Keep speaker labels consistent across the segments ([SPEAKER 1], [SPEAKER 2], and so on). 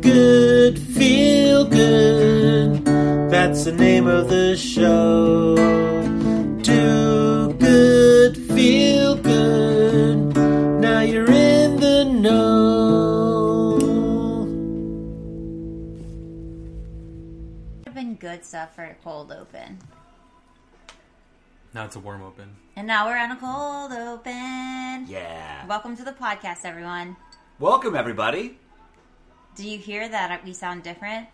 [SPEAKER 1] good, feel good. That's the name of the show. Do good, feel good. Now you're in the know.
[SPEAKER 2] have been good stuff for a cold open.
[SPEAKER 3] Now it's a warm open.
[SPEAKER 2] And now we're on a cold open.
[SPEAKER 4] Yeah.
[SPEAKER 2] Welcome to the podcast, everyone.
[SPEAKER 4] Welcome everybody.
[SPEAKER 2] Do you hear that we sound different?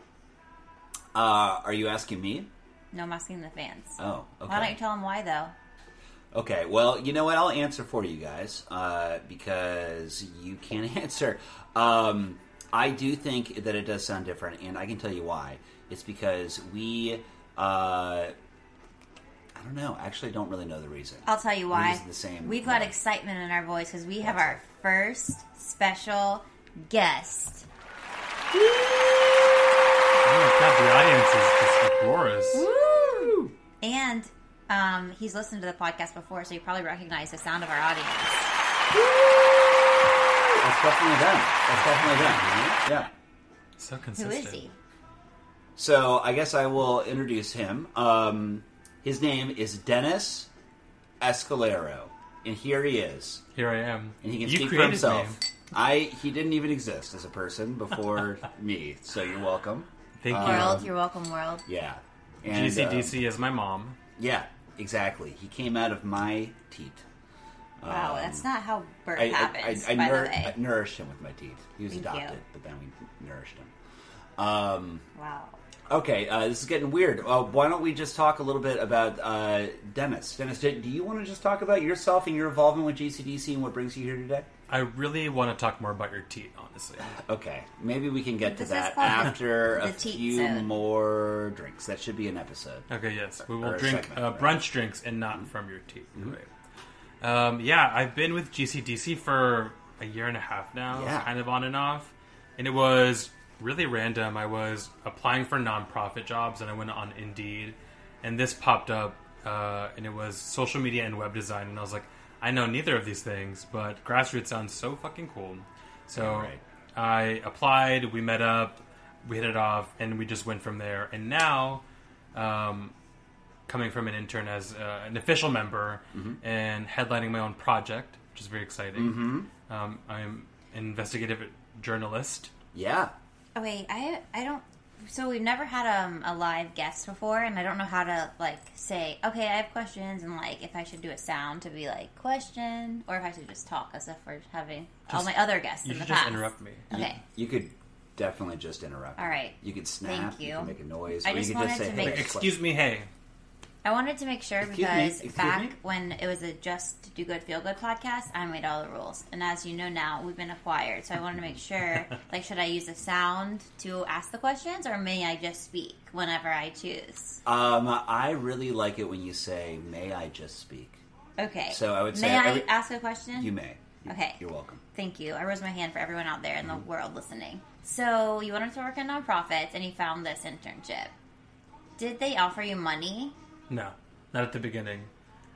[SPEAKER 4] Uh, are you asking me?
[SPEAKER 2] No, I'm asking the fans.
[SPEAKER 4] Oh, okay.
[SPEAKER 2] Why don't you tell them why, though?
[SPEAKER 4] Okay, well, you know what? I'll answer for you guys uh, because you can't answer. Um, I do think that it does sound different, and I can tell you why. It's because we, uh, I don't know. Actually, don't really know the reason.
[SPEAKER 2] I'll tell you why.
[SPEAKER 4] Use the same-
[SPEAKER 2] We've got
[SPEAKER 4] yeah.
[SPEAKER 2] excitement in our voice because we have our first special guest.
[SPEAKER 3] Oh my god, the audience is just uproarious.
[SPEAKER 2] Woo! And um, he's listened to the podcast before, so you probably recognize the sound of our audience.
[SPEAKER 4] That's definitely them. That's definitely them. Yeah.
[SPEAKER 3] So
[SPEAKER 2] Who
[SPEAKER 3] consistent.
[SPEAKER 2] is he?
[SPEAKER 4] So I guess I will introduce him. Um, his name is Dennis Escalero, and here he is.
[SPEAKER 3] Here I am.
[SPEAKER 4] and he can
[SPEAKER 3] you
[SPEAKER 4] speak for
[SPEAKER 3] created
[SPEAKER 4] himself.
[SPEAKER 3] me.
[SPEAKER 4] I he didn't even exist as a person before me, so you're welcome.
[SPEAKER 3] Thank
[SPEAKER 2] World, you're welcome, world.
[SPEAKER 4] Yeah,
[SPEAKER 3] you.
[SPEAKER 4] Um, and, uh,
[SPEAKER 3] GCDC is my mom.
[SPEAKER 4] yeah, exactly. He came out of my teat.
[SPEAKER 2] Wow,
[SPEAKER 4] Um,
[SPEAKER 2] that's not how birth
[SPEAKER 4] I, I-
[SPEAKER 2] happens,
[SPEAKER 4] I, I,
[SPEAKER 2] by
[SPEAKER 4] nour-
[SPEAKER 2] the way.
[SPEAKER 4] I nourished him with my teeth. He was
[SPEAKER 2] Thank you.
[SPEAKER 4] adopted, but then we nourished him. Um,
[SPEAKER 2] wow.
[SPEAKER 4] okay, uh, this is getting weird. Uh, why don't we just talk a little bit about uh, Dennis? Dennis, do, do you want to just talk about yourself and your involvement with GCDC and what brings you here today?
[SPEAKER 3] I really want to talk more about your teeth, honestly.
[SPEAKER 4] Okay, maybe we can get to
[SPEAKER 2] This is
[SPEAKER 4] that
[SPEAKER 2] called
[SPEAKER 4] after
[SPEAKER 2] the
[SPEAKER 4] a
[SPEAKER 2] teat
[SPEAKER 4] few
[SPEAKER 2] zone.
[SPEAKER 4] more drinks. That should be an episode.
[SPEAKER 3] Okay, yes, we
[SPEAKER 4] Or
[SPEAKER 3] will
[SPEAKER 4] a
[SPEAKER 3] drink
[SPEAKER 4] segment,
[SPEAKER 3] uh,
[SPEAKER 4] right. Mm-hmm.
[SPEAKER 3] brunch drinks and not from your teeth. You're Right. Um, yeah, I've been with GCDC for a year and a half now,
[SPEAKER 4] Yeah.
[SPEAKER 3] kind of on and off, and it was really random. I was applying for nonprofit jobs, and I went on Indeed, and this popped up, uh, and it was social media and web design, and I was like, I know neither of these things, but grassroots sounds so fucking cool. So
[SPEAKER 4] Yeah, right.
[SPEAKER 3] I applied, we met up, we hit it off, and we just went from there. And now, um, coming from an intern as uh, an official member
[SPEAKER 4] Mm-hmm.
[SPEAKER 3] and headlining my own project, which is very exciting. Um, I'm an investigative journalist.
[SPEAKER 4] Yeah.
[SPEAKER 2] Oh, wait, I I don't. So we've never had um, a live guest before, and I don't know how to like say, okay, I have questions, and like if I should do a sound to be like question, or if I should just talk as if we're having all
[SPEAKER 3] Just-
[SPEAKER 2] my other guests.
[SPEAKER 3] You
[SPEAKER 2] in the
[SPEAKER 3] should just
[SPEAKER 2] past.
[SPEAKER 3] interrupt me.
[SPEAKER 2] Okay,
[SPEAKER 4] You could definitely just interrupt.
[SPEAKER 2] All right.
[SPEAKER 4] You could snap.
[SPEAKER 2] Thank
[SPEAKER 4] you.
[SPEAKER 2] you.
[SPEAKER 4] could make a noise.
[SPEAKER 2] I
[SPEAKER 4] or
[SPEAKER 2] just
[SPEAKER 4] you could
[SPEAKER 2] wanted
[SPEAKER 4] just
[SPEAKER 2] to
[SPEAKER 4] say, hey,
[SPEAKER 2] make-
[SPEAKER 4] next
[SPEAKER 3] Excuse me, hey.
[SPEAKER 2] I wanted to make sure
[SPEAKER 4] me,
[SPEAKER 2] because
[SPEAKER 4] excuse
[SPEAKER 2] back
[SPEAKER 4] me?
[SPEAKER 2] when it was a Just Do Good Feel Good podcast, I made all the rules, and as you know now, we've been acquired. So I wanted to make sure, like, should I use a sound to ask the questions, or may I just speak whenever I choose?
[SPEAKER 4] question. Um, I really like it when you say, "May I just speak?"
[SPEAKER 2] Okay.
[SPEAKER 4] So I would say
[SPEAKER 2] may I
[SPEAKER 4] every-
[SPEAKER 2] ask a question?
[SPEAKER 4] You may.
[SPEAKER 2] Mm.
[SPEAKER 4] You-
[SPEAKER 2] Okay.
[SPEAKER 4] You're welcome.
[SPEAKER 2] Thank you. I raise my hand for everyone out there in
[SPEAKER 3] Mm-hmm.
[SPEAKER 2] the world listening. So you wanted to work in nonprofits, and you found this internship. Did they offer you money?
[SPEAKER 3] No, not at the beginning.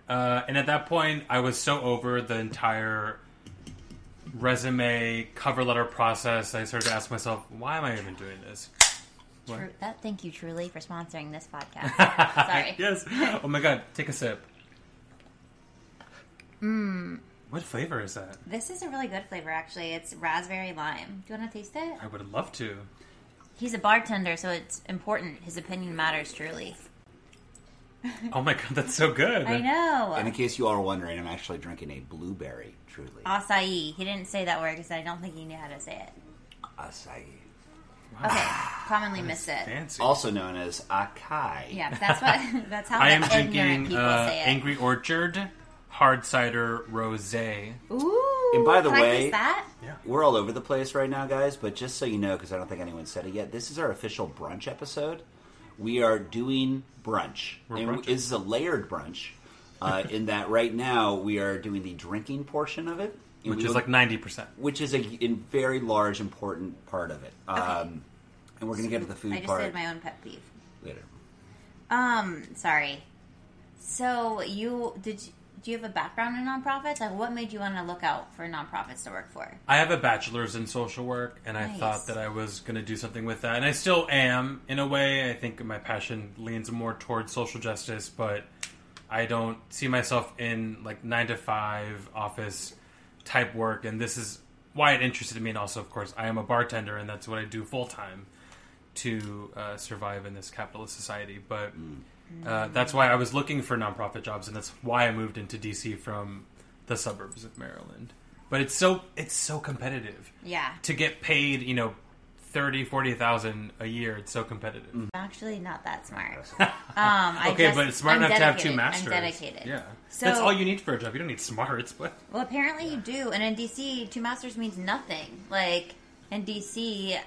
[SPEAKER 3] Uh, and at that point, I was so over the entire resume cover letter process. I started to ask myself, why am I even doing this? What?
[SPEAKER 2] Tru- that, thank you, Truly, for sponsoring this podcast. Sorry.
[SPEAKER 3] yes. Oh my god, take a sip. Mmm.
[SPEAKER 2] Hmm.
[SPEAKER 3] What flavor is that?
[SPEAKER 2] This is a really good flavor, actually. It's raspberry lime. Do you want to taste it?
[SPEAKER 3] I would love to.
[SPEAKER 2] He's a bartender, so it's important. His opinion matters, Truly.
[SPEAKER 3] Oh my god, that's so good.
[SPEAKER 2] I know.
[SPEAKER 4] And in case you all are wondering, I'm actually drinking a blueberry. Truly.
[SPEAKER 2] Acai. He didn't say that word because I don't think he knew how to say it.
[SPEAKER 4] Acai.
[SPEAKER 2] Okay. Commonly miss it.
[SPEAKER 3] Fancy.
[SPEAKER 4] Also known as acai.
[SPEAKER 2] Yeah, that's what. That's how
[SPEAKER 3] I am
[SPEAKER 2] like, ignorant
[SPEAKER 3] drinking
[SPEAKER 2] people
[SPEAKER 3] uh,
[SPEAKER 2] say it.
[SPEAKER 3] Angry Orchard hard cider rosé.
[SPEAKER 2] Ooh.
[SPEAKER 4] And by the
[SPEAKER 2] can I
[SPEAKER 4] way-
[SPEAKER 2] taste that?
[SPEAKER 4] We're all over the place right now, guys, but just so you know, because I don't think anyone said it yet, this is our official brunch episode. We are doing brunch.
[SPEAKER 3] We're
[SPEAKER 4] and
[SPEAKER 3] brunching.
[SPEAKER 4] this is a layered brunch, uh, in that right now we are doing the drinking portion of it, and
[SPEAKER 3] Which
[SPEAKER 4] we
[SPEAKER 3] is
[SPEAKER 4] will-
[SPEAKER 3] like ninety percent.
[SPEAKER 4] which is a in very large, important part of it. Um, and we're going to get to the food
[SPEAKER 2] I just
[SPEAKER 4] part
[SPEAKER 2] did my own pet peeve.
[SPEAKER 4] later.
[SPEAKER 2] Um, sorry. So you did you, do you have a background in nonprofits? Like, what made you want to look out for nonprofits to work for?
[SPEAKER 3] I have a bachelor's in social work, and I
[SPEAKER 2] Nice.
[SPEAKER 3] thought that I was going to do something with that, and I still am in a way. I think my passion leans more towards social justice, but I don't see myself in like nine to five office type work, and this is why it interested me. And also, of course, I am a bartender, and that's what I do full time to uh, survive in this capitalist society. But uh, that's why I was looking for nonprofit jobs, and that's why I moved into DC from the suburbs of Maryland. But it's so it's so competitive
[SPEAKER 2] Yeah,
[SPEAKER 3] to get paid. You know. 30 40,000 a year it's so competitive.
[SPEAKER 2] I'm actually not that smart. Um, I
[SPEAKER 3] Okay,
[SPEAKER 2] just-
[SPEAKER 3] but it's smart
[SPEAKER 2] I'm
[SPEAKER 3] enough to have two
[SPEAKER 2] dedicated.
[SPEAKER 3] masters.
[SPEAKER 2] I'm dedicated.
[SPEAKER 3] Yeah.
[SPEAKER 2] So-
[SPEAKER 3] That's all you need for a job. You don't need smarts, but
[SPEAKER 2] Well, apparently you do, and in DC, two masters means nothing. Like in DC,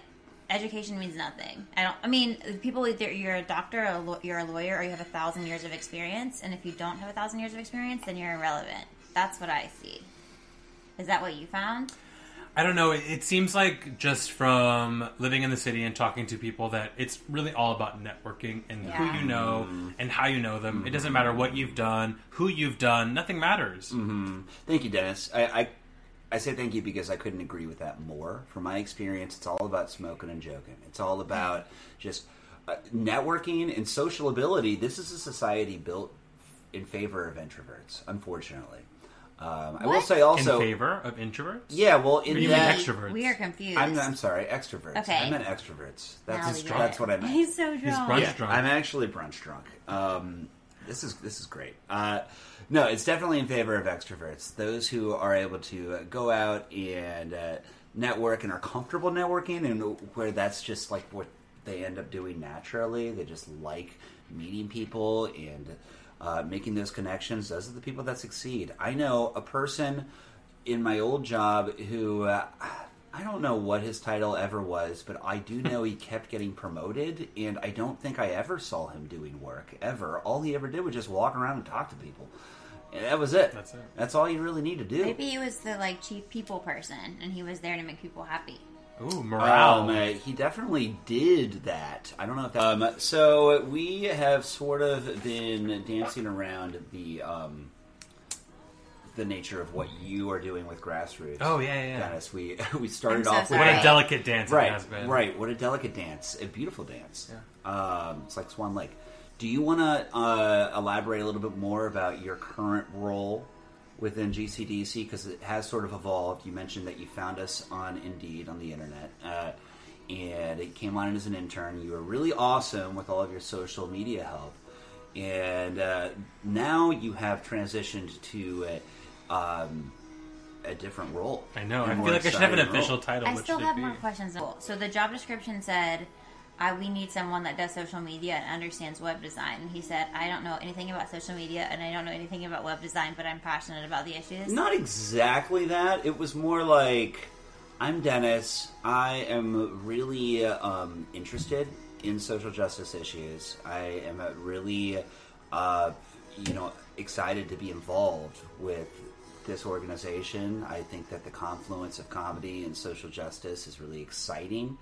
[SPEAKER 2] education means nothing. I don't. I mean, people either you're a doctor, a law- you're a lawyer, or you have a thousand years of experience. And if you don't have a thousand years of experience, then you're irrelevant. That's what I see. Is that what you found?
[SPEAKER 3] I don't know. It, it seems like just from living in the city and talking to people that it's really all about networking and
[SPEAKER 2] Yeah.
[SPEAKER 3] who you know
[SPEAKER 4] Mm-hmm.
[SPEAKER 3] and how you know them. It doesn't matter what you've done, who you've done. Nothing matters.
[SPEAKER 4] Mm-hmm. Thank you, Dennis. I, I I say thank you because I couldn't agree with that more. From my experience, it's all about smoking and joking. It's all about just uh, networking and social ability. This is a society built in favor of introverts, unfortunately. Um, I will
[SPEAKER 2] What?
[SPEAKER 4] say
[SPEAKER 3] In
[SPEAKER 4] also,
[SPEAKER 3] favor of introverts.
[SPEAKER 4] yeah. Well, in
[SPEAKER 3] Or you mean
[SPEAKER 4] that,
[SPEAKER 3] extrovert? Extroverts.
[SPEAKER 2] We are confused.
[SPEAKER 4] I'm, I'm sorry, extroverts.
[SPEAKER 2] Okay.
[SPEAKER 4] I meant extroverts. That's
[SPEAKER 2] Now
[SPEAKER 3] He's
[SPEAKER 2] we get
[SPEAKER 4] that's
[SPEAKER 2] it.
[SPEAKER 4] what I meant.
[SPEAKER 2] He's so drunk.
[SPEAKER 3] brunch
[SPEAKER 4] Yeah,
[SPEAKER 3] drunk.
[SPEAKER 4] I'm actually brunch drunk. Um, this is this is great. Uh, no, it's definitely in favor of extroverts. Those who are able to uh, go out and uh, network and are comfortable networking, and where that's just like what they end up doing naturally. They just like meeting people and uh, making those connections. Those are the people that succeed. I know a person in my old job who uh, I don't know what his title ever was, but I do know he kept getting promoted, and I don't think I ever saw him doing work ever. All he ever did was just walk around and talk to people. And that was it.
[SPEAKER 3] That's it.
[SPEAKER 4] That's all you really need to do.
[SPEAKER 2] Maybe he was the like chief people person, and he was there to make people happy.
[SPEAKER 3] Ooh, morale.
[SPEAKER 4] Um, uh, he definitely did that. I don't know if that. Um, so we have sort of been dancing around the um, the nature of what you are doing with grassroots.
[SPEAKER 3] Oh, yeah, yeah, yeah.
[SPEAKER 4] Dennis, we we started
[SPEAKER 2] I'm so
[SPEAKER 4] off with
[SPEAKER 3] what a
[SPEAKER 2] Right.
[SPEAKER 3] delicate dance
[SPEAKER 4] right,
[SPEAKER 3] it has been.
[SPEAKER 4] Right, what a delicate dance, a beautiful dance. Um, it's like Swan Lake. Do you want to uh, elaborate a little bit more about your current role within GCDC because it has sort of evolved? You mentioned that you found us on Indeed on the internet. Uh, and it came on as an intern. You were really awesome with all of your social media help, and uh, now you have transitioned to a, um, a different role.
[SPEAKER 3] I know.
[SPEAKER 4] A
[SPEAKER 3] I
[SPEAKER 4] more
[SPEAKER 3] feel like I should have an
[SPEAKER 4] exciting role.
[SPEAKER 3] official title.
[SPEAKER 2] I
[SPEAKER 3] What
[SPEAKER 2] still
[SPEAKER 3] should it
[SPEAKER 2] have
[SPEAKER 3] be?
[SPEAKER 2] more questions. So the job description said, I, "We need someone that does social media and understands web design." And he said, "I don't know anything about social media and I don't know anything about web design, but I'm passionate about the issues."
[SPEAKER 4] Not exactly that. It was more like, I'm Dennis. I am really um, interested in social justice issues. I am uh, really, uh, you know, excited to be involved with this organization. I think that the confluence of comedy and social justice is really exciting,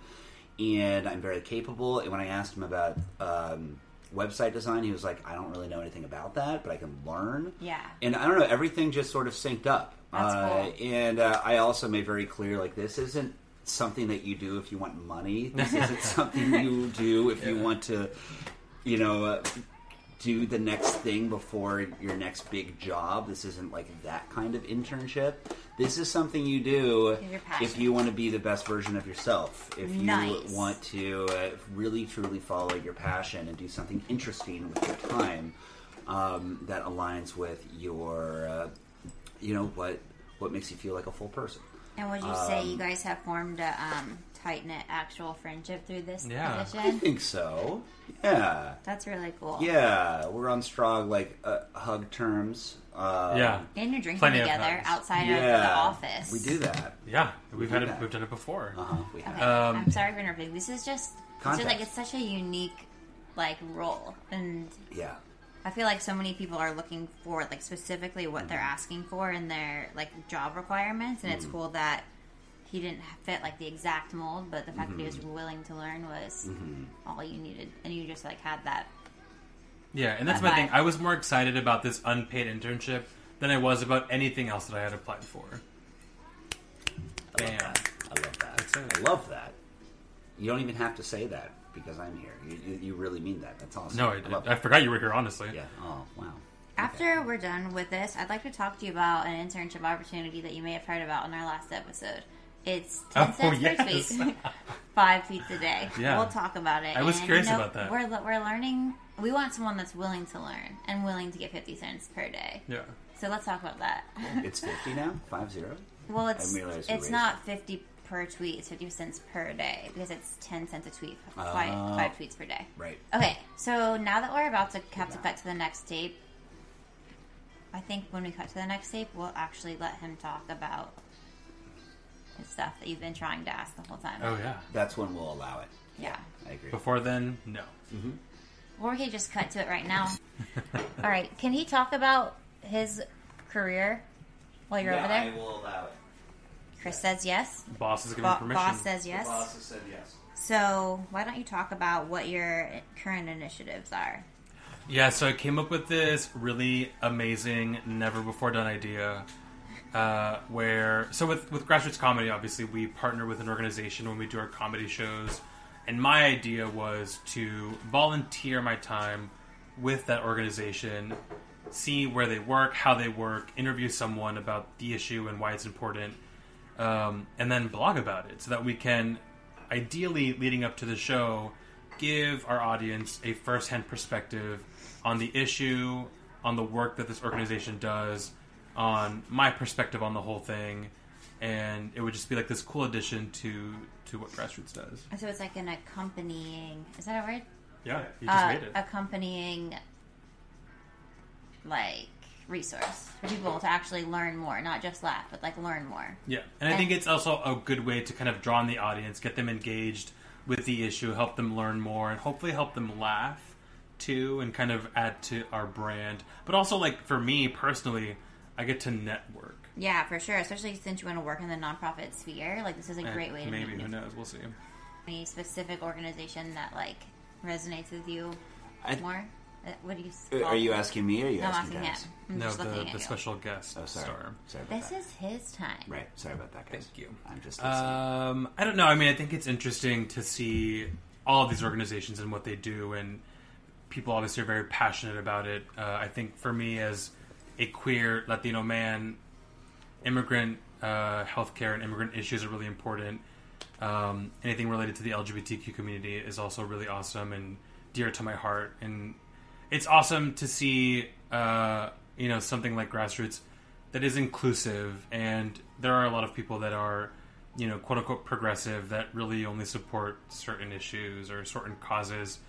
[SPEAKER 4] and I'm very capable. And when I asked him about um, website design, he was like, "I don't really know anything about that, but I can learn."
[SPEAKER 2] Yeah.
[SPEAKER 4] and I don't know, everything just sort of synced up.
[SPEAKER 2] That's
[SPEAKER 4] uh,
[SPEAKER 2] cool.
[SPEAKER 4] And uh, I also made very clear, like, this isn't something that you do if you want money. This isn't something you do if you want to, you know, uh, do the next thing before your next big job. This isn't like that kind of internship. This is something you do
[SPEAKER 2] If you're passionate.
[SPEAKER 4] if you want to be the best version of yourself. If
[SPEAKER 2] Nice.
[SPEAKER 4] you want to uh, really truly follow your passion and do something interesting with your time um, that aligns with your, uh, you know, what what makes you feel like a full person.
[SPEAKER 2] And would you say you guys have formed a um, tight knit actual friendship through this
[SPEAKER 3] Yeah.
[SPEAKER 4] I
[SPEAKER 2] position?
[SPEAKER 4] think so. Yeah,
[SPEAKER 2] That's really cool.
[SPEAKER 4] yeah, we're on strong like uh, hug terms. Uh,
[SPEAKER 3] Yeah.
[SPEAKER 2] And you're drinking
[SPEAKER 3] Plenty of
[SPEAKER 2] together
[SPEAKER 3] times.
[SPEAKER 2] outside of the office.
[SPEAKER 4] We do that.
[SPEAKER 3] Yeah. We've had
[SPEAKER 4] do
[SPEAKER 3] it,
[SPEAKER 4] that.
[SPEAKER 3] we've done it before.
[SPEAKER 4] Uh-huh, we have.
[SPEAKER 2] Okay.
[SPEAKER 3] Um,
[SPEAKER 2] I'm sorry for interrupting. This is just, it's just
[SPEAKER 4] Context.
[SPEAKER 2] like it's such a unique like role, and
[SPEAKER 4] Yeah.
[SPEAKER 2] I feel like so many people are looking for like specifically what
[SPEAKER 3] Mm-hmm.
[SPEAKER 2] they're asking for in their like job requirements, and it's cool that he didn't fit like the exact mold, but the fact that he was
[SPEAKER 3] Mm-hmm.
[SPEAKER 2] willing to learn was all you needed, and you just like had that.
[SPEAKER 3] Yeah, and that's
[SPEAKER 2] Bye-bye.
[SPEAKER 3] my thing. I was more excited about this unpaid internship than I was about anything else that I had applied for.
[SPEAKER 4] I love
[SPEAKER 3] Bam.
[SPEAKER 4] that. I love that.
[SPEAKER 3] it.
[SPEAKER 4] I love that. You don't even have to say that because I'm here. You, you, you really mean that. That's awesome.
[SPEAKER 3] No, I, did.
[SPEAKER 4] love
[SPEAKER 3] I
[SPEAKER 4] that.
[SPEAKER 3] forgot you were here, honestly.
[SPEAKER 4] Yeah. Oh, wow.
[SPEAKER 2] After we're done with this, I'd like to talk to you about an internship opportunity that you may have heard about in our last episode. It's 10
[SPEAKER 3] Oh,
[SPEAKER 2] cents
[SPEAKER 3] yes.
[SPEAKER 2] per tweet, five tweets a day.
[SPEAKER 3] Yeah.
[SPEAKER 2] We'll talk about it.
[SPEAKER 3] I was
[SPEAKER 2] And,
[SPEAKER 3] curious
[SPEAKER 2] you know,
[SPEAKER 3] about that.
[SPEAKER 2] We're, le- we're learning. We want someone that's willing to learn and willing to get 50 cents per day.
[SPEAKER 3] Yeah.
[SPEAKER 2] So let's talk about that.
[SPEAKER 4] It's 50 now? 5 0?
[SPEAKER 2] Well, it's
[SPEAKER 4] realized we
[SPEAKER 2] it's
[SPEAKER 4] raised
[SPEAKER 2] not 50 per tweet. It's 50 cents per day because it's 10 cents a tweet, five,
[SPEAKER 4] Oh.
[SPEAKER 2] five tweets per day.
[SPEAKER 4] Right.
[SPEAKER 2] Okay, so now that we're about to have to cut to the next tape, I think when we cut to the next tape, we'll actually let him talk about his stuff that you've been trying to ask the whole time.
[SPEAKER 3] Oh yeah.
[SPEAKER 4] That's when we'll allow it.
[SPEAKER 2] Yeah.
[SPEAKER 4] I agree.
[SPEAKER 3] Before then, no.
[SPEAKER 2] Or we could just cut to it right now. All right, can he talk about his career while you're over there?
[SPEAKER 4] will allow it.
[SPEAKER 2] Chris says yes.
[SPEAKER 3] Boss is giving
[SPEAKER 2] Bo-
[SPEAKER 3] permission.
[SPEAKER 2] boss says yes.
[SPEAKER 4] has said yes.
[SPEAKER 2] So, why don't you talk about what your current initiatives are?
[SPEAKER 3] Yeah, so I came up with this really amazing, never before done idea. Uh, where so with with grassroots comedy, obviously we partner with an organization when we do our comedy shows, and my idea was to volunteer my time with that organization, see where they work, how they work, interview someone about the issue and why it's important, um, and then blog about it so that we can ideally leading up to the show give our audience a first-hand perspective on the issue on the work that this organization does on my perspective on the whole thing and it would just be like this cool addition to to what grassroots does
[SPEAKER 2] So, it's like an accompanying, is that a word?
[SPEAKER 3] yeah you just
[SPEAKER 2] Uh,
[SPEAKER 3] made it
[SPEAKER 2] accompanying, like, resource for people to actually learn more, not just laugh, but like learn more.
[SPEAKER 3] yeah and i think it's also a good way to kind of draw in the audience get them engaged with the issue help them learn more and hopefully help them laugh too and kind of add to our brand but also like for me personally i get to network
[SPEAKER 2] Yeah, for sure. Especially since you want to work in the nonprofit sphere. Like, this is a
[SPEAKER 3] And
[SPEAKER 2] great way to
[SPEAKER 3] maybe
[SPEAKER 2] meet
[SPEAKER 3] who
[SPEAKER 2] new-
[SPEAKER 3] knows we'll see
[SPEAKER 2] any specific organization that, like, resonates with you
[SPEAKER 4] I-
[SPEAKER 2] more. Uh, What do you s-
[SPEAKER 4] Are
[SPEAKER 2] call
[SPEAKER 4] you
[SPEAKER 2] it?
[SPEAKER 4] asking me or are you
[SPEAKER 2] No, I'm
[SPEAKER 4] asking
[SPEAKER 2] asking him.
[SPEAKER 4] guys?
[SPEAKER 2] I'm
[SPEAKER 3] no
[SPEAKER 2] just
[SPEAKER 3] the,
[SPEAKER 2] looking
[SPEAKER 3] the
[SPEAKER 2] at you.
[SPEAKER 3] special guest
[SPEAKER 4] Oh, sorry.
[SPEAKER 3] star
[SPEAKER 4] Sorry about
[SPEAKER 2] This
[SPEAKER 4] that.
[SPEAKER 2] is his time.
[SPEAKER 4] Right. Sorry about that, guys.
[SPEAKER 3] Thank you.
[SPEAKER 4] I'm just listening.
[SPEAKER 3] Um, I don't know. I mean, I think it's interesting to see all of these organizations and what they do, and people obviously are very passionate about it. Uh, I think for me, as a queer Latino man, immigrant uh, healthcare and immigrant issues are really important. Um, anything related to the LGBTQ community is also really awesome and dear to my heart. And it's awesome to see, uh, you know, something like grassroots that is inclusive. And there are a lot of people that are, you know, quote unquote progressive that really only support certain issues or certain causes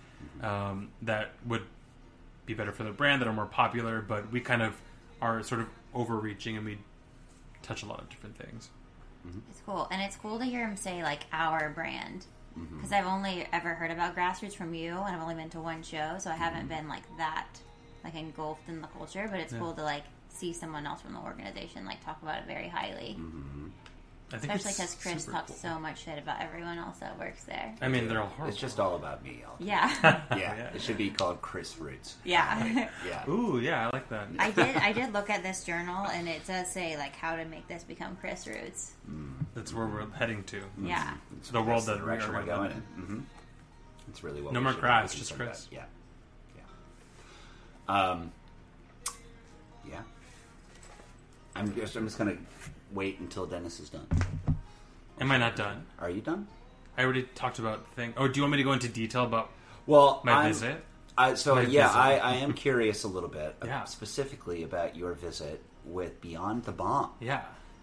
[SPEAKER 3] um, that would be better for the brand, that are more popular. But we kind of are sort of overreaching and we touch a lot of different things.
[SPEAKER 2] It's cool. And it's cool to hear him say, like, our brand. Because I've only ever heard about grassroots from you, and I've only been to one show, so I haven't been, like, that, like, engulfed in the culture. But it's cool to, like, see someone else from the organization, like, talk about it very highly.
[SPEAKER 3] I think
[SPEAKER 2] Especially
[SPEAKER 3] it's
[SPEAKER 2] because Chris
[SPEAKER 3] super
[SPEAKER 2] talks
[SPEAKER 3] cool.
[SPEAKER 2] so much shit about everyone else that works there.
[SPEAKER 3] I mean, they're all horrible.
[SPEAKER 4] It's just all about me. All
[SPEAKER 2] Yeah.
[SPEAKER 4] yeah.
[SPEAKER 3] Yeah.
[SPEAKER 4] It should be called Chris Roots.
[SPEAKER 2] yeah.
[SPEAKER 4] Yeah.
[SPEAKER 3] Ooh, yeah, I like that.
[SPEAKER 2] I did. I did look at this journal, and it does say like how to make this become Chris Roots.
[SPEAKER 3] That's where we're heading to.
[SPEAKER 2] Yeah.
[SPEAKER 4] It's
[SPEAKER 3] The world
[SPEAKER 4] that's the
[SPEAKER 3] that we
[SPEAKER 4] direction
[SPEAKER 3] are
[SPEAKER 4] we're
[SPEAKER 3] in.
[SPEAKER 4] going in. hmm It's really what
[SPEAKER 3] No
[SPEAKER 4] we
[SPEAKER 3] more
[SPEAKER 4] should be
[SPEAKER 3] grass,
[SPEAKER 4] looking
[SPEAKER 3] just
[SPEAKER 4] for, but
[SPEAKER 3] Chris.
[SPEAKER 4] Yeah. Yeah. Um. Yeah. I'm just. I'm just gonna wait until Dennis is done.
[SPEAKER 3] Am I not done?
[SPEAKER 4] Are you done?
[SPEAKER 3] I already talked about thing. Oh, do you want me to go into detail about
[SPEAKER 4] Well,
[SPEAKER 3] my
[SPEAKER 4] I'm-
[SPEAKER 3] visit?
[SPEAKER 4] I, so
[SPEAKER 3] My
[SPEAKER 4] yeah,
[SPEAKER 3] visit.
[SPEAKER 4] I, I am curious a little bit, uh,
[SPEAKER 3] Yeah.
[SPEAKER 4] specifically about your visit with Beyond the Bomb.
[SPEAKER 3] Yeah.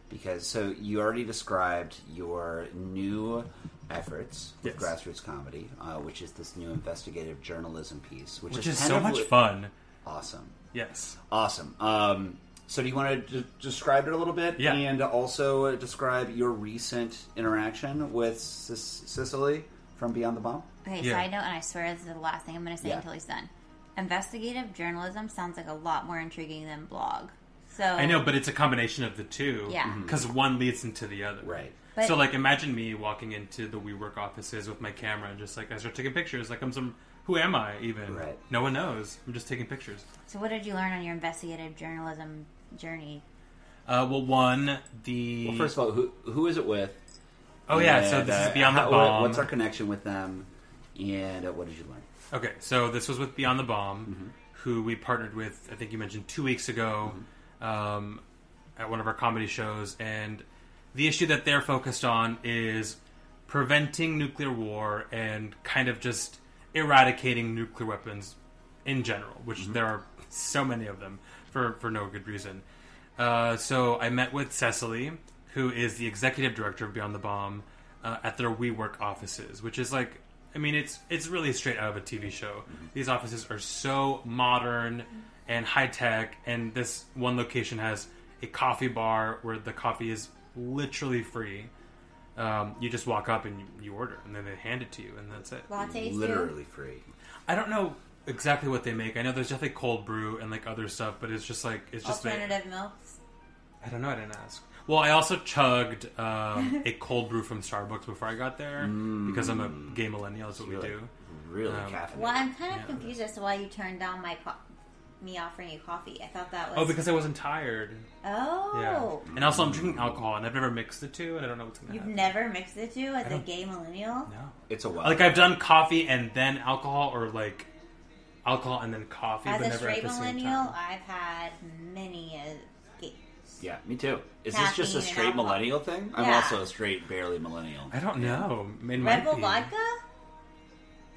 [SPEAKER 4] because so you already described your new efforts with
[SPEAKER 3] Yes.
[SPEAKER 4] grassroots comedy, uh, which is this new investigative journalism piece, which,
[SPEAKER 3] Which is
[SPEAKER 4] kind
[SPEAKER 3] so
[SPEAKER 4] of
[SPEAKER 3] much
[SPEAKER 4] what-
[SPEAKER 3] fun.
[SPEAKER 4] Awesome,
[SPEAKER 3] Yes.
[SPEAKER 4] awesome. Um, so do you want to d- describe it a little bit,
[SPEAKER 3] Yeah.
[SPEAKER 4] and also uh, describe your recent interaction with Cis- Sicily from Beyond the Bomb?
[SPEAKER 2] Okay,
[SPEAKER 3] Yeah.
[SPEAKER 2] side note, and I swear this is the last thing I'm going to say
[SPEAKER 4] Yeah.
[SPEAKER 2] until he's done. Investigative journalism sounds like a lot more intriguing than blog. So
[SPEAKER 3] I know, but it's a combination of the two.
[SPEAKER 2] Yeah. Mhm.
[SPEAKER 3] Because one leads into the other.
[SPEAKER 4] Mm-hmm. Right.
[SPEAKER 2] But-
[SPEAKER 3] so, like, imagine me walking into the WeWork offices with my camera and just, like, I start taking pictures. Like, I'm some. Who am I, even?
[SPEAKER 4] Right.
[SPEAKER 3] No one knows. I'm just taking pictures.
[SPEAKER 2] So what did you learn on your investigative journalism journey?
[SPEAKER 3] Uh, well, one the
[SPEAKER 4] Well, first of all, who who is it with?
[SPEAKER 3] oh yeah, so
[SPEAKER 4] And,
[SPEAKER 3] this
[SPEAKER 4] uh,
[SPEAKER 3] is Beyond the
[SPEAKER 4] how- what-
[SPEAKER 3] Bomb.
[SPEAKER 4] What's our connection with them? And uh, what did you learn?
[SPEAKER 3] Okay, so this was with Beyond the Bomb, who we partnered with. I think you mentioned two weeks ago um, at one of our comedy shows, and the issue that they're focused on is preventing nuclear war and kind of just eradicating nuclear weapons in general, which there are so many of them for for no good reason. Uh, so I met with Cecily, who is the executive director of Beyond the Bomb, uh, at their WeWork offices, which is like, I mean, it's it's really straight out of a TV show. These offices are so modern and high tech, and this one location has a coffee bar where the coffee is literally free. Um, you just walk up and you, you order, and then they hand it to you, and that's it.
[SPEAKER 2] Lattes, too?
[SPEAKER 4] Literally free.
[SPEAKER 3] I don't know exactly what they make. I know there's definitely cold brew and like other stuff, but it's just like it's just there.
[SPEAKER 2] alternative milks.
[SPEAKER 3] I don't know. I didn't ask. Well, I also chugged um, a cold brew from Starbucks before I got there because I'm a gay millennial. Is what we
[SPEAKER 4] Really,
[SPEAKER 3] do.
[SPEAKER 4] really
[SPEAKER 3] Um,
[SPEAKER 4] caffeinated.
[SPEAKER 2] Well, I'm kind of
[SPEAKER 3] Yeah.
[SPEAKER 2] confused as to why you turned down my co- me offering you coffee. I thought that was
[SPEAKER 3] Oh, because I wasn't tired.
[SPEAKER 2] oh.
[SPEAKER 3] Yeah. And also, I'm drinking alcohol, and I've never mixed the two, and I don't know what's gonna
[SPEAKER 2] You've
[SPEAKER 3] happen.
[SPEAKER 2] never mixed the two as a
[SPEAKER 3] don't-
[SPEAKER 2] gay millennial?
[SPEAKER 3] no.
[SPEAKER 4] It's a while.
[SPEAKER 3] Like I've done coffee and then alcohol, or like alcohol and then coffee,
[SPEAKER 2] As
[SPEAKER 3] but
[SPEAKER 2] a
[SPEAKER 3] never
[SPEAKER 2] straight
[SPEAKER 3] at the same
[SPEAKER 2] millennial,
[SPEAKER 3] time.
[SPEAKER 2] I've had many a gay.
[SPEAKER 4] yeah, me too. Is this just a
[SPEAKER 2] Caffeine
[SPEAKER 4] straight
[SPEAKER 2] and alcohol.
[SPEAKER 4] millennial thing? I'm
[SPEAKER 2] Yeah.
[SPEAKER 4] also a straight, barely millennial.
[SPEAKER 3] I don't know. It might
[SPEAKER 2] Red Bull
[SPEAKER 3] be.
[SPEAKER 2] vodka?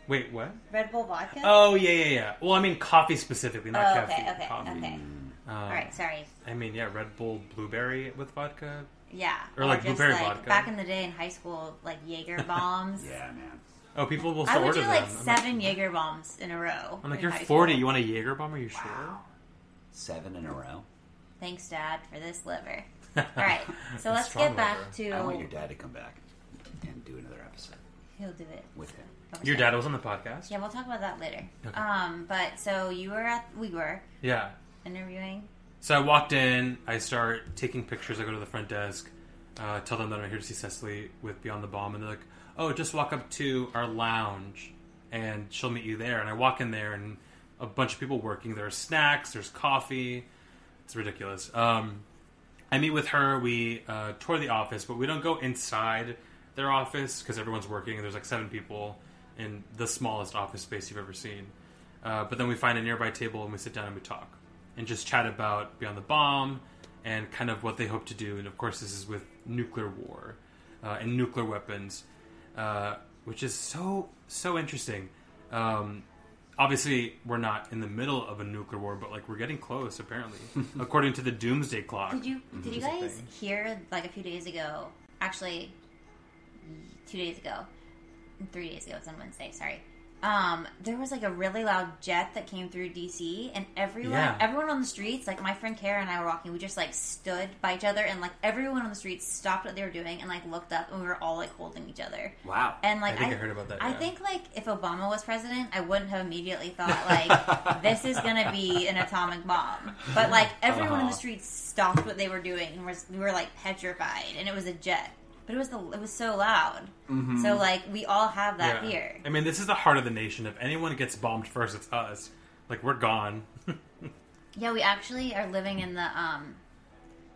[SPEAKER 3] Wait, what?
[SPEAKER 2] Red Bull vodka?
[SPEAKER 3] Oh yeah, yeah, yeah. Well, I mean coffee specifically, not
[SPEAKER 2] Oh,
[SPEAKER 3] caffeine.
[SPEAKER 2] okay, okay,
[SPEAKER 3] coffee.
[SPEAKER 2] okay.
[SPEAKER 3] Um,
[SPEAKER 2] All right, sorry.
[SPEAKER 3] I mean, yeah, Red Bull blueberry with vodka.
[SPEAKER 2] Yeah.
[SPEAKER 3] Or, like, blueberry vodka.
[SPEAKER 2] Back in the day in high school, like Jaeger bombs.
[SPEAKER 4] Yeah, man.
[SPEAKER 3] Oh, people will
[SPEAKER 2] I
[SPEAKER 3] still
[SPEAKER 2] would
[SPEAKER 3] order
[SPEAKER 2] do like
[SPEAKER 3] them. I'm
[SPEAKER 2] seven Jaeger bombs in a row.
[SPEAKER 3] I'm like,
[SPEAKER 2] in
[SPEAKER 3] you're
[SPEAKER 2] high
[SPEAKER 3] 40.
[SPEAKER 2] school.
[SPEAKER 3] You want a Jaeger bomb? Are you sure?
[SPEAKER 4] Seven in a row.
[SPEAKER 2] Thanks, Dad, for this liver. All right, so let's
[SPEAKER 3] strong
[SPEAKER 2] get back to.
[SPEAKER 3] liver.
[SPEAKER 4] I want your dad to come back and do another episode
[SPEAKER 2] He'll do it.
[SPEAKER 4] with him.
[SPEAKER 2] Okay.
[SPEAKER 3] Your dad was on the podcast.
[SPEAKER 2] Yeah, we'll talk about that later.
[SPEAKER 3] Okay.
[SPEAKER 2] Um, but so you were at we were
[SPEAKER 3] Yeah.
[SPEAKER 2] interviewing.
[SPEAKER 3] So I walked in. I start taking pictures. I go to the front desk. Uh, tell them that I'm here to see Cecily with Beyond the Bomb, and they're like, "Oh, just walk up to our lounge, and she'll meet you there." And I walk in there, and a bunch of people working. There are snacks. There's coffee. It's ridiculous. Um, I meet with her. We uh, tour the office, but we don't go inside their office because everyone's working. There's like seven people in the smallest office space you've ever seen. Uh, but then we find a nearby table and we sit down and we talk and just chat about Beyond the Bomb and kind of what they hope to do. And of course, this is with nuclear war uh, and nuclear weapons, uh, which is so so interesting. Um, obviously, we're not in the middle of a nuclear war, but like we're getting close apparently, according to the doomsday clock.
[SPEAKER 2] Did you did you
[SPEAKER 3] It's a
[SPEAKER 2] guys
[SPEAKER 3] thing.
[SPEAKER 2] hear like a few days ago? Actually, two days ago, three days ago. It was on Wednesday. Sorry. Um, there was like a really loud jet that came through DC, and everyone,
[SPEAKER 3] Yeah.
[SPEAKER 2] everyone on the streets, like my friend Kara and I were walking, we just like stood by each other, and like everyone on the streets stopped what they were doing and like looked up, and we were all like holding each other.
[SPEAKER 4] Wow.
[SPEAKER 2] And like
[SPEAKER 3] I think I heard about that,
[SPEAKER 2] I
[SPEAKER 3] yeah.
[SPEAKER 2] think like if Obama was president, I wouldn't have immediately thought like this is gonna be an atomic bomb. But like everyone in the
[SPEAKER 4] Uh-huh.
[SPEAKER 2] streets stopped what they were doing and was we were like petrified, and it was a jet. But it was the, it was so loud. So like we all have that
[SPEAKER 3] Mm-hmm. Yeah.
[SPEAKER 2] fear.
[SPEAKER 3] I mean, this is the heart of the nation. If anyone gets bombed first, it's us. Like we're gone.
[SPEAKER 2] Yeah, we actually are living in the um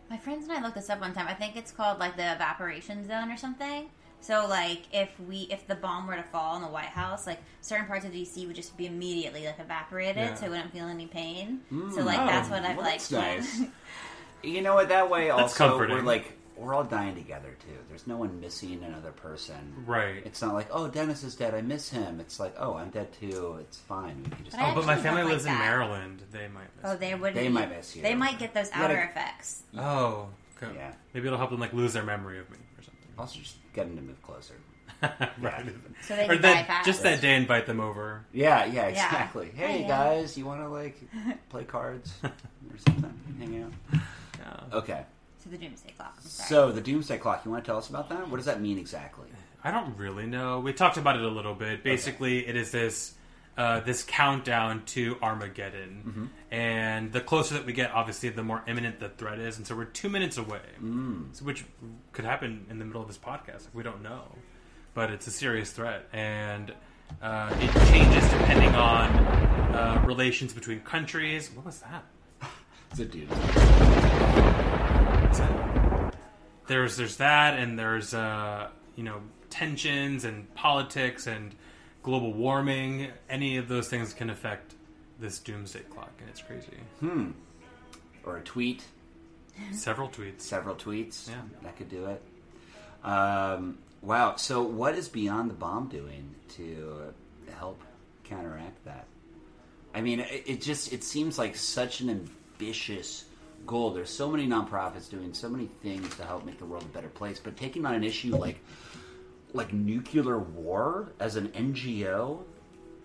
[SPEAKER 2] my friends and I looked this up one time. I think it's called like the evaporation zone or something. So like if we if the bomb were to fall in the White House, like certain parts of DC would just be immediately like evaporated
[SPEAKER 3] Yeah.
[SPEAKER 2] so I wouldn't feel any pain. so like
[SPEAKER 3] oh,
[SPEAKER 2] that's what I've
[SPEAKER 4] Hmm. well,
[SPEAKER 2] like
[SPEAKER 4] that's nice. you know what? That way,
[SPEAKER 3] That's
[SPEAKER 4] also,
[SPEAKER 3] comforting.
[SPEAKER 4] we're like we're all dying together too. There's no one missing another person.
[SPEAKER 3] Right.
[SPEAKER 4] It's not like oh, Dennis is dead. I miss him. It's like oh, I'm dead too. It's fine. We can just.
[SPEAKER 2] But I
[SPEAKER 3] oh, but my
[SPEAKER 2] actually
[SPEAKER 3] family
[SPEAKER 2] don't like
[SPEAKER 3] lives in
[SPEAKER 2] that.
[SPEAKER 3] Maryland. They might. Miss
[SPEAKER 2] Oh, they would
[SPEAKER 4] They might miss you.
[SPEAKER 2] They might get those
[SPEAKER 4] You gotta-
[SPEAKER 2] outer effects.
[SPEAKER 3] it. Oh. Okay.
[SPEAKER 4] Yeah.
[SPEAKER 3] Maybe it'll help them like lose their memory of me or something.
[SPEAKER 4] also just get him to move closer.
[SPEAKER 3] right.
[SPEAKER 2] So they
[SPEAKER 3] Or
[SPEAKER 2] can die
[SPEAKER 3] that,
[SPEAKER 2] fast.
[SPEAKER 3] just that day, invite them over.
[SPEAKER 4] Yeah, yeah, exactly. Hey
[SPEAKER 2] Hiya.
[SPEAKER 4] guys, you want to like play cards or something? Hang out.
[SPEAKER 3] Yeah.
[SPEAKER 4] Okay.
[SPEAKER 2] to the doomsday clock. I'm sorry.
[SPEAKER 4] So the Doomsday Clock. You want to tell us about that? What does that mean exactly?
[SPEAKER 3] I don't really know. We talked about it a little bit. Basically, it is this uh, this countdown to Armageddon, and the closer that we get, obviously, the more imminent the threat is. And so we're two minutes away, mm. so, which could happen in the middle of this podcast. Like, we don't know, but it's a serious threat, and uh, it changes depending on uh, relations between countries. What was that?
[SPEAKER 4] It's a Doomsday.
[SPEAKER 3] it's there's there's that and there's uh, you know tensions and politics and global warming. Any of those things can affect this doomsday clock, and it's crazy.
[SPEAKER 4] or a tweet,
[SPEAKER 3] Several tweets.
[SPEAKER 4] several tweets.
[SPEAKER 3] Yeah.
[SPEAKER 4] That could do it. Um, wow. So, what is Beyond the Bomb doing to help counteract that? I mean, it, it just it seems like such an ambitious goal. There's so many nonprofits doing so many things to help make the world a better place, but taking on an issue like like nuclear war as an NGO,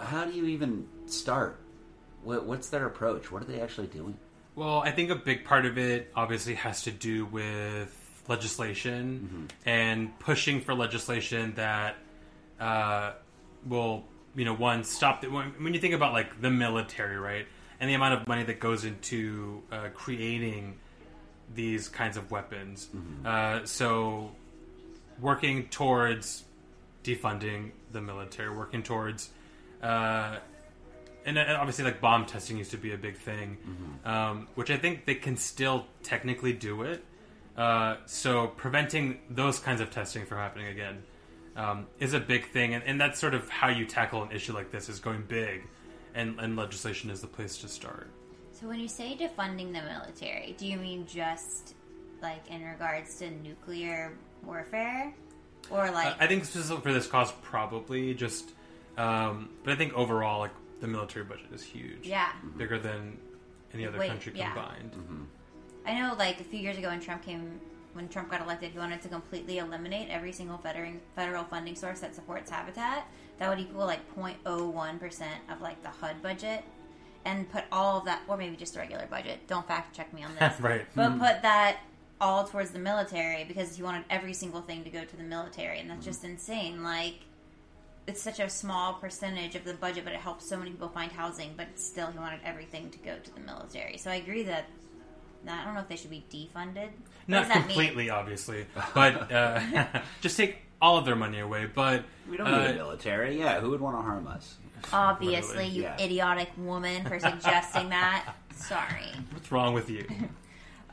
[SPEAKER 4] how do you even start? What, what's their approach? What are they actually doing?
[SPEAKER 3] Well, I think a big part of it obviously has to do with legislation and pushing for legislation that uh, will, you know, one stop. The, when, when you think about like the military, right, and the amount of money that goes into uh, creating these kinds of weapons, uh, so working towards defunding the military, working towards. Uh, and uh, obviously like bomb testing used to be a big thing, um, which I think they can still technically do it. Uh, so preventing those kinds of testing from happening again um, is a big thing, and, and that's sort of how you tackle an issue like this: is going big, and, and legislation is the place to start.
[SPEAKER 2] So when you say defunding the military, do you mean just like in regards to nuclear warfare, or like
[SPEAKER 3] I think specifically for this cause, probably just, um, but I think overall, like the military budget is huge,
[SPEAKER 2] yeah?
[SPEAKER 3] bigger than any other
[SPEAKER 2] Wait,
[SPEAKER 3] country
[SPEAKER 2] yeah.
[SPEAKER 3] combined.
[SPEAKER 4] Mm-hmm.
[SPEAKER 2] I know like a few years ago when Trump came when Trump got elected, he wanted to completely eliminate every single federal federal funding source that supports Habitat. That would equal like 0.01 percent of like the HUD budget, and put all of that, or maybe just the regular budget. Don't fact check me on this,
[SPEAKER 3] Right.
[SPEAKER 2] But put that all towards the military because he wanted every single thing to go to the military, and that's just insane. Like. It's such a small percentage of the budget, but it helps so many people find housing. But still, he wanted everything to go to the military. So I agree that I don't know if they should be defunded. What does
[SPEAKER 3] not
[SPEAKER 2] that
[SPEAKER 3] completely, obviously, but uh, just take all of their money away. But
[SPEAKER 4] We don't
[SPEAKER 3] uh,
[SPEAKER 4] need a military. Yeah, who would want to harm us?
[SPEAKER 2] Mean? Obviously, you
[SPEAKER 4] yeah.
[SPEAKER 2] idiotic woman for suggesting that. Sorry.
[SPEAKER 3] what's wrong with you?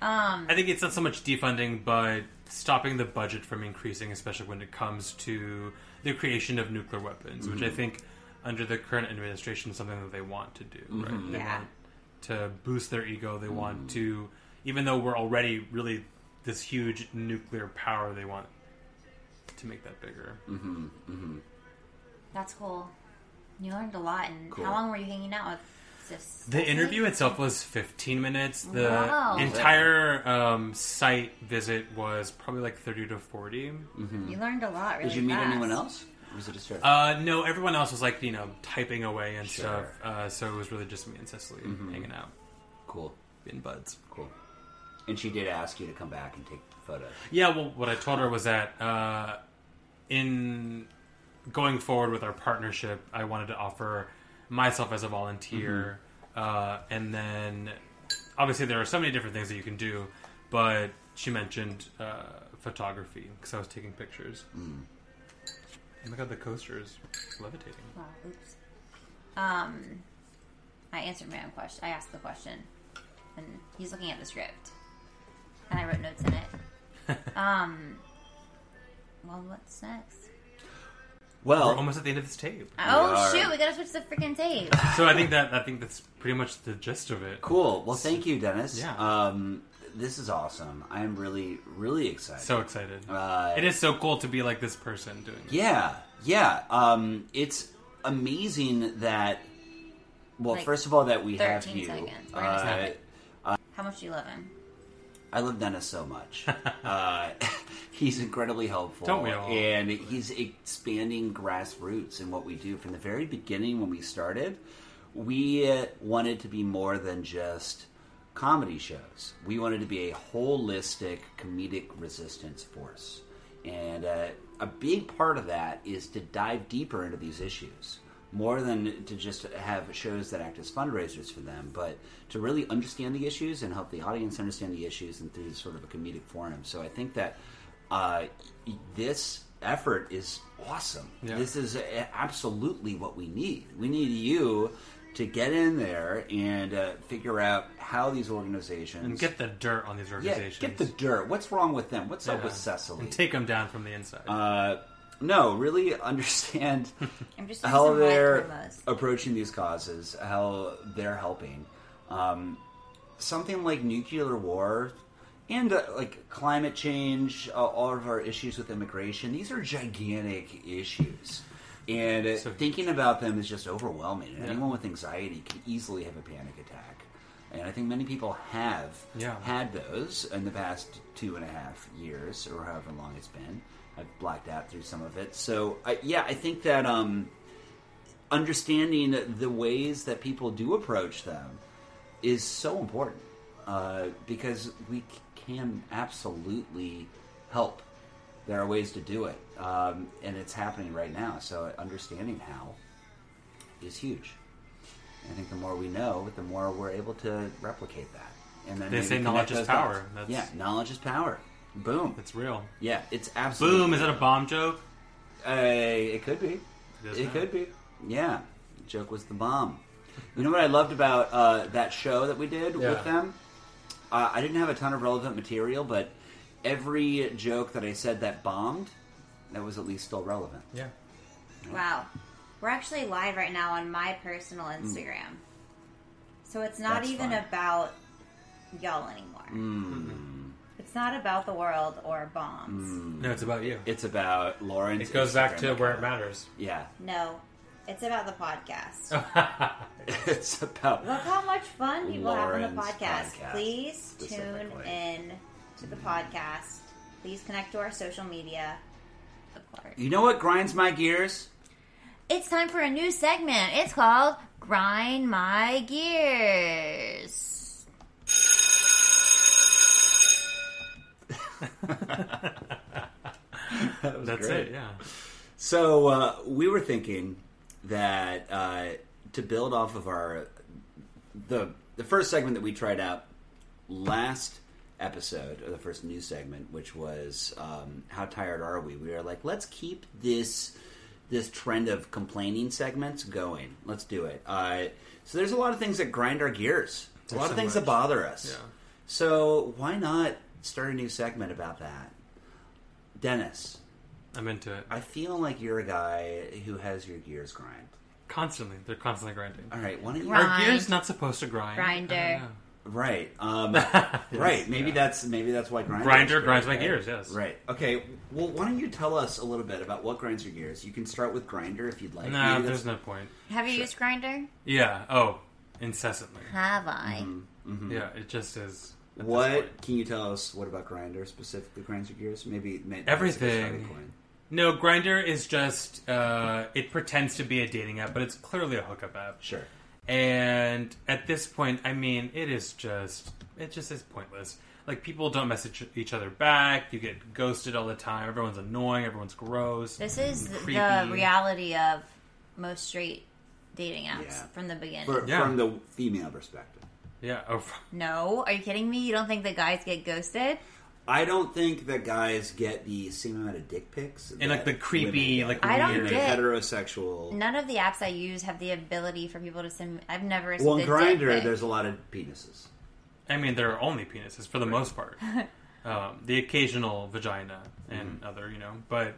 [SPEAKER 3] Um, I think it's not so much defunding, but stopping the budget from increasing, especially when it comes to the creation of nuclear weapons, which I think under the current administration is something that they want to do. Right? They
[SPEAKER 2] Yeah.
[SPEAKER 3] want to boost their ego. They want to, even though we're already really this huge nuclear power, they want to make that bigger.
[SPEAKER 2] That's cool. You learned a lot. And
[SPEAKER 4] Cool.
[SPEAKER 2] how long were you hanging out with this?
[SPEAKER 3] The interview itself was 15 minutes. The
[SPEAKER 2] Wow.
[SPEAKER 3] entire um, site visit was probably like 30 to 40.
[SPEAKER 2] You learned a lot. Really
[SPEAKER 4] Did you meet
[SPEAKER 2] fast.
[SPEAKER 4] anyone else? Or was it just her?
[SPEAKER 3] Uh, no, everyone else was like, you know, typing away and
[SPEAKER 4] Sure.
[SPEAKER 3] stuff. Uh, so it was really just me and Cecily hanging out,
[SPEAKER 4] cool,
[SPEAKER 3] being buds.
[SPEAKER 4] cool. And she did ask you to come back and take photos.
[SPEAKER 3] Yeah, well, what I told her was that uh, in going forward with our partnership, I wanted to offer myself as a volunteer. Uh, and then obviously, there are so many different things that you can do, but she mentioned uh, photography because I was taking pictures. Oh my god, the coaster is levitating.
[SPEAKER 2] Wow, oops. Um, I answered my own question. I asked the question, and he's looking at the script, and I wrote notes in it. um, well, what's next?
[SPEAKER 3] We're
[SPEAKER 4] Well,
[SPEAKER 3] almost at the end of this tape.
[SPEAKER 2] Oh
[SPEAKER 4] are-
[SPEAKER 2] shoot, we gotta switch the freaking tape.
[SPEAKER 3] So I think that I think that's pretty much the gist of it.
[SPEAKER 4] cool. Well, thank you, Dennis.
[SPEAKER 3] Yeah.
[SPEAKER 4] Um, this is awesome. I am really, really excited.
[SPEAKER 3] So excited.
[SPEAKER 4] uh,
[SPEAKER 3] it is so cool to be like this person doing it.
[SPEAKER 4] Yeah, yeah. Um, it's amazing that. Well,
[SPEAKER 2] Like,
[SPEAKER 4] first of all, that we have
[SPEAKER 2] 13
[SPEAKER 4] you.
[SPEAKER 2] seconds. We're gonna stop
[SPEAKER 4] Uh,
[SPEAKER 2] it. How much do you love him?
[SPEAKER 4] I love Dennis so much. uh, he's incredibly helpful.
[SPEAKER 3] Don't we all?
[SPEAKER 4] And he's expanding grassroots in what we do. From the very beginning, when we started, we uh, wanted to be more than just comedy shows. We wanted to be a holistic comedic resistance force. And uh, a big part of that is to dive deeper into these issues, more than to just have shows that act as fundraisers for them, but to really understand the issues and help the audience understand the issues and through sort of a comedic forum. So I think that uh, y- this effort is awesome.
[SPEAKER 3] Yeah.
[SPEAKER 4] This is a- absolutely what we need. We need you to get in there and uh, figure out how these organizations
[SPEAKER 3] and get the dirt on these
[SPEAKER 4] yeah,
[SPEAKER 3] organizations.
[SPEAKER 4] get the dirt. What's wrong with them? What's up
[SPEAKER 3] Yeah.
[SPEAKER 4] with Cecily?
[SPEAKER 3] and take them down from the inside.
[SPEAKER 4] uh, no, really understand
[SPEAKER 2] I'm just
[SPEAKER 4] how
[SPEAKER 2] using my
[SPEAKER 4] they're
[SPEAKER 2] promos.
[SPEAKER 4] approaching these causes, how they're helping. Um, something like nuclear war and uh, like climate change, uh, all of our issues with immigration, these are gigantic issues. And uh,
[SPEAKER 3] So huge.
[SPEAKER 4] thinking about them is just overwhelming. And anyone with anxiety can easily have a panic attack. And I think many people have
[SPEAKER 3] Yeah.
[SPEAKER 4] had those in the past two and a half years or however long it's been. I've blacked out through some of it. So, I, yeah, I think that um, understanding the ways that people do approach them is so important uh, because we c- can absolutely help. There are ways to do it, um, and it's happening right now. So understanding how is huge. And I think the more we know, the more we're able to replicate that. And then
[SPEAKER 3] They
[SPEAKER 4] maybe
[SPEAKER 3] say knowledge
[SPEAKER 4] connect
[SPEAKER 3] is
[SPEAKER 4] those
[SPEAKER 3] power.
[SPEAKER 4] dots.
[SPEAKER 3] That's-
[SPEAKER 4] Yeah, knowledge is power. Boom.
[SPEAKER 3] it's real.
[SPEAKER 4] yeah, it's absolutely
[SPEAKER 3] Boom! Is that a bomb joke?
[SPEAKER 4] uh, it could be.
[SPEAKER 3] It is
[SPEAKER 4] It
[SPEAKER 3] now.
[SPEAKER 4] could be. Yeah. Joke was the bomb. You know what I loved about uh, that show that we did
[SPEAKER 3] Yeah.
[SPEAKER 4] with them? Uh, I didn't have a ton of relevant material, but every joke that I said that bombed, that was at least still relevant.
[SPEAKER 3] Yeah.
[SPEAKER 2] Wow. We're actually live right now on my personal Instagram. So it's not
[SPEAKER 4] Hmm. That's
[SPEAKER 2] even
[SPEAKER 4] fun.
[SPEAKER 2] about y'all anymore.
[SPEAKER 4] Hmm.
[SPEAKER 2] It's not about the world or bombs.
[SPEAKER 3] No, it's about you.
[SPEAKER 4] It's about Lauren.
[SPEAKER 3] It goes back to where it matters.
[SPEAKER 4] Yeah,
[SPEAKER 2] No, it's about the podcast.
[SPEAKER 4] Oh. it's about
[SPEAKER 2] Look how much fun people have on the
[SPEAKER 4] Lauren's
[SPEAKER 2] podcast.
[SPEAKER 4] podcast,
[SPEAKER 2] Please tune
[SPEAKER 4] specifically.
[SPEAKER 2] in to the podcast. Please connect to our social media. Of course.
[SPEAKER 4] You know what grinds my gears?
[SPEAKER 2] It's time for a new segment. It's called Grind My Gears.
[SPEAKER 4] That was
[SPEAKER 3] That's
[SPEAKER 4] great.
[SPEAKER 3] it. Yeah.
[SPEAKER 4] So uh, we were thinking that uh, to build off of our the the first segment that we tried out last episode or the first new segment, which was um, how tired are we? We were like, let's keep this this trend of complaining segments going. Let's do it. Uh, so there's a lot of things that grind our gears. A lot
[SPEAKER 3] There's
[SPEAKER 4] of
[SPEAKER 3] so
[SPEAKER 4] things
[SPEAKER 3] much.
[SPEAKER 4] that bother us.
[SPEAKER 3] Yeah.
[SPEAKER 4] So why not start a new segment about that? Dennis,
[SPEAKER 3] I'm into it.
[SPEAKER 4] I feel like you're a guy who has your gears grind.
[SPEAKER 3] Constantly, they're constantly grinding.
[SPEAKER 4] All right, why don't you?
[SPEAKER 2] Right.
[SPEAKER 3] Are
[SPEAKER 2] Grind.
[SPEAKER 3] gears not supposed to grind?
[SPEAKER 2] Grinder.
[SPEAKER 3] I don't know.
[SPEAKER 4] Right, um, right. Maybe that's maybe that's why grinder
[SPEAKER 3] Grinder grinds my gears. Yes.
[SPEAKER 4] Right. Okay. Well, why don't you tell us a little bit about what grinds your gears? You can start with grinder if you'd like.
[SPEAKER 3] No,
[SPEAKER 4] Maybe
[SPEAKER 3] there's
[SPEAKER 4] that's-
[SPEAKER 3] no point.
[SPEAKER 2] Have you used Grinder?
[SPEAKER 3] Yeah. Oh, incessantly.
[SPEAKER 2] Have I?
[SPEAKER 4] Mm-hmm.
[SPEAKER 3] Yeah. It just is. at this point.
[SPEAKER 4] What can you tell us? What about grinder specifically grinds your gears? Maybe, maybe that's a good
[SPEAKER 3] Everything.
[SPEAKER 4] starting point.
[SPEAKER 3] No, Grinder is just. Uh, it pretends to be a dating app, but it's clearly a hookup app.
[SPEAKER 4] Sure.
[SPEAKER 3] And at this point, I mean, it is just it just is pointless. Like people don't message each other back. You get ghosted all the time. Everyone's annoying. Everyone's gross.
[SPEAKER 2] This
[SPEAKER 4] Mm-hmm.
[SPEAKER 2] is th- the
[SPEAKER 3] Creepy.
[SPEAKER 2] reality of most straight dating apps
[SPEAKER 4] Yeah.
[SPEAKER 2] from the beginning.
[SPEAKER 4] For,
[SPEAKER 3] Yeah.
[SPEAKER 4] From the female perspective,
[SPEAKER 3] yeah. Oh,
[SPEAKER 2] no, are you kidding me? You don't think the guys get ghosted?
[SPEAKER 4] I don't think that guys get the same amount of dick pics
[SPEAKER 3] and like the
[SPEAKER 4] that
[SPEAKER 3] creepy,
[SPEAKER 4] women
[SPEAKER 3] like
[SPEAKER 4] get.
[SPEAKER 2] I don't
[SPEAKER 3] weird.
[SPEAKER 4] in a
[SPEAKER 2] get-
[SPEAKER 4] heterosexual.
[SPEAKER 2] None of the apps I use have the ability for people to send. me- I've never.
[SPEAKER 4] Well,
[SPEAKER 2] received
[SPEAKER 4] on
[SPEAKER 2] a dick
[SPEAKER 4] Grinder,
[SPEAKER 2] pic.
[SPEAKER 4] there's a lot of penises.
[SPEAKER 3] I mean, there are only penises for the most part. um, the occasional vagina and
[SPEAKER 2] Mm-hmm.
[SPEAKER 3] other, you know. But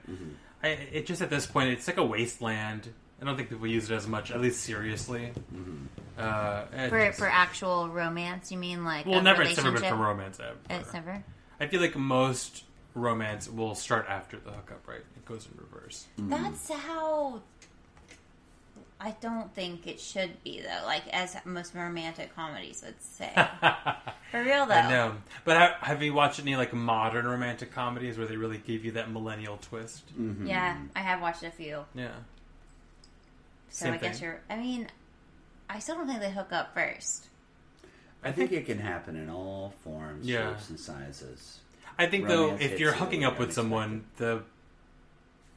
[SPEAKER 3] I, it just at this point, it's like a wasteland. I don't think people use it as much, at least seriously. Uh, it
[SPEAKER 2] for
[SPEAKER 3] just-
[SPEAKER 2] for actual romance. You mean like
[SPEAKER 3] well,
[SPEAKER 2] a
[SPEAKER 3] never. It's never
[SPEAKER 2] Relationship?
[SPEAKER 3] been for romance. Ever.
[SPEAKER 2] It's never.
[SPEAKER 3] I feel like most romance will start after the hookup, right? It goes in reverse.
[SPEAKER 4] Mm.
[SPEAKER 2] That's how. I don't think it should be though. Like as most romantic comedies would say. For real though,
[SPEAKER 3] I know. But ha- have you watched any like modern romantic comedies where they really give you that millennial twist?
[SPEAKER 2] yeah, I have watched a few.
[SPEAKER 3] Yeah.
[SPEAKER 2] So
[SPEAKER 3] Same
[SPEAKER 2] I guess
[SPEAKER 3] thing.
[SPEAKER 2] you're. I mean, I still don't think they hook up first.
[SPEAKER 4] I think it can happen in all forms,
[SPEAKER 3] Yeah.
[SPEAKER 4] shapes, and sizes.
[SPEAKER 3] I think
[SPEAKER 4] Romance
[SPEAKER 3] though, if
[SPEAKER 4] hits
[SPEAKER 3] you're
[SPEAKER 4] you
[SPEAKER 3] hooking up with
[SPEAKER 4] unexpected.
[SPEAKER 3] someone, the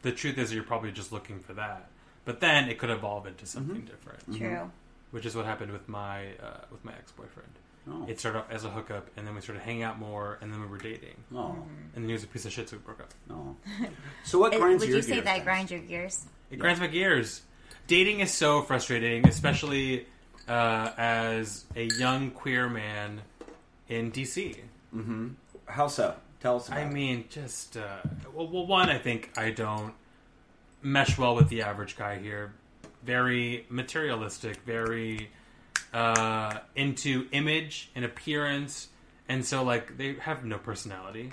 [SPEAKER 3] the truth is you're probably just looking for that. But then it could evolve into something
[SPEAKER 4] Mm-hmm.
[SPEAKER 3] different,
[SPEAKER 2] True.
[SPEAKER 3] which is what happened with my uh, with my ex boyfriend.
[SPEAKER 4] Oh,
[SPEAKER 3] It started off as a hookup, and then we started hanging out more, and then we were dating,
[SPEAKER 4] oh,
[SPEAKER 3] and then he was a piece of shit, so we broke up.
[SPEAKER 4] no. So what
[SPEAKER 2] Mm-hmm. It-
[SPEAKER 4] grinds
[SPEAKER 2] would
[SPEAKER 4] your
[SPEAKER 2] you say
[SPEAKER 4] gears,
[SPEAKER 2] that
[SPEAKER 4] guys?
[SPEAKER 2] grinds your gears?
[SPEAKER 3] It grinds my gears. Dating is so frustrating, especially uh, as a young queer man in DC.
[SPEAKER 4] How so? Tell us. About
[SPEAKER 3] I
[SPEAKER 4] it.
[SPEAKER 3] mean, just uh, well, well, one, I think I don't mesh well with the average guy here. Very materialistic, very uh, into image and appearance, and so like they have no personality.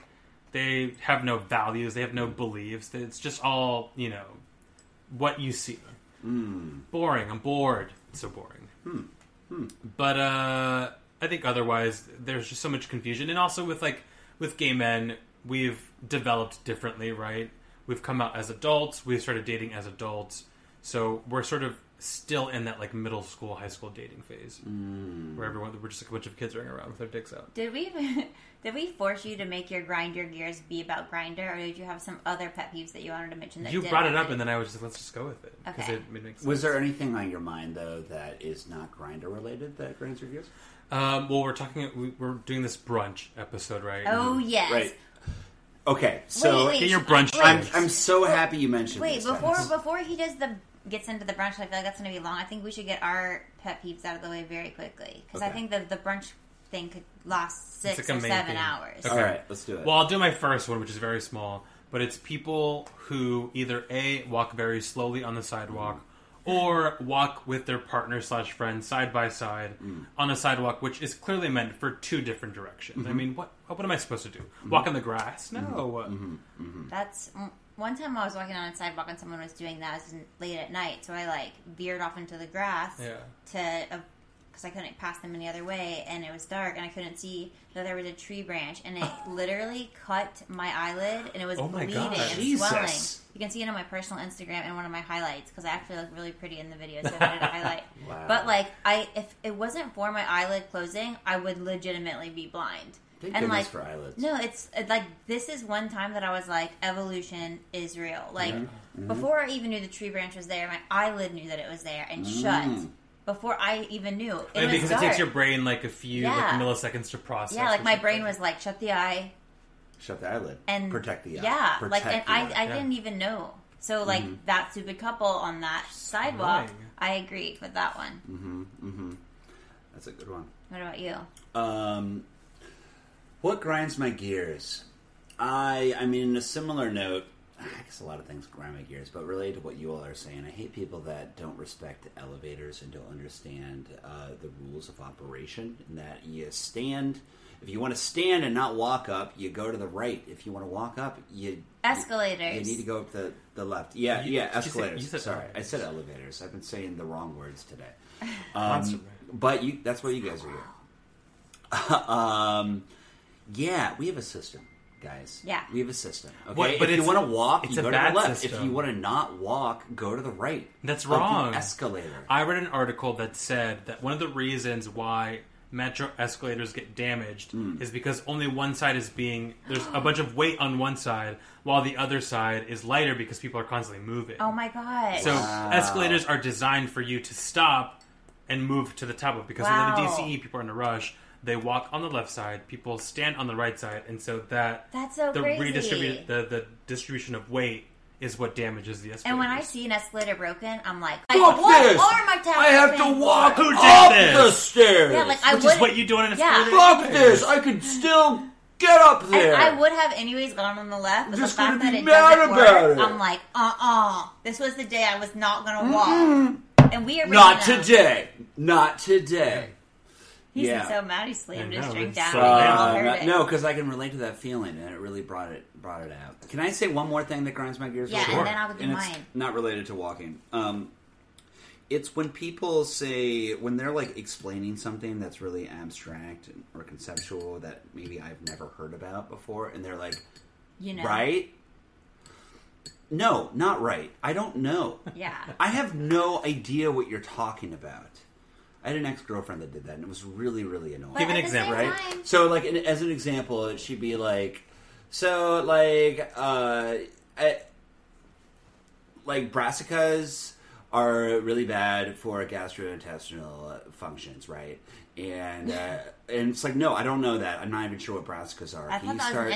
[SPEAKER 3] They have no values. They have no beliefs. It's just all you know what you see.
[SPEAKER 4] Hmm.
[SPEAKER 3] Boring. I'm bored. It's so boring. But uh, I think otherwise, there's just so much confusion, and also with like with gay men, we've developed differently, right? We've come out as adults. We've started dating as adults, so we're sort of still in that like middle school, high school dating phase,
[SPEAKER 4] Mm.
[SPEAKER 3] where everyone we're just like a bunch of kids running around with their dicks out.
[SPEAKER 2] Did we did we force you to make your grinder gears be about grinder, or did you have some other pet peeves that you wanted to mention? That
[SPEAKER 3] You
[SPEAKER 2] did
[SPEAKER 3] brought it
[SPEAKER 2] happen?
[SPEAKER 3] up, and then I was just let's just go with it because
[SPEAKER 2] Okay.
[SPEAKER 3] it, it makes sense.
[SPEAKER 4] Was there anything on your mind though that is not grinder related that grinds your gears?
[SPEAKER 3] Um, well, we're talking. we- We're doing this brunch episode, right?
[SPEAKER 2] oh yes.
[SPEAKER 4] Right. Okay, so
[SPEAKER 2] wait,
[SPEAKER 3] Get your brunch.
[SPEAKER 2] wait.
[SPEAKER 4] I'm
[SPEAKER 3] fix.
[SPEAKER 4] I'm so happy you mentioned.
[SPEAKER 2] Wait
[SPEAKER 4] this,
[SPEAKER 2] before
[SPEAKER 4] Dennis.
[SPEAKER 2] before he does the gets into the brunch. I feel like that's going to be long. I think we should get our pet peeves out of the way very quickly because I
[SPEAKER 4] Okay.
[SPEAKER 2] think the the brunch thing could last six
[SPEAKER 3] like a
[SPEAKER 2] or
[SPEAKER 3] main
[SPEAKER 2] seven
[SPEAKER 3] theme.
[SPEAKER 2] hours.
[SPEAKER 3] Okay.
[SPEAKER 4] All right, let's do it.
[SPEAKER 3] Well, I'll do my first one, which is very small, but it's people who either A, walk very slowly on the sidewalk, or walk with their partner slash friend side by side
[SPEAKER 4] Mm.
[SPEAKER 3] on a sidewalk, which is clearly meant for two different directions.
[SPEAKER 4] Mm-hmm.
[SPEAKER 3] I mean, what what am I supposed to do? Walk on the grass? No.
[SPEAKER 4] Mm-hmm.
[SPEAKER 2] That's mm, one time I was walking on a sidewalk and someone was doing that. It was late at night, so I like veered off into the grass
[SPEAKER 3] Yeah.
[SPEAKER 2] to because I couldn't pass them any other way, and it was dark, and I couldn't see that there was a tree branch, and it literally cut my eyelid, and it was
[SPEAKER 3] Oh my
[SPEAKER 2] bleeding
[SPEAKER 3] God.
[SPEAKER 2] and
[SPEAKER 4] Jesus.
[SPEAKER 2] swelling. You can see it on my personal Instagram and one of my highlights because I actually look really pretty in the video, so I wanted to highlight.
[SPEAKER 4] Wow.
[SPEAKER 2] But like, I if it wasn't for my eyelid closing, I would legitimately be blind.
[SPEAKER 4] Thank
[SPEAKER 2] and
[SPEAKER 4] goodness
[SPEAKER 2] like
[SPEAKER 4] for eyelids.
[SPEAKER 2] no, it's it- like this is one time that I was like, evolution is real. Like
[SPEAKER 4] Mm-hmm.
[SPEAKER 2] before I even knew the tree branch was there, my eyelid knew that it was there and
[SPEAKER 4] Mm.
[SPEAKER 2] shut. Before I even knew, it
[SPEAKER 3] I mean,
[SPEAKER 2] was
[SPEAKER 3] because
[SPEAKER 2] dark.
[SPEAKER 3] it takes your brain like a few
[SPEAKER 2] Yeah.
[SPEAKER 3] like, milliseconds to process.
[SPEAKER 2] yeah, like
[SPEAKER 3] or
[SPEAKER 2] my
[SPEAKER 3] something.
[SPEAKER 2] brain was like, shut the eye
[SPEAKER 4] Shut the eyelid
[SPEAKER 2] and
[SPEAKER 4] protect the eye.
[SPEAKER 2] Yeah,
[SPEAKER 4] protect
[SPEAKER 2] like and
[SPEAKER 4] the
[SPEAKER 2] I,
[SPEAKER 4] eye. Mm-hmm.
[SPEAKER 2] I
[SPEAKER 3] yeah.
[SPEAKER 2] didn't even know. So like that stupid couple on that sidewalk,
[SPEAKER 3] annoying.
[SPEAKER 2] I agreed with that one.
[SPEAKER 4] Mm. That's a good one.
[SPEAKER 2] What about you?
[SPEAKER 4] Um, what grinds my gears? I I mean, in a similar note, I guess a lot of things grind my gears, but related to what you all are saying, I hate people that don't respect elevators and don't understand uh, the rules of operation. And that you stand if you want to stand and not walk up, you go to the right. If you want to walk up, you
[SPEAKER 2] Escalators.
[SPEAKER 4] You need to go up the, the left. Yeah,
[SPEAKER 3] You-
[SPEAKER 4] yeah,
[SPEAKER 3] did you say-
[SPEAKER 4] escalators.
[SPEAKER 3] you said
[SPEAKER 4] Sorry, I
[SPEAKER 3] elevators.
[SPEAKER 4] said elevators. I've been saying the wrong words today.
[SPEAKER 3] Constantly.
[SPEAKER 4] Um, but you, that's why you guys are here. um, yeah, we have a system, guys.
[SPEAKER 2] Yeah.
[SPEAKER 4] we have a system. Okay,
[SPEAKER 3] What- but
[SPEAKER 4] if you
[SPEAKER 3] it's-
[SPEAKER 4] want to walk,
[SPEAKER 3] it's
[SPEAKER 4] you
[SPEAKER 3] a
[SPEAKER 4] go to the
[SPEAKER 3] bad
[SPEAKER 4] left. If
[SPEAKER 3] system.
[SPEAKER 4] you want to not walk, go to the right.
[SPEAKER 3] That's
[SPEAKER 4] Like the
[SPEAKER 3] wrong.
[SPEAKER 4] escalator.
[SPEAKER 3] I read an article that said that one of the reasons why metro escalators get damaged is because only one side is being there's a bunch of weight on one side while the other side is lighter because people are constantly moving.
[SPEAKER 2] Oh my god.
[SPEAKER 3] so escalators are designed for you to stop and move to the top of because we live
[SPEAKER 2] Wow.
[SPEAKER 3] in DCE, people are in a rush. They walk on the left side, people stand on the right side, and so that
[SPEAKER 2] That's so
[SPEAKER 3] the
[SPEAKER 2] crazy.
[SPEAKER 3] redistribu- the, the distribution of weight is what damages the escalators.
[SPEAKER 2] and when I see an escalator broken, I'm like,
[SPEAKER 4] Fuck
[SPEAKER 2] like, what
[SPEAKER 4] this!
[SPEAKER 2] are my taxes
[SPEAKER 4] I have to
[SPEAKER 2] paying for?
[SPEAKER 4] walk
[SPEAKER 3] Who did
[SPEAKER 4] up
[SPEAKER 3] this?
[SPEAKER 4] the stairs.
[SPEAKER 2] Yeah, like I
[SPEAKER 3] which
[SPEAKER 2] would.
[SPEAKER 3] is what you do on an
[SPEAKER 2] yeah.
[SPEAKER 3] escalator.
[SPEAKER 4] fuck this. I could still get up
[SPEAKER 2] And
[SPEAKER 4] there.
[SPEAKER 2] I would have anyways gone on the left, but
[SPEAKER 4] Just
[SPEAKER 2] the fact that
[SPEAKER 4] gonna be
[SPEAKER 2] it
[SPEAKER 4] mad
[SPEAKER 2] doesn't
[SPEAKER 4] about
[SPEAKER 2] work,
[SPEAKER 4] it.
[SPEAKER 2] I'm like, uh uh This was the day I was not gonna walk. And we are bringing
[SPEAKER 4] Mm-hmm. Not
[SPEAKER 2] up-
[SPEAKER 4] today. Not today.
[SPEAKER 2] He's
[SPEAKER 4] Yeah.
[SPEAKER 2] so mad he slammed
[SPEAKER 3] I
[SPEAKER 2] his
[SPEAKER 3] know,
[SPEAKER 2] drink
[SPEAKER 3] it's
[SPEAKER 2] down.
[SPEAKER 3] so
[SPEAKER 2] We all
[SPEAKER 3] loud.
[SPEAKER 2] heard
[SPEAKER 4] Uh,
[SPEAKER 2] it.
[SPEAKER 4] no, because I can relate to that feeling, and it really brought it brought it out. Can I say one more thing that grinds my gears?
[SPEAKER 2] Yeah,
[SPEAKER 4] real
[SPEAKER 3] Sure.
[SPEAKER 4] quick?
[SPEAKER 2] and then I'll do
[SPEAKER 4] And it's
[SPEAKER 2] mine.
[SPEAKER 4] not related to walking. Um, it's when people say when they're like explaining something that's really abstract or conceptual that maybe I've never heard about before, and they're like,
[SPEAKER 2] You know,
[SPEAKER 4] "Right? No, not right. I don't know."
[SPEAKER 2] Yeah.
[SPEAKER 4] I have no idea what you're talking about. I had an ex girlfriend that did that, and it was really, really annoying.
[SPEAKER 3] Give
[SPEAKER 2] at
[SPEAKER 3] an
[SPEAKER 2] the
[SPEAKER 3] example,
[SPEAKER 2] same
[SPEAKER 3] right?
[SPEAKER 2] time-
[SPEAKER 4] So, like, an, as an example, she'd be like, so, like, uh, I, like, brassicas are really bad for gastrointestinal functions, right? And, uh, and it's like, no, I don't know that. I'm not even sure what brassicas are.
[SPEAKER 2] I
[SPEAKER 4] Can
[SPEAKER 2] thought that
[SPEAKER 4] you
[SPEAKER 2] was
[SPEAKER 4] start-
[SPEAKER 2] an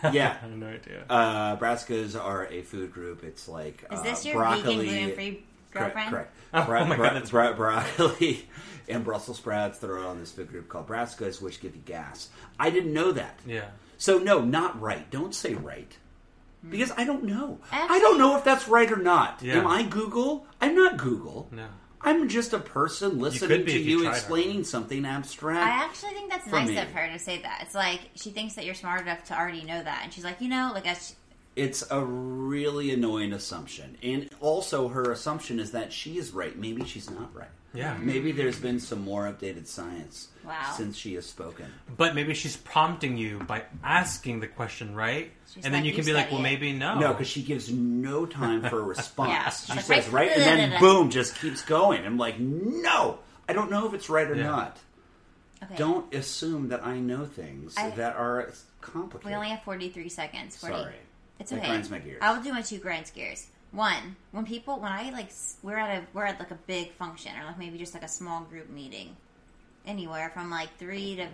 [SPEAKER 2] instrument.
[SPEAKER 4] Yeah.
[SPEAKER 3] I have no idea.
[SPEAKER 4] Uh, brassicas are a food group. It's like,
[SPEAKER 2] Is
[SPEAKER 4] uh,
[SPEAKER 2] this your
[SPEAKER 4] broccoli.
[SPEAKER 2] vegan, gluten free girlfriend.
[SPEAKER 4] Correct.
[SPEAKER 3] Oh,
[SPEAKER 4] correct. Bro-
[SPEAKER 3] oh my God,
[SPEAKER 4] bro-
[SPEAKER 3] that's-
[SPEAKER 4] bro- broccoli and Brussels sprouts that are on this food group called brassicas, which give you gas. I didn't know that.
[SPEAKER 3] Yeah.
[SPEAKER 4] So no, not right. Don't say right. Because I don't know. I
[SPEAKER 2] Actually-
[SPEAKER 4] don't know if that's right or not.
[SPEAKER 3] Yeah.
[SPEAKER 4] Am I Google? I'm not Google.
[SPEAKER 3] No.
[SPEAKER 4] I'm just a person listening
[SPEAKER 3] could be
[SPEAKER 4] to
[SPEAKER 3] if you
[SPEAKER 4] you
[SPEAKER 3] tried
[SPEAKER 4] explaining
[SPEAKER 3] hard.
[SPEAKER 4] something abstract.
[SPEAKER 2] I actually think that's
[SPEAKER 4] For
[SPEAKER 2] nice
[SPEAKER 4] me.
[SPEAKER 2] of her to say that. It's like she thinks that you're smart enough to already know that, and she's like, you know, like as
[SPEAKER 4] It's a really annoying assumption. And also, her assumption is that she is right. Maybe she's not right.
[SPEAKER 3] Yeah.
[SPEAKER 4] Maybe there's been some more updated science
[SPEAKER 2] Wow.
[SPEAKER 4] since she has spoken.
[SPEAKER 3] But maybe she's prompting you by asking the question, right?
[SPEAKER 2] She's
[SPEAKER 3] and then
[SPEAKER 2] like,
[SPEAKER 3] you
[SPEAKER 2] "You
[SPEAKER 3] can be like,
[SPEAKER 2] study
[SPEAKER 3] well,
[SPEAKER 2] it."
[SPEAKER 3] maybe no.
[SPEAKER 4] No, because she gives no time for a response.
[SPEAKER 2] Yeah.
[SPEAKER 4] She says, right? And then boom, just keeps going. I'm like, no, I don't know if it's right or
[SPEAKER 3] Yeah.
[SPEAKER 4] not.
[SPEAKER 2] okay,
[SPEAKER 4] Don't assume that I know things
[SPEAKER 2] I-
[SPEAKER 4] that are
[SPEAKER 2] we
[SPEAKER 4] complicated.
[SPEAKER 2] only have 43 seconds. 40.
[SPEAKER 4] Sorry.
[SPEAKER 2] It's
[SPEAKER 4] That
[SPEAKER 2] okay.
[SPEAKER 4] grinds my gears.
[SPEAKER 2] I'll do my two grinds gears. One, when people, when I like, s- we're at a, we're at like a big function or like maybe just like a small group meeting, anywhere from like three to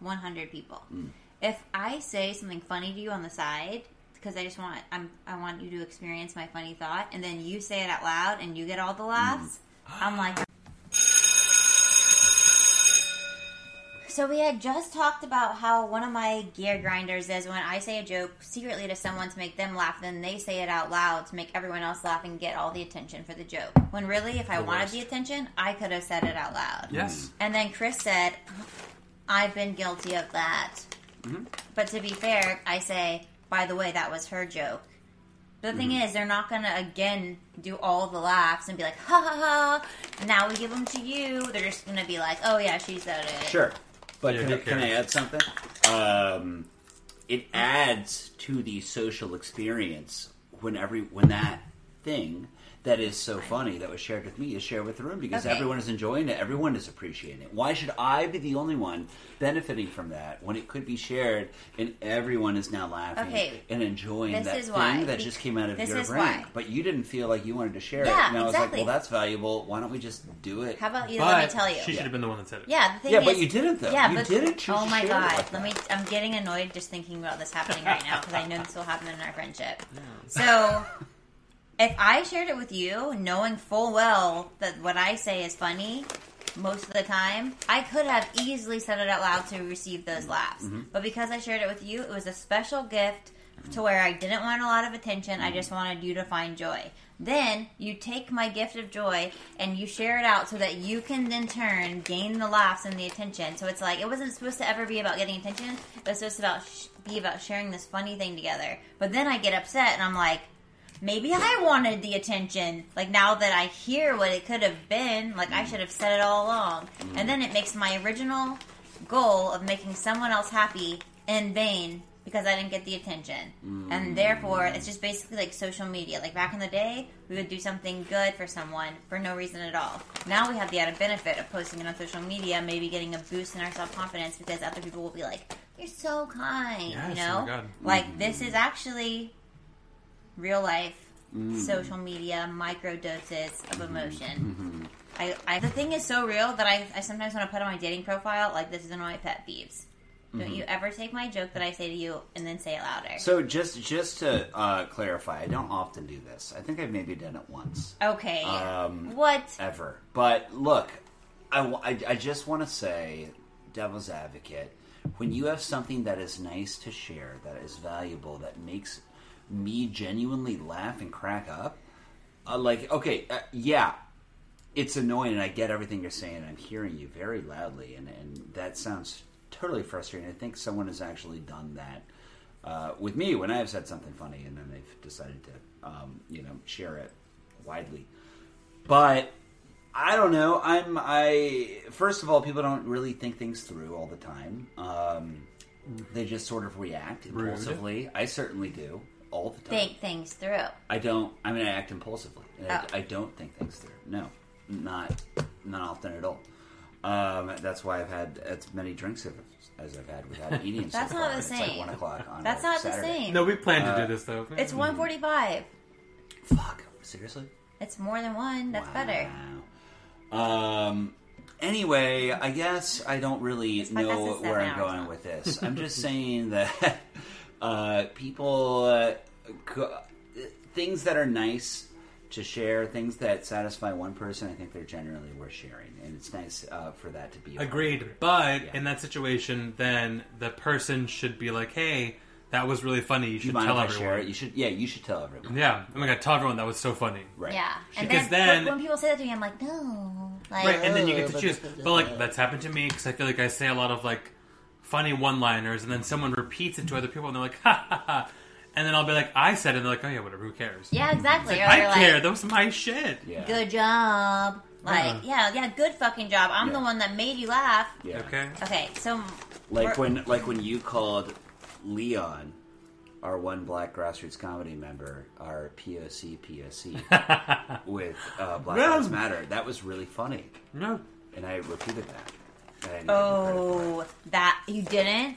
[SPEAKER 2] 100 people.
[SPEAKER 4] Mm-hmm.
[SPEAKER 2] If I say something funny to you on the side, because I just want, I'm, I want you to experience my funny thought, and then you say it out loud and you get all the laughs, I'm like. So we had just talked about how one of my gear grinders is when I say a joke secretly to someone to make them laugh, then they say it out loud to make everyone else laugh and get all the attention for the joke. When really, if I wanted
[SPEAKER 3] worst.
[SPEAKER 2] the attention, I could have said it out loud.
[SPEAKER 4] Hmm.
[SPEAKER 3] Yes.
[SPEAKER 2] And then Chris said, I've been guilty of that.
[SPEAKER 4] Mm-hmm.
[SPEAKER 2] But to be fair, I say, by the way, that was her joke. The thing
[SPEAKER 4] Mm-hmm.
[SPEAKER 2] is, they're not going to again do all the laughs and be like, ha ha ha, now we give them to you. They're just going to be like, oh yeah, she said it.
[SPEAKER 4] Sure. But
[SPEAKER 3] Yeah,
[SPEAKER 4] can,
[SPEAKER 3] who
[SPEAKER 4] I, can I
[SPEAKER 3] cares?
[SPEAKER 4] add something? Um, it adds to the social experience when every when that thing that is so funny that was shared with me is shared with the room because
[SPEAKER 2] Okay.
[SPEAKER 4] everyone is enjoying it, everyone is appreciating it. Why should I be the only one benefiting from that when it could be shared and everyone is now laughing
[SPEAKER 2] Okay.
[SPEAKER 4] and enjoying
[SPEAKER 2] This
[SPEAKER 4] that
[SPEAKER 2] is
[SPEAKER 4] thing
[SPEAKER 2] why. Bec-
[SPEAKER 4] that just came out of
[SPEAKER 2] this
[SPEAKER 4] your
[SPEAKER 2] is
[SPEAKER 4] brain?
[SPEAKER 2] why.
[SPEAKER 4] But you didn't feel like you wanted to share
[SPEAKER 2] Yeah,
[SPEAKER 4] it, and I was
[SPEAKER 2] exactly.
[SPEAKER 4] like, "Well, that's valuable. Why don't we just do it?"
[SPEAKER 2] How about you?
[SPEAKER 3] But
[SPEAKER 2] let me tell you.
[SPEAKER 3] she should have been the one that said it.
[SPEAKER 2] yeah, the thing
[SPEAKER 4] Yeah,
[SPEAKER 2] is,
[SPEAKER 4] but you didn't, though.
[SPEAKER 2] Yeah,
[SPEAKER 4] You
[SPEAKER 2] but
[SPEAKER 4] didn't choose
[SPEAKER 2] oh
[SPEAKER 4] to
[SPEAKER 2] my
[SPEAKER 4] share it
[SPEAKER 2] god,
[SPEAKER 4] like
[SPEAKER 2] let me.
[SPEAKER 4] that.
[SPEAKER 2] I'm getting annoyed just thinking about this happening right now because I know this will happen in our friendship. So, if I shared it with you, knowing full well that what I say is funny most of the time, I could have easily said it out loud to receive those laughs. But because I shared it with you, it was a special gift to where I didn't want a lot of attention. I just wanted you to find joy. Then you take my gift of joy and you share it out so that you can in turn gain the laughs and the attention. So it's like it wasn't supposed to ever be about getting attention. It was supposed to about sh- be about sharing this funny thing together. But then I get upset and I'm like, maybe I wanted the attention. Like now that I hear what it could have been, like
[SPEAKER 3] Mm.
[SPEAKER 2] I should have said it all along. And then it makes my original goal of making someone else happy in vain because I didn't get the attention.
[SPEAKER 3] Mm.
[SPEAKER 2] And therefore, it's just basically like social media. Like back in the day, we would do something good for someone for no reason at all. Now we have the added benefit of posting it on social media, maybe getting a boost in our self confidence because other people will be like, "You're so kind," you
[SPEAKER 3] Yes,
[SPEAKER 2] know.
[SPEAKER 3] oh my God. Mm-hmm.
[SPEAKER 2] Like this is actually real life
[SPEAKER 4] Mm-hmm.
[SPEAKER 2] social media micro doses of
[SPEAKER 4] Mm-hmm.
[SPEAKER 2] emotion. I, I the thing is so real that I, I sometimes want to put on my dating profile like this is one of my pet peeves. Don't you ever take my joke that I say to you and then say it louder.
[SPEAKER 4] Mm-hmm. So just just to uh, clarify, I don't often do this. I think I've maybe done it once
[SPEAKER 2] okay.
[SPEAKER 4] Um,
[SPEAKER 2] what?
[SPEAKER 4] ever. But look, I, w- I- I just want to say, devil's advocate, when you have something that is nice to share, that is valuable, that makes me genuinely laugh and crack up, uh, like okay, uh, yeah, it's annoying and I get everything you're saying. I'm hearing you very loudly, and, and that sounds totally frustrating. I think someone has actually done that uh, with me when I have said something funny, and then they've decided to, um, you know, share it widely. But I don't know. I'm I first of all, people don't really think things through all the time. Um, they just sort of react impulsively. I certainly do all the time.
[SPEAKER 2] Think things through.
[SPEAKER 4] I don't. I mean, I act impulsively. And I,
[SPEAKER 2] Oh.
[SPEAKER 4] I don't think things through. No, not not often at all. Um, that's why I've had as many drinks as, as I've had without eating.
[SPEAKER 2] That's
[SPEAKER 4] so
[SPEAKER 2] not
[SPEAKER 4] far.
[SPEAKER 2] the
[SPEAKER 4] It's
[SPEAKER 2] same.
[SPEAKER 4] like one o'clock on.
[SPEAKER 2] That's
[SPEAKER 4] a
[SPEAKER 2] not
[SPEAKER 4] Saturday. Mm-hmm.
[SPEAKER 2] the same.
[SPEAKER 3] No, we planned to
[SPEAKER 4] Uh,
[SPEAKER 3] do this though.
[SPEAKER 2] it's one forty five.
[SPEAKER 4] Fuck. Seriously.
[SPEAKER 2] It's more than one. That's better.
[SPEAKER 4] Wow. Um. Anyway, I guess I don't really
[SPEAKER 2] podcast
[SPEAKER 4] know
[SPEAKER 2] is
[SPEAKER 4] where
[SPEAKER 2] seven
[SPEAKER 4] I'm
[SPEAKER 2] hours
[SPEAKER 4] going
[SPEAKER 2] long.
[SPEAKER 4] with this. I'm just saying that uh, people uh, co- things that are nice to share things that satisfy one person, I think they're generally worth sharing, and it's nice uh, for that to be a-
[SPEAKER 3] Agreed. But
[SPEAKER 4] Yeah.
[SPEAKER 3] in that situation, then the person should be like, "Hey, that was really funny. You
[SPEAKER 4] You
[SPEAKER 3] should
[SPEAKER 4] mind if
[SPEAKER 3] tell
[SPEAKER 4] I share
[SPEAKER 3] everyone."
[SPEAKER 4] it? You should. Yeah, you should tell everyone.
[SPEAKER 3] Yeah. Oh my god, tell everyone that was so funny.
[SPEAKER 4] Right.
[SPEAKER 2] Yeah, and
[SPEAKER 3] Because
[SPEAKER 2] then,
[SPEAKER 3] then-
[SPEAKER 2] but when people say that to me, I'm like, no, like,
[SPEAKER 3] Right, and then you get to
[SPEAKER 1] but-
[SPEAKER 3] choose. But like that's happened to me because I feel like I say a lot of like funny one-liners, and then someone repeats it to other people, and they're like, "Ha ha ha," and then I'll be like, "I said," it, and they're like, "Oh yeah, whatever. Who cares?"
[SPEAKER 2] yeah, exactly. Or
[SPEAKER 3] I
[SPEAKER 2] they're
[SPEAKER 3] care.
[SPEAKER 2] Like,
[SPEAKER 3] that was my shit.
[SPEAKER 4] Yeah.
[SPEAKER 2] good job. Like, yeah, yeah, good fucking job. I'm the
[SPEAKER 4] Yeah.
[SPEAKER 2] one that made you laugh.
[SPEAKER 4] Yeah.
[SPEAKER 3] Okay.
[SPEAKER 2] Okay, so we're-
[SPEAKER 4] Like when like when you called Leon, our one black grassroots comedy member, our POC POC with uh, Black
[SPEAKER 3] Yeah.
[SPEAKER 4] Lives Matter. That was really funny,
[SPEAKER 3] No.
[SPEAKER 4] and I repeated that. And I didn't give him credit for
[SPEAKER 2] Oh,
[SPEAKER 4] it.
[SPEAKER 2] that you didn't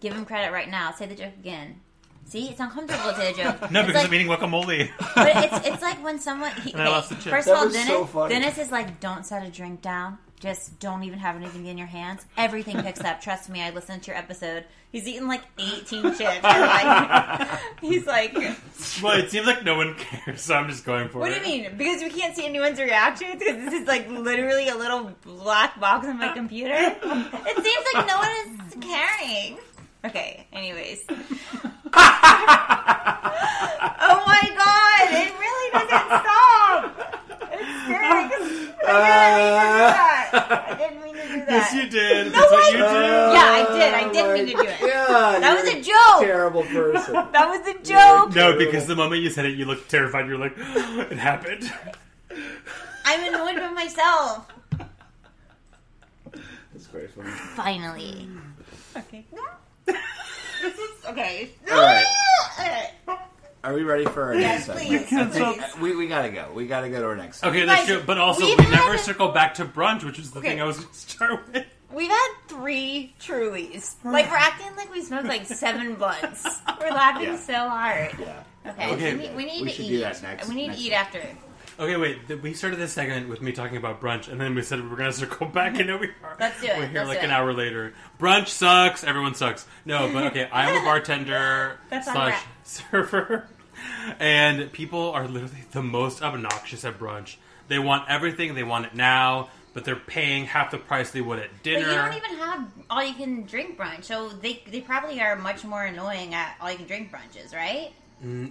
[SPEAKER 2] give him credit right now. Say the joke again. See, it's uncomfortable to say the joke.
[SPEAKER 3] No,
[SPEAKER 2] It's
[SPEAKER 3] because
[SPEAKER 2] like,
[SPEAKER 3] I'm eating guacamole.
[SPEAKER 2] But it's it's like when someone. He,
[SPEAKER 3] And I lost the chip.
[SPEAKER 2] First
[SPEAKER 4] That
[SPEAKER 2] of all,
[SPEAKER 4] was
[SPEAKER 2] Dennis,
[SPEAKER 4] so funny.
[SPEAKER 2] Dennis is like, don't set a drink down. Just don't even have anything in your hands. Everything picks up. Trust me, I listened to your episode. He's eaten like 18 chips. And like, he's like,
[SPEAKER 3] well, it seems like no one cares, so I'm just going for
[SPEAKER 2] what
[SPEAKER 3] it.
[SPEAKER 2] do you mean? Because we can't see anyone's reactions because this is like literally a little black box on my computer. It seems like no one is caring. Okay, anyways. oh my god, it really doesn't stop. It's scary. I didn't mean to do that.
[SPEAKER 3] Yes, you did. That's what
[SPEAKER 2] I
[SPEAKER 3] you did.
[SPEAKER 2] Yeah, I did. I did
[SPEAKER 4] Oh
[SPEAKER 2] mean to
[SPEAKER 4] my
[SPEAKER 2] do it.
[SPEAKER 4] God,
[SPEAKER 2] That was
[SPEAKER 4] you're
[SPEAKER 2] a joke.
[SPEAKER 4] Terrible person.
[SPEAKER 2] That was a joke.
[SPEAKER 3] No, because the moment you said it, you looked terrified. You're like, it happened.
[SPEAKER 2] I'm annoyed with myself.
[SPEAKER 4] That's very funny.
[SPEAKER 2] Finally. Okay. this is okay.
[SPEAKER 4] All right. Are we ready for our
[SPEAKER 2] Yes,
[SPEAKER 4] next
[SPEAKER 2] please.
[SPEAKER 4] segment?
[SPEAKER 2] Yes,
[SPEAKER 4] I think-
[SPEAKER 2] please.
[SPEAKER 4] We, we gotta go. We gotta go to our next segment.
[SPEAKER 3] Okay,
[SPEAKER 2] You
[SPEAKER 3] that's
[SPEAKER 2] guys-
[SPEAKER 3] true. But also, we
[SPEAKER 2] we've
[SPEAKER 3] never
[SPEAKER 2] had-
[SPEAKER 3] circle back to brunch, which is the
[SPEAKER 2] Okay.
[SPEAKER 3] thing I was going to start with.
[SPEAKER 2] We've had three trulies. Like we're acting like we smoked like seven blunts. We're laughing
[SPEAKER 4] Yeah.
[SPEAKER 2] so hard.
[SPEAKER 4] Yeah.
[SPEAKER 2] Okay.
[SPEAKER 3] Okay.
[SPEAKER 2] We, need- we need
[SPEAKER 4] We
[SPEAKER 2] to
[SPEAKER 4] should
[SPEAKER 2] eat.
[SPEAKER 4] do that next-
[SPEAKER 2] we need
[SPEAKER 4] next
[SPEAKER 2] to eat
[SPEAKER 4] time.
[SPEAKER 2] after.
[SPEAKER 3] Okay, wait. th- we started this segment with me talking about brunch, and then we said we were going to circle back, and here we are.
[SPEAKER 2] Let's do it.
[SPEAKER 3] We're here
[SPEAKER 2] Let's
[SPEAKER 3] like
[SPEAKER 2] do
[SPEAKER 3] an
[SPEAKER 2] it.
[SPEAKER 3] hour later. Brunch sucks. Everyone sucks. No, but okay. I'm a bartender
[SPEAKER 2] That's on
[SPEAKER 3] slash
[SPEAKER 2] rap.
[SPEAKER 3] server, and people are literally the most obnoxious at brunch. They want everything. They want it now, but they're paying half the price they would at
[SPEAKER 2] But
[SPEAKER 3] dinner.
[SPEAKER 2] you don't even have all you can drink brunch, so they they probably are much more annoying at all you can drink brunches, right?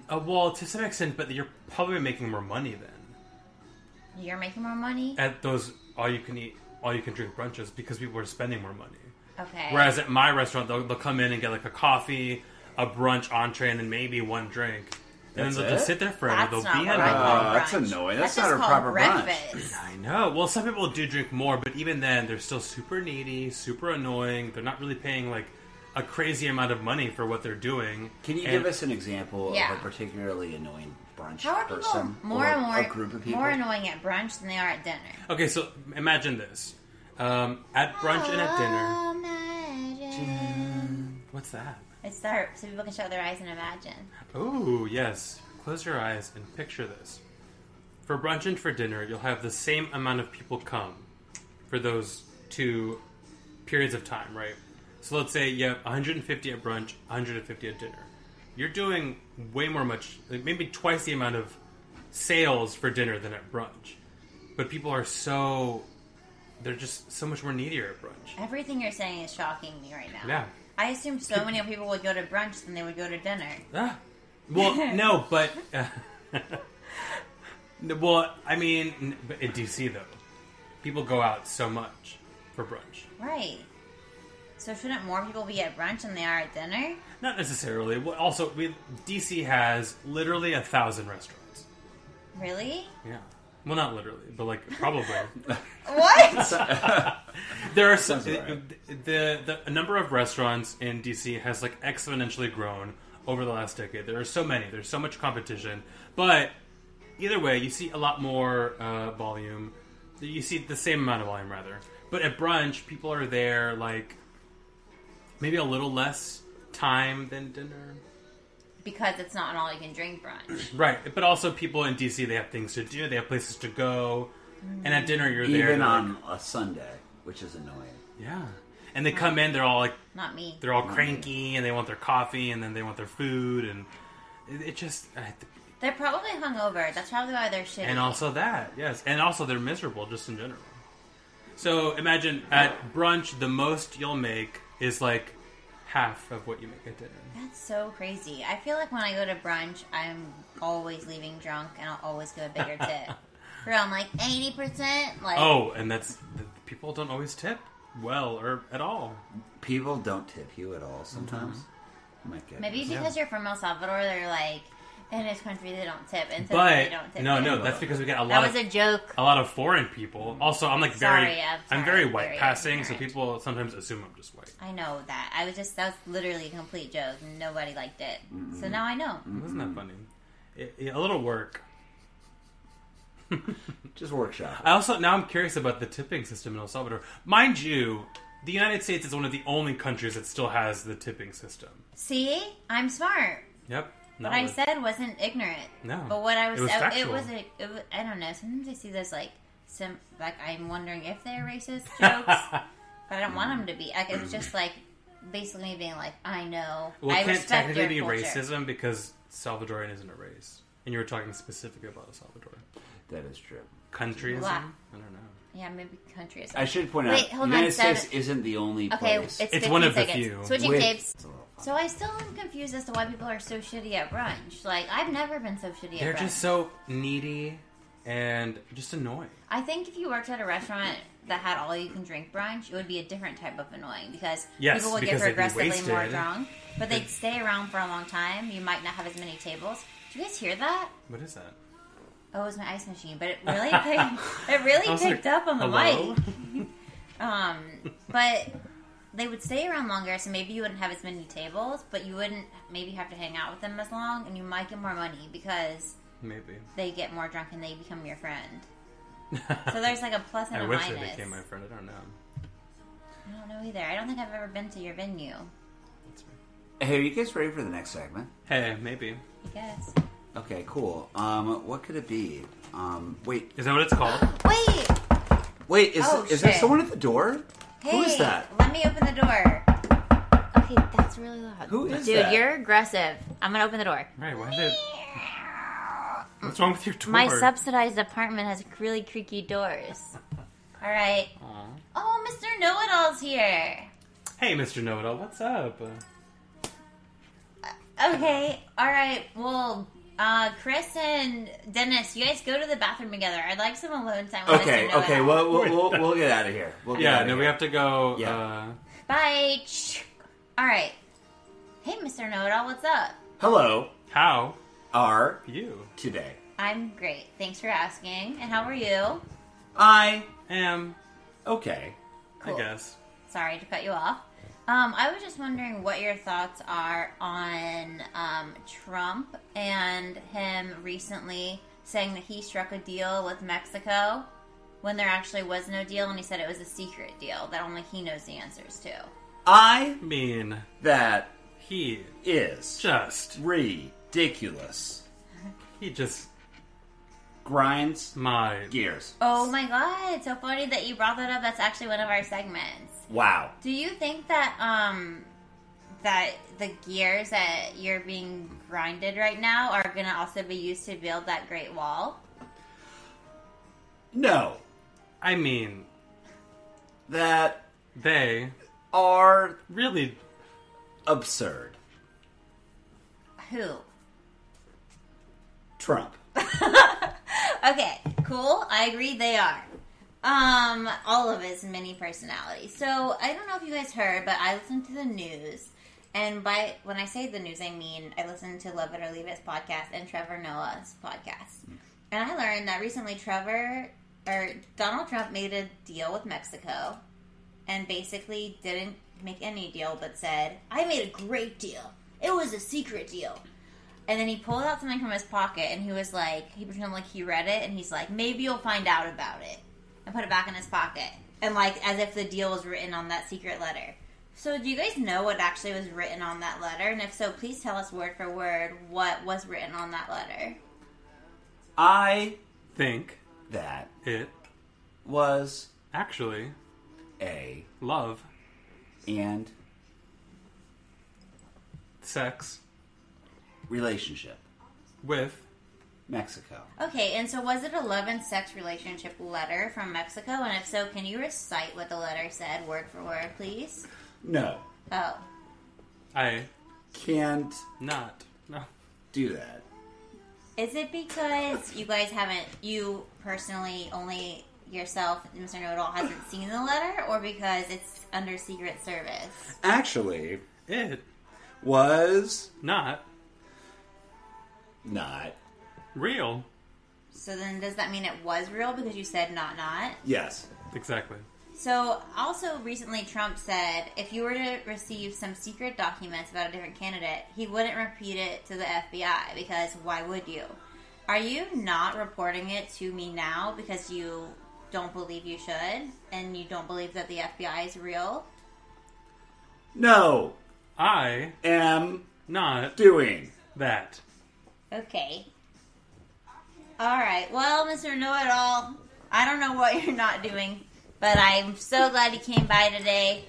[SPEAKER 3] Uh, well, to some extent, but you're probably making more money then
[SPEAKER 2] You're making more money.
[SPEAKER 4] Uh,
[SPEAKER 3] at those all you can eat, all you can drink brunches because people are spending more money.
[SPEAKER 2] Okay.
[SPEAKER 3] Whereas at my restaurant, they'll, they'll come in and get like a coffee, a brunch entree, and then maybe one drink, and
[SPEAKER 4] That's
[SPEAKER 3] then they'll
[SPEAKER 4] it?
[SPEAKER 3] just sit there forever.
[SPEAKER 2] That's
[SPEAKER 3] they'll
[SPEAKER 2] not
[SPEAKER 3] be
[SPEAKER 2] what
[SPEAKER 3] in
[SPEAKER 2] I
[SPEAKER 3] it.
[SPEAKER 2] call
[SPEAKER 4] Uh, that's
[SPEAKER 2] brunch.
[SPEAKER 4] annoying. That's not
[SPEAKER 2] just
[SPEAKER 4] a
[SPEAKER 2] called
[SPEAKER 4] proper brunch.
[SPEAKER 2] breakfast.
[SPEAKER 3] I know. Well, some people do drink more, but even then, they're still super needy, super annoying. They're not really paying like a crazy amount of money for what they're doing.
[SPEAKER 4] Can you
[SPEAKER 3] And-
[SPEAKER 4] give us an example
[SPEAKER 2] Yeah.
[SPEAKER 4] of a particularly annoying brunch
[SPEAKER 2] How are people
[SPEAKER 4] person
[SPEAKER 2] more
[SPEAKER 4] or
[SPEAKER 2] and more
[SPEAKER 4] a group of people?
[SPEAKER 2] more annoying at brunch than they are at dinner?
[SPEAKER 3] Okay, so imagine this: um, at brunch and at dinner.
[SPEAKER 2] Oh, imagine.
[SPEAKER 3] What's that?
[SPEAKER 2] It's start so people can shut their eyes and imagine.
[SPEAKER 3] Ooh, yes. Close your eyes and picture this. For brunch and for dinner, you'll have the same amount of people come for those two periods of time, right? So let's say you have 150 at brunch, 150 at dinner. You're doing way more much, like maybe twice the amount of sales for dinner than at brunch. But people are so, they're just so much more needier at brunch.
[SPEAKER 2] Everything you're saying is shocking me right now.
[SPEAKER 3] Yeah.
[SPEAKER 2] I assume so many people would go to brunch than they would go to dinner.
[SPEAKER 3] Ah. Well, no, but uh, no, well, I mean, n- but in DC though, people go out so much for brunch.
[SPEAKER 2] Right. So shouldn't more people be at brunch than they are at dinner?
[SPEAKER 3] Not necessarily. Well, also, we DC has literally a thousand restaurants.
[SPEAKER 2] Really?
[SPEAKER 3] Yeah. Well, not literally, but like probably
[SPEAKER 2] What?
[SPEAKER 3] there are some.
[SPEAKER 4] Sounds about
[SPEAKER 3] The, the the number of restaurants in DC has like exponentially grown over the last decade. There are so many. There's so much competition, but either way, you see a lot more uh, volume. You see the same amount of volume, rather. But at brunch, people are there like maybe a little less time than dinner.
[SPEAKER 2] because it's not an all you can drink brunch.
[SPEAKER 3] Right. But also, people in DC they have things to do. They have places to go. And at dinner, you're there.
[SPEAKER 4] Even
[SPEAKER 3] to,
[SPEAKER 4] on a Sunday, which is annoying.
[SPEAKER 3] yeah. And they come in. They're all like
[SPEAKER 2] Not me.
[SPEAKER 3] they're all cranky and they want their coffee and then they want their food and it, it just I, th-
[SPEAKER 2] They're probably hungover. That's probably why they're shitty.
[SPEAKER 3] And also that, yes. And also they're miserable just in general. So imagine at brunch, the most you'll make is like half of what you make at dinner.
[SPEAKER 2] That's so crazy. I feel like when I go to brunch, I'm always leaving drunk, and I'll always give a bigger tip. Bro, I'm like eighty percent. Like,
[SPEAKER 3] Oh, and that's th- people don't always tip well or at all.
[SPEAKER 4] People don't tip you at all sometimes.
[SPEAKER 3] Mm-hmm.
[SPEAKER 4] My goodness.
[SPEAKER 2] maybe because you're from El Salvador, they're like in this country they don't tip, and so they
[SPEAKER 3] But
[SPEAKER 2] don't tip.
[SPEAKER 3] no,
[SPEAKER 2] you.
[SPEAKER 3] no, that's because we get a
[SPEAKER 2] that
[SPEAKER 3] lot
[SPEAKER 2] was
[SPEAKER 3] of
[SPEAKER 2] a joke.
[SPEAKER 3] a lot of foreign people. Also, I'm like very,
[SPEAKER 2] Sorry, I'm sorry,
[SPEAKER 3] I'm very
[SPEAKER 2] I'm
[SPEAKER 3] white
[SPEAKER 2] very
[SPEAKER 3] passing, so
[SPEAKER 2] ignorant.
[SPEAKER 3] people sometimes assume I'm just white.
[SPEAKER 2] I know that. I was just that was literally a complete joke. Nobody liked it, so now I know.
[SPEAKER 3] Isn't that funny? It- it- a little work.
[SPEAKER 4] Just workshop.
[SPEAKER 3] I also now I'm curious about the tipping system in El Salvador. Mind you, the United States is one of the only countries that still has the tipping system.
[SPEAKER 2] See, I'm smart.
[SPEAKER 3] Yep.
[SPEAKER 2] What I said wasn't ignorant.
[SPEAKER 3] No.
[SPEAKER 2] But what I was,
[SPEAKER 3] It was
[SPEAKER 2] I- it
[SPEAKER 3] factual.
[SPEAKER 2] was, a, it was I don't know. Sometimes I see those like some like I'm wondering if they're racist jokes, but I don't want them to be. Like, it was just like basically me being like, I know.
[SPEAKER 3] Well,
[SPEAKER 2] I
[SPEAKER 3] it can't
[SPEAKER 2] respect
[SPEAKER 3] technically be
[SPEAKER 2] your culture.
[SPEAKER 3] racism because Salvadorian isn't a race, and you were talking specifically about El Salvador.
[SPEAKER 4] That is true.
[SPEAKER 3] Countryism?
[SPEAKER 2] Blah.
[SPEAKER 3] I don't know.
[SPEAKER 2] Yeah, maybe country is.
[SPEAKER 4] I should point
[SPEAKER 2] Wait,
[SPEAKER 4] out,
[SPEAKER 2] hold on,
[SPEAKER 4] United
[SPEAKER 2] seven-
[SPEAKER 4] States isn't the only
[SPEAKER 2] okay,
[SPEAKER 4] place.
[SPEAKER 2] it's,
[SPEAKER 3] It's one
[SPEAKER 2] 15
[SPEAKER 3] of the
[SPEAKER 2] seconds.
[SPEAKER 3] few.
[SPEAKER 2] Switching
[SPEAKER 4] with-
[SPEAKER 2] tapes.
[SPEAKER 4] It's a little fun.
[SPEAKER 2] So I still am confused as to why people are so shitty at brunch. Like I've never been so shitty
[SPEAKER 3] They're
[SPEAKER 2] at brunch.
[SPEAKER 3] just so needy and just annoying.
[SPEAKER 2] I think if you worked at a restaurant that had all you can drink brunch, it would be a different type of annoying because
[SPEAKER 3] Yes,
[SPEAKER 2] people would
[SPEAKER 3] because
[SPEAKER 2] get
[SPEAKER 3] they'd be
[SPEAKER 2] progressively more
[SPEAKER 3] wasted.
[SPEAKER 2] drunk, but they'd stay around for a long time. You might not have as many tables. Do you guys hear that?
[SPEAKER 3] What is that?
[SPEAKER 2] Oh, it was my ice machine, but it really picked, it really
[SPEAKER 3] was like,
[SPEAKER 2] picked up on the
[SPEAKER 3] "Hello?"
[SPEAKER 2] mic. um, but they would stay around longer, so maybe you wouldn't have as many tables, but you wouldn't maybe have to hang out with them as long, and you might get more money because
[SPEAKER 3] Maybe.
[SPEAKER 2] they get more drunk and they become your friend. So there's like a plus and
[SPEAKER 3] I
[SPEAKER 2] a
[SPEAKER 3] wish they
[SPEAKER 2] minus.
[SPEAKER 3] became my friend. I don't know.
[SPEAKER 2] I don't know either. I don't think I've ever been to your venue.
[SPEAKER 3] That's right.
[SPEAKER 4] Hey, are you guys ready for the next segment?
[SPEAKER 3] Hey, maybe.
[SPEAKER 2] I guess.
[SPEAKER 4] Okay, cool. Um, what could it be? Um, wait,
[SPEAKER 3] Is that what it's called?
[SPEAKER 2] Wait.
[SPEAKER 4] wait, is,
[SPEAKER 2] Oh,
[SPEAKER 4] is there
[SPEAKER 2] shit.
[SPEAKER 4] someone at the door?
[SPEAKER 2] Hey.
[SPEAKER 4] Who is that?
[SPEAKER 2] Let me open the door. Okay, that's really loud.
[SPEAKER 4] Who is
[SPEAKER 2] Dude,
[SPEAKER 4] that?
[SPEAKER 2] you're aggressive. I'm gonna open the door.
[SPEAKER 3] Right, why did. What's wrong with your tour?
[SPEAKER 2] My subsidized apartment has really creaky doors. All right.
[SPEAKER 3] Aw.
[SPEAKER 2] Oh, Mr. Know It All's here.
[SPEAKER 3] Hey, Mr. Know It All, what's up? Uh,
[SPEAKER 2] Okay. All right. Well, uh, Chris and Dennis, you guys go to the bathroom together. I'd like some alone time. with
[SPEAKER 4] Okay,
[SPEAKER 2] Mr. Know It
[SPEAKER 4] okay,
[SPEAKER 2] All.
[SPEAKER 4] we'll, we'll, we'll, we'll get out of here. We'll get
[SPEAKER 3] Yeah,
[SPEAKER 4] outta
[SPEAKER 3] no, we
[SPEAKER 4] here.
[SPEAKER 3] have to go.
[SPEAKER 4] Yeah.
[SPEAKER 3] Uh,
[SPEAKER 2] Bye. Ch- All right. Hey, Mr. Know It All, what's up?
[SPEAKER 4] Hello,
[SPEAKER 3] how
[SPEAKER 4] are
[SPEAKER 3] you
[SPEAKER 4] today.
[SPEAKER 2] I'm great. Thanks for asking. And how are you?
[SPEAKER 4] I,
[SPEAKER 3] am,
[SPEAKER 4] okay.
[SPEAKER 2] Cool.
[SPEAKER 3] I guess.
[SPEAKER 2] Sorry to cut you off. Um, I was just wondering what your thoughts are on um, Trump and him recently saying that he struck a deal with Mexico when there actually was no deal, and he said it was a secret deal that only he knows the answers to.
[SPEAKER 4] I,
[SPEAKER 3] I mean,
[SPEAKER 4] that
[SPEAKER 3] he
[SPEAKER 4] is
[SPEAKER 3] just,
[SPEAKER 4] ridiculous.
[SPEAKER 3] he just
[SPEAKER 4] Grinds
[SPEAKER 3] my.
[SPEAKER 4] gears.
[SPEAKER 2] Oh my god, so funny that you brought that up. That's actually one of our segments.
[SPEAKER 4] Wow.
[SPEAKER 2] Do you think that um that the gears that you're being grinded right now are gonna also be used to build that Great Wall?
[SPEAKER 4] No,
[SPEAKER 3] I mean,
[SPEAKER 4] that
[SPEAKER 3] they
[SPEAKER 4] are
[SPEAKER 3] really.
[SPEAKER 4] absurd.
[SPEAKER 2] Who?
[SPEAKER 4] Trump.
[SPEAKER 2] Okay, cool. I agree they are. Um, all of his many personalities. So I don't know if you guys heard, but I listened to the news, and by when I say the news, I mean I listened to Love It or Leave It's podcast and Trevor Noah's podcast, and I learned that recently Trevor or Donald Trump made a deal with Mexico, and basically didn't make any deal, but said I made a great deal. It was a secret deal. And then he pulled out something from his pocket and he was like, he pretended like he read it and he's like, maybe you'll find out about it. And put it back in his pocket. And like, as if the deal was written on that secret letter. So, do you guys know what actually was written on that letter? And if so, please tell us word for word what was written on that letter.
[SPEAKER 4] I,
[SPEAKER 3] think
[SPEAKER 4] that
[SPEAKER 3] it
[SPEAKER 4] was
[SPEAKER 3] actually
[SPEAKER 4] a
[SPEAKER 3] love
[SPEAKER 4] and
[SPEAKER 3] sex
[SPEAKER 4] relationship
[SPEAKER 3] with
[SPEAKER 4] Mexico.
[SPEAKER 2] Okay, and so was it a love and sex relationship letter from Mexico? And if so, can you recite what the letter said word for word, please?
[SPEAKER 4] No,
[SPEAKER 2] Oh,
[SPEAKER 3] I
[SPEAKER 4] can't
[SPEAKER 3] not. No.
[SPEAKER 4] do that.
[SPEAKER 2] is it because you guys haven't, you personally, only yourself, Mr. Know It All, hasn't seen the letter, or because it's under Secret Service?
[SPEAKER 4] Actually,
[SPEAKER 3] It
[SPEAKER 4] was
[SPEAKER 3] not
[SPEAKER 4] not.
[SPEAKER 3] real.
[SPEAKER 2] So then, does that mean it was real because you said not not?
[SPEAKER 4] Yes.
[SPEAKER 3] Exactly.
[SPEAKER 2] So, also recently, Trump said if you were to receive some secret documents about a different candidate, he wouldn't repeat it to the FBI because why would you? Are you not reporting it to me now because you don't believe you should and you don't believe that the FBI is real?
[SPEAKER 4] No.
[SPEAKER 3] I
[SPEAKER 4] Am
[SPEAKER 3] not
[SPEAKER 4] doing.
[SPEAKER 3] that.
[SPEAKER 2] Okay. All right. Well, Mr. Know It All, I don't know what you're not doing, but I'm so glad you came by today.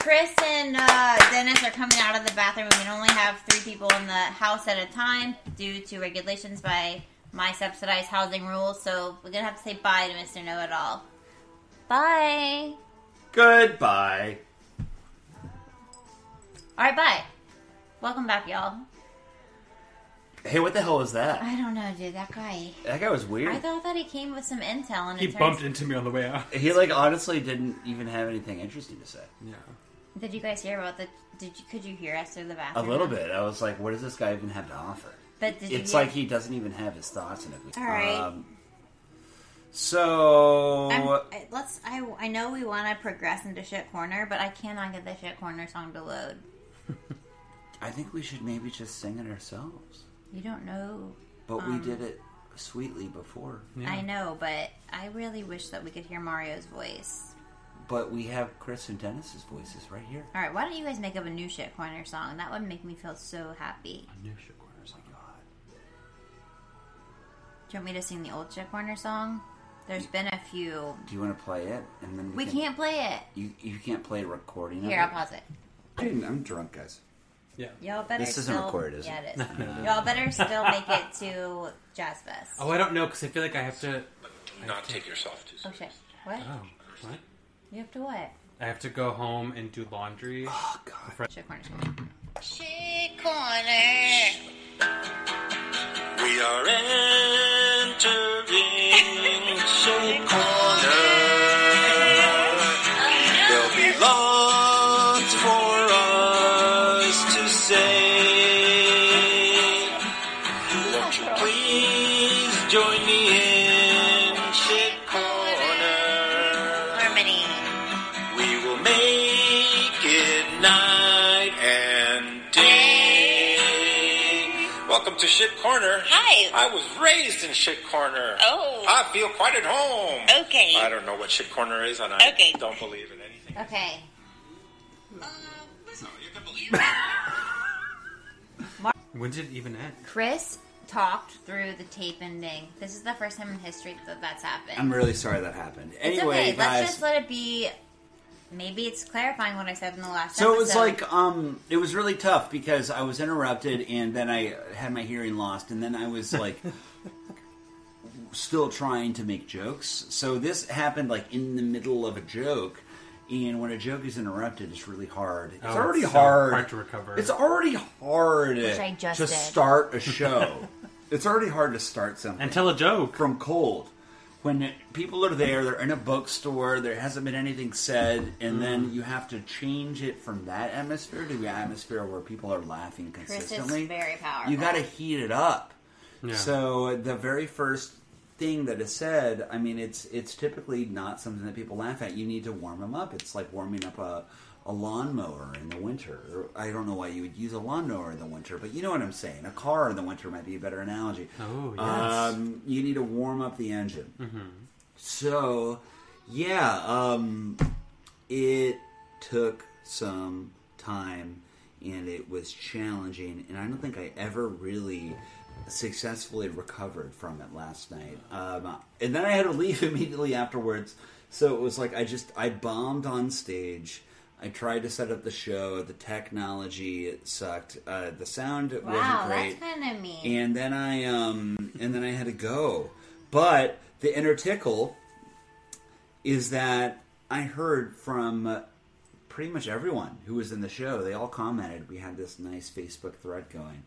[SPEAKER 2] Chris and uh, Dennis are coming out of the bathroom. We can only have three people in the house at a time due to regulations by my subsidized housing rules. So we're gonna have to say bye to Mr. Know It All. Bye.
[SPEAKER 4] Goodbye.
[SPEAKER 2] All right. Bye. Welcome back, y'all.
[SPEAKER 4] Hey, what the hell was that?
[SPEAKER 2] I don't know, dude. That guy.
[SPEAKER 4] That guy was
[SPEAKER 2] I
[SPEAKER 4] weird.
[SPEAKER 2] thought that he came with some intel, and
[SPEAKER 3] He
[SPEAKER 2] it turns-
[SPEAKER 3] bumped into me on the way out.
[SPEAKER 4] He like honestly didn't even have anything interesting to say.
[SPEAKER 3] Yeah.
[SPEAKER 2] Did you guys hear about the? Did you? Could you hear us through the
[SPEAKER 4] A
[SPEAKER 2] bathroom?
[SPEAKER 4] little bit. I was like, what does this guy even have to offer?
[SPEAKER 2] But did you
[SPEAKER 4] It's
[SPEAKER 2] hear-
[SPEAKER 4] like he doesn't even have his thoughts in it.
[SPEAKER 2] All right.
[SPEAKER 4] so
[SPEAKER 2] I'm, I, let's. I, I know we want to progress into shit corner, but I cannot get the shit corner song to load.
[SPEAKER 4] I think we should maybe just sing it ourselves.
[SPEAKER 2] You don't know.
[SPEAKER 4] But
[SPEAKER 2] Um.
[SPEAKER 4] we did it sweetly before.
[SPEAKER 2] I know, but I really wish that we could hear Mario's voice.
[SPEAKER 4] But we have Chris and Dennis's voices right here.
[SPEAKER 2] All right, why don't you guys make up a new shit corner song? That would make me feel so happy.
[SPEAKER 4] Oh my god.
[SPEAKER 2] Do you want me to sing the old shit corner song? There's been a few.
[SPEAKER 4] Do you want to play it? And then
[SPEAKER 2] We
[SPEAKER 4] can,
[SPEAKER 2] can't play it.
[SPEAKER 4] You you can't play a recording.
[SPEAKER 2] Here, I'll
[SPEAKER 4] of
[SPEAKER 2] pause it.
[SPEAKER 4] it. Dude, I'm drunk, guys.
[SPEAKER 3] Yeah.
[SPEAKER 2] Y'all better.
[SPEAKER 4] This isn't
[SPEAKER 2] still,
[SPEAKER 4] recorded, is
[SPEAKER 2] yeah, it
[SPEAKER 4] it?
[SPEAKER 2] is. Y'all better still make it to Jazz Fest.
[SPEAKER 3] Oh, I don't know because I feel like I have to.
[SPEAKER 5] Do not take yourself too
[SPEAKER 2] Oh
[SPEAKER 5] seriously.
[SPEAKER 2] shit. What?
[SPEAKER 3] Oh, what?
[SPEAKER 2] You have to what?
[SPEAKER 3] I have to go home and do laundry.
[SPEAKER 4] Oh god.
[SPEAKER 2] Shit corner. Shit corner.
[SPEAKER 5] We are entering shade corner. There'll be lots for us to say. Won't you please join me in shade corner?
[SPEAKER 2] Harmony.
[SPEAKER 5] We will make it night and day. Welcome to Shit Corner.
[SPEAKER 6] Hi.
[SPEAKER 5] I was raised in Shit Corner.
[SPEAKER 6] Oh.
[SPEAKER 5] I feel quite at home.
[SPEAKER 6] Okay.
[SPEAKER 5] I don't know what Shit Corner is, and I
[SPEAKER 6] Okay. Uh,
[SPEAKER 5] don't believe in anything.
[SPEAKER 2] Okay.
[SPEAKER 5] No, you can believe
[SPEAKER 3] When did it even end?
[SPEAKER 2] Chris talked through the tape ending. This is the first time in history that that's happened.
[SPEAKER 4] I'm really sorry that happened.
[SPEAKER 2] it's
[SPEAKER 4] Anyway,
[SPEAKER 2] okay. Let's
[SPEAKER 4] guys.
[SPEAKER 2] just let it be. Maybe it's clarifying what I said in the last.
[SPEAKER 4] so it was
[SPEAKER 2] episode.
[SPEAKER 4] like um it was really tough because I was interrupted and then I had my hearing lost and then I was like still trying to make jokes. So this happened like in the middle of a joke. And when a joke is interrupted, it's really hard. It's
[SPEAKER 3] Oh,
[SPEAKER 4] already
[SPEAKER 3] it's so
[SPEAKER 4] hard.
[SPEAKER 3] hard to recover.
[SPEAKER 4] It's already hard
[SPEAKER 2] I just
[SPEAKER 4] to
[SPEAKER 2] did.
[SPEAKER 4] start a show. it's already hard to start something
[SPEAKER 3] And tell a joke.
[SPEAKER 4] from cold. When it- people are there, they're in a bookstore, there hasn't been anything said, and then you have to change it from that atmosphere to the atmosphere where people are laughing
[SPEAKER 2] Chris is
[SPEAKER 4] consistently.
[SPEAKER 2] very powerful.
[SPEAKER 4] you got to heat it up.
[SPEAKER 3] Yeah.
[SPEAKER 4] So the very first thing that is said, I mean, it's it's typically not something that people laugh at. You need to warm them up. It's like warming up a a lawnmower in the winter. I don't know why you would use a lawnmower in the winter, but you know what I'm saying. A car in the winter might be a better analogy.
[SPEAKER 3] Oh, yes. Mm-hmm.
[SPEAKER 4] Um, you need to warm up the engine. So, yeah, um, it took some time and it was challenging, and I don't think I ever really successfully recovered from it last night. Um, and then I had to leave immediately afterwards, so it was like I just I bombed on stage. I tried to set up the show. The technology it sucked. Uh, the sound
[SPEAKER 2] Wow,
[SPEAKER 4] wasn't great.
[SPEAKER 2] that's kind of mean.
[SPEAKER 4] and then I um and then I had to go. But the inner tickle is that I heard from uh, pretty much everyone who was in the show. They all commented. We had this nice Facebook thread going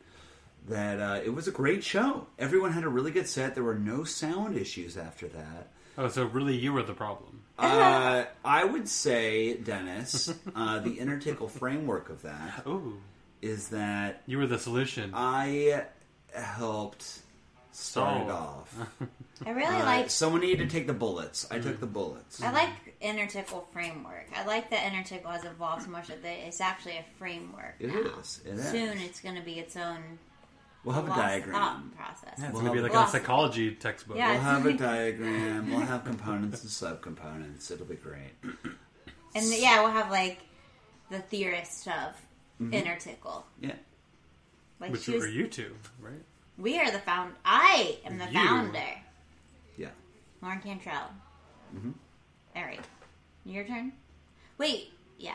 [SPEAKER 4] that uh, it was a great show. Everyone had a really good set. There were no sound issues after that.
[SPEAKER 3] Oh, so really, you were the problem.
[SPEAKER 4] Uh, I would say, Dennis, uh, the inner tickle framework of that
[SPEAKER 3] Ooh,
[SPEAKER 4] is that
[SPEAKER 3] you were the solution.
[SPEAKER 4] Uh, I helped start it
[SPEAKER 3] Oh.
[SPEAKER 4] off.
[SPEAKER 2] I really
[SPEAKER 4] Uh,
[SPEAKER 2] like.
[SPEAKER 4] someone needed to take the bullets. I took the bullets.
[SPEAKER 2] I like inner tickle framework. I like that inner tickle has evolved so much that they- it's actually a framework.
[SPEAKER 4] It
[SPEAKER 2] now.
[SPEAKER 4] is. It is.
[SPEAKER 2] Soon it's going to be its own
[SPEAKER 4] We'll have a
[SPEAKER 2] lost
[SPEAKER 4] diagram.
[SPEAKER 2] thought process.
[SPEAKER 3] Yeah, it's
[SPEAKER 4] Well,
[SPEAKER 3] gonna be like
[SPEAKER 2] well-
[SPEAKER 3] a psychology textbook.
[SPEAKER 2] um, Yeah.
[SPEAKER 4] We'll have a diagram. We'll have components and subcomponents. It'll be great.
[SPEAKER 2] And the- yeah, we'll have like the theorist of inner tickle.
[SPEAKER 4] Yeah.
[SPEAKER 2] Like
[SPEAKER 3] Mm-hmm. Which
[SPEAKER 2] she was-
[SPEAKER 3] were you two, right?
[SPEAKER 2] we are the found. I am the
[SPEAKER 3] You.
[SPEAKER 2] founder.
[SPEAKER 4] Yeah.
[SPEAKER 2] Lauren Cantrell. Mm-hmm. All right, your turn. Wait, yeah.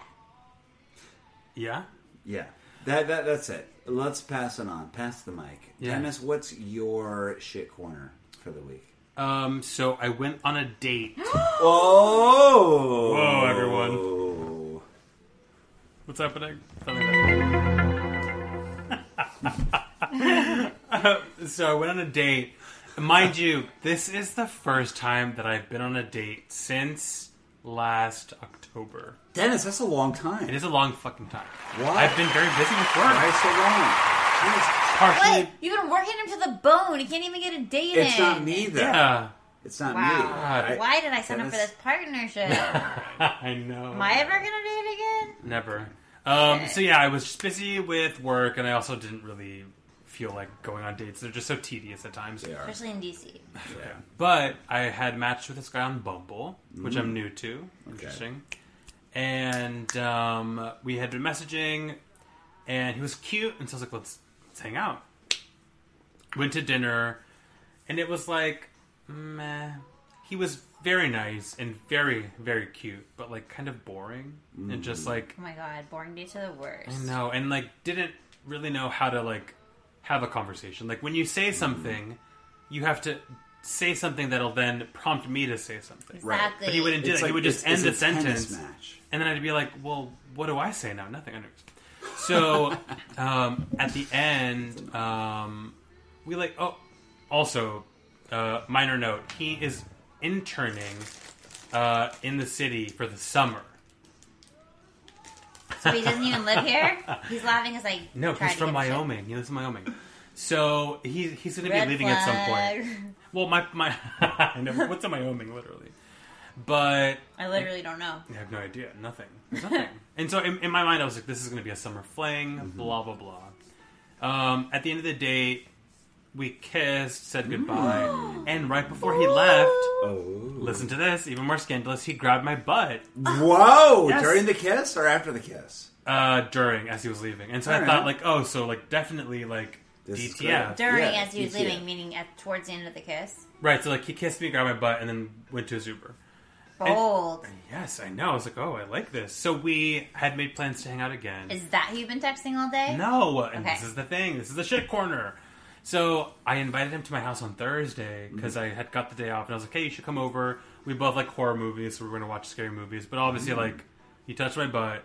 [SPEAKER 3] Yeah.
[SPEAKER 4] Yeah. That, that that's it. Let's pass it on. Pass the mic.
[SPEAKER 3] Yeah.
[SPEAKER 4] Dennis, what's your shit corner for the week?
[SPEAKER 3] Um. So I went on a date.
[SPEAKER 4] Oh.
[SPEAKER 3] Whoa, everyone. What's happening? Something like that. so I went on a date. Mind you, this is the first time that I've been on a date since last October.
[SPEAKER 4] Dennis, that's a long time.
[SPEAKER 3] It is a long fucking time.
[SPEAKER 4] Why?
[SPEAKER 3] I've been very busy with work.
[SPEAKER 4] Why so long? Jesus.
[SPEAKER 3] Partially.
[SPEAKER 2] What? You've been working him to the bone. He can't even get a date in.
[SPEAKER 4] It's not me though.
[SPEAKER 3] Yeah.
[SPEAKER 4] It's not me.
[SPEAKER 2] Wow.
[SPEAKER 3] God.
[SPEAKER 4] I-
[SPEAKER 2] Why did I sign up for
[SPEAKER 4] Dennis?
[SPEAKER 2] this partnership?
[SPEAKER 3] I know.
[SPEAKER 2] Am I ever gonna date again?
[SPEAKER 3] Never. Um, so yeah, I was just busy with work, and I also didn't really feel like going on dates. They're just so tedious at times.
[SPEAKER 4] They are.
[SPEAKER 2] Especially in Oh DC.
[SPEAKER 4] Yeah.
[SPEAKER 3] But I had matched with this guy on Bumble, which I'm new to. Interesting. And um, we had been messaging, and he was cute, and so I was like, let's, let's hang out. Went to dinner, and it was like, meh. He was very nice and very, very cute, but like kind of boring and just like
[SPEAKER 2] Oh my god, boring dates are the worst.
[SPEAKER 3] I know, and like didn't really know how to like have a conversation. Like when you
[SPEAKER 4] Mm-hmm.
[SPEAKER 3] say something, you have to say something that'll then prompt me to say something.
[SPEAKER 4] Right.
[SPEAKER 2] Exactly.
[SPEAKER 3] But he wouldn't do that.
[SPEAKER 4] It's
[SPEAKER 3] he
[SPEAKER 4] like-
[SPEAKER 3] would just
[SPEAKER 4] it's-
[SPEAKER 3] end the
[SPEAKER 4] it's a tennis
[SPEAKER 3] sentence,
[SPEAKER 4] Match.
[SPEAKER 3] and then I'd be like, "Well, what do I say now? Nothing." Anyways. So um, at the end, um, we like. Oh, also, uh, minor note: he is interning uh, in the city for the summer.
[SPEAKER 2] So he doesn't even live here. He's laughing because I
[SPEAKER 3] No,
[SPEAKER 2] tried
[SPEAKER 3] he's
[SPEAKER 2] to
[SPEAKER 3] from
[SPEAKER 2] get a shit.
[SPEAKER 3] Wyoming. He lives in Wyoming. So he, he's going to be
[SPEAKER 2] Red
[SPEAKER 3] leaving at some point.
[SPEAKER 2] flag.
[SPEAKER 3] Well, my my, I know what's in Wyoming, literally, but
[SPEAKER 2] I literally don't know.
[SPEAKER 3] I have no idea. Nothing. There's Nothing. and so in, in my mind, I was like, this is going to be a summer fling.
[SPEAKER 2] Mm-hmm.
[SPEAKER 3] Blah blah blah. Um, at the end of the day, we kissed,
[SPEAKER 2] Mm.
[SPEAKER 3] said goodbye, and right before he left,
[SPEAKER 4] Oh.
[SPEAKER 3] listen to this, even more scandalous. He grabbed my butt
[SPEAKER 4] Whoa!
[SPEAKER 3] Yes.
[SPEAKER 4] During the kiss or after the kiss?
[SPEAKER 3] uh, during as he was leaving, and so I
[SPEAKER 4] Alright.
[SPEAKER 3] thought like, oh, so like definitely like
[SPEAKER 4] This is
[SPEAKER 3] DTF.
[SPEAKER 4] great.
[SPEAKER 2] During
[SPEAKER 4] Yeah,
[SPEAKER 2] as he was
[SPEAKER 4] yeah.
[SPEAKER 2] leaving, meaning at towards the end of the kiss.
[SPEAKER 3] Right, so like he kissed me, grabbed my butt, and then went to his Uber.
[SPEAKER 2] Bold.
[SPEAKER 3] Yes, I know. I was like, oh, I like this. So we had made plans to hang out again.
[SPEAKER 2] Is that who you've been texting all day?
[SPEAKER 3] no, and
[SPEAKER 2] Okay.
[SPEAKER 3] this is the thing. This is the shit corner. So I invited him to my house on Thursday because I had got the day off, and I was like, hey, you should come over. We both like horror movies, so we're going to watch scary movies. But obviously, like, you touched my butt.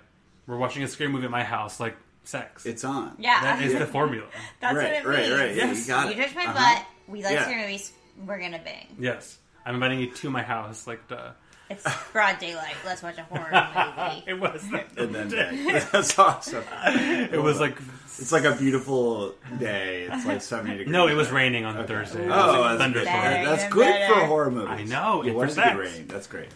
[SPEAKER 3] We're watching a scary movie at my house, like sex.
[SPEAKER 4] It's on.
[SPEAKER 2] Yeah.
[SPEAKER 3] that is the formula.
[SPEAKER 2] That's
[SPEAKER 4] right,
[SPEAKER 2] what it means.
[SPEAKER 4] right, right. Yeah,
[SPEAKER 3] Yes.
[SPEAKER 4] You got
[SPEAKER 2] You
[SPEAKER 4] it.
[SPEAKER 2] touch my
[SPEAKER 4] Uh-huh.
[SPEAKER 2] butt. We like
[SPEAKER 4] Yeah.
[SPEAKER 2] scary movies. We're gonna bang.
[SPEAKER 3] Yes, I'm inviting you to my house. Like, duh.
[SPEAKER 2] It's broad daylight. Let's watch a horror movie.
[SPEAKER 3] It was.
[SPEAKER 4] And then that's awesome.
[SPEAKER 3] It was like
[SPEAKER 4] It's like a beautiful day. It's like seventy degrees.
[SPEAKER 3] no. It was raining on Thursday. It was,
[SPEAKER 4] Oh,
[SPEAKER 3] like,
[SPEAKER 4] that's good.
[SPEAKER 3] thunderstorm.
[SPEAKER 2] Better,
[SPEAKER 4] That's
[SPEAKER 2] even
[SPEAKER 4] good
[SPEAKER 2] better.
[SPEAKER 4] for a horror movie.
[SPEAKER 3] I know,
[SPEAKER 4] You
[SPEAKER 3] and
[SPEAKER 4] want it
[SPEAKER 3] for
[SPEAKER 4] to be
[SPEAKER 3] sex.
[SPEAKER 4] rain. That's great.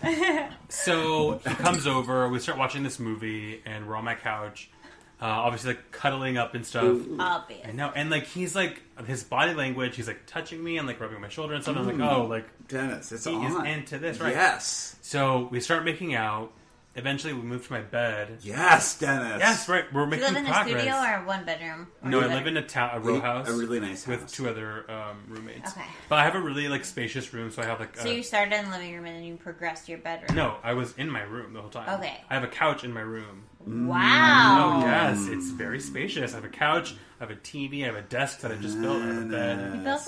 [SPEAKER 3] So he comes over, we start watching this movie, and we're on my couch, uh, obviously like cuddling up and stuff. I
[SPEAKER 2] Obvious.
[SPEAKER 3] know, and like he's like his body language, he's like touching me and like rubbing my shoulder and stuff. I'm like, oh, like
[SPEAKER 4] Dennis, Mm. it's
[SPEAKER 3] He is
[SPEAKER 4] on.
[SPEAKER 3] into this, right?
[SPEAKER 4] Yes.
[SPEAKER 3] so we start making out, Eventually, we moved to my bed.
[SPEAKER 4] Yes, Dennis.
[SPEAKER 3] Yes, right. We're
[SPEAKER 2] Do you
[SPEAKER 3] making
[SPEAKER 2] live in a
[SPEAKER 3] progress.
[SPEAKER 2] studio or one bedroom?
[SPEAKER 3] no, I live in a town, a row
[SPEAKER 4] A-
[SPEAKER 3] house,
[SPEAKER 4] a really nice
[SPEAKER 3] with
[SPEAKER 4] house.
[SPEAKER 3] two other um, roommates.
[SPEAKER 2] Okay.
[SPEAKER 3] But I have a really like spacious room, so I have like.
[SPEAKER 2] So
[SPEAKER 3] a, uh,
[SPEAKER 2] you started in the living room and then you progressed to your bedroom.
[SPEAKER 3] no, I was in my room the whole time.
[SPEAKER 2] Okay.
[SPEAKER 3] I have a couch in my room.
[SPEAKER 2] Wow.
[SPEAKER 3] Oh yes, it's very spacious. I have a couch, I have a TV, I have a desk that I just built, I have a bed.
[SPEAKER 2] You built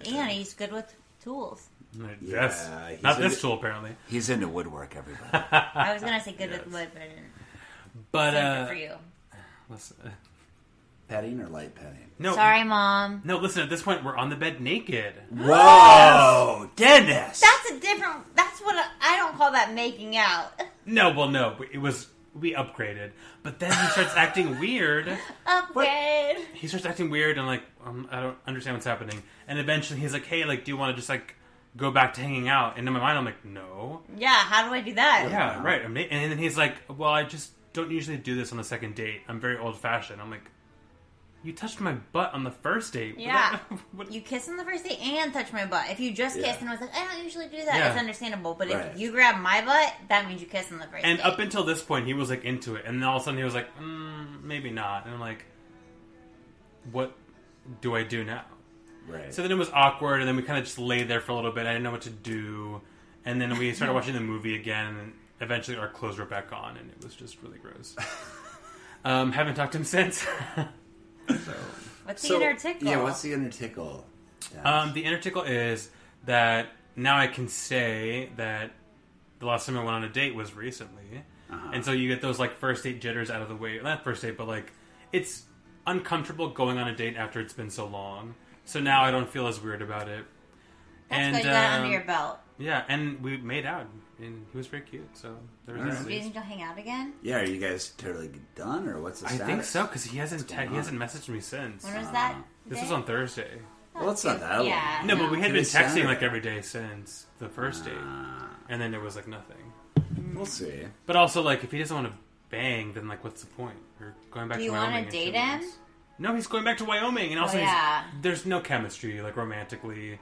[SPEAKER 2] it, and he's good with tools.
[SPEAKER 3] yes,
[SPEAKER 4] Yeah, he's
[SPEAKER 3] not
[SPEAKER 4] a-
[SPEAKER 3] this tool apparently.
[SPEAKER 4] He's into woodwork, everybody.
[SPEAKER 3] Ah,
[SPEAKER 2] I was gonna say good with wood, but I didn't.
[SPEAKER 3] But
[SPEAKER 2] So
[SPEAKER 3] uh,
[SPEAKER 2] good for you.
[SPEAKER 3] listen- uh,
[SPEAKER 4] petting or light petting?
[SPEAKER 3] no,
[SPEAKER 2] Sorry, mom.
[SPEAKER 3] no. Listen, at this point, we're on the bed naked.
[SPEAKER 4] Whoa, Dennis!
[SPEAKER 2] That's a different. That's what I, I don't call that making out.
[SPEAKER 3] No, well, no, it was we upgraded. But then he starts acting weird.
[SPEAKER 2] Upgrade.
[SPEAKER 3] He starts acting weird and like um, I don't understand what's happening. And eventually, he's like, "Hey, like, do you want to just like go back to hanging out?" And in my mind, I'm like, "No."
[SPEAKER 2] Yeah. How do I do that?
[SPEAKER 3] Yeah, right. I mean, and then he's like, "Well, I just don't usually do this on the second date. I'm very old fashioned." I'm like, "You touched my butt on the first date." What
[SPEAKER 2] Yeah.
[SPEAKER 3] the- what-
[SPEAKER 2] You kiss on the first date and touch my butt. If you just
[SPEAKER 4] Yeah.
[SPEAKER 2] kissed and was like, I don't usually do that,
[SPEAKER 3] Yeah.
[SPEAKER 2] it's understandable. But
[SPEAKER 4] Right.
[SPEAKER 2] if you grab my butt, that means you kiss on the first
[SPEAKER 3] and
[SPEAKER 2] date.
[SPEAKER 3] up until this point, he was like into it, and then all of a sudden, he was like, mm, "Maybe not." And I'm like, "What do I do now?"
[SPEAKER 4] Right.
[SPEAKER 3] So then it was awkward, and then we kind of just laid there for a little bit. I didn't know what to do, and then we started watching the movie again. And eventually, our clothes were back on, and it was just really gross. um, haven't talked to him since.
[SPEAKER 2] what's
[SPEAKER 4] So-
[SPEAKER 2] the inner tickle?
[SPEAKER 4] Yeah, what's the inner tickle? Dennis?
[SPEAKER 3] Um, the inner tickle is that now I can say that the last time I went on a date was recently, and so you get those like first date jitters out of the way. Not first date, but like it's uncomfortable going on a date after it's been so long. So now I don't feel as weird about it.
[SPEAKER 2] That's
[SPEAKER 3] and
[SPEAKER 2] good. You got it under
[SPEAKER 3] um,
[SPEAKER 2] your belt.
[SPEAKER 3] yeah, and we made out, and he was very cute. So there was that.
[SPEAKER 4] Alright.
[SPEAKER 2] Do you think you'll hang out again?
[SPEAKER 4] yeah, are you guys totally done, or what's the
[SPEAKER 3] I
[SPEAKER 4] status?
[SPEAKER 3] think so because he hasn't
[SPEAKER 4] going
[SPEAKER 3] te- he
[SPEAKER 4] on?
[SPEAKER 3] hasn't messaged me since.
[SPEAKER 2] When was that?
[SPEAKER 3] Uh, This
[SPEAKER 2] day?
[SPEAKER 3] was on Thursday.
[SPEAKER 4] Well, it's not that
[SPEAKER 2] Yeah.
[SPEAKER 4] long.
[SPEAKER 3] No, but we had
[SPEAKER 4] It
[SPEAKER 3] been
[SPEAKER 4] was
[SPEAKER 3] texting like
[SPEAKER 4] Saturday.
[SPEAKER 3] every day since the first date,
[SPEAKER 2] Ah.
[SPEAKER 3] and then it was like nothing.
[SPEAKER 4] We'll see.
[SPEAKER 3] But also, like, if he doesn't want to bang, then like, what's the point? You're going back.
[SPEAKER 2] Do
[SPEAKER 3] to
[SPEAKER 2] you
[SPEAKER 3] Wyoming
[SPEAKER 2] wanna
[SPEAKER 3] in two
[SPEAKER 2] date him?
[SPEAKER 3] months. No, he's going back to Wyoming, and also,
[SPEAKER 2] Well,
[SPEAKER 3] he's-
[SPEAKER 2] yeah.
[SPEAKER 3] there's no chemistry, like romantically.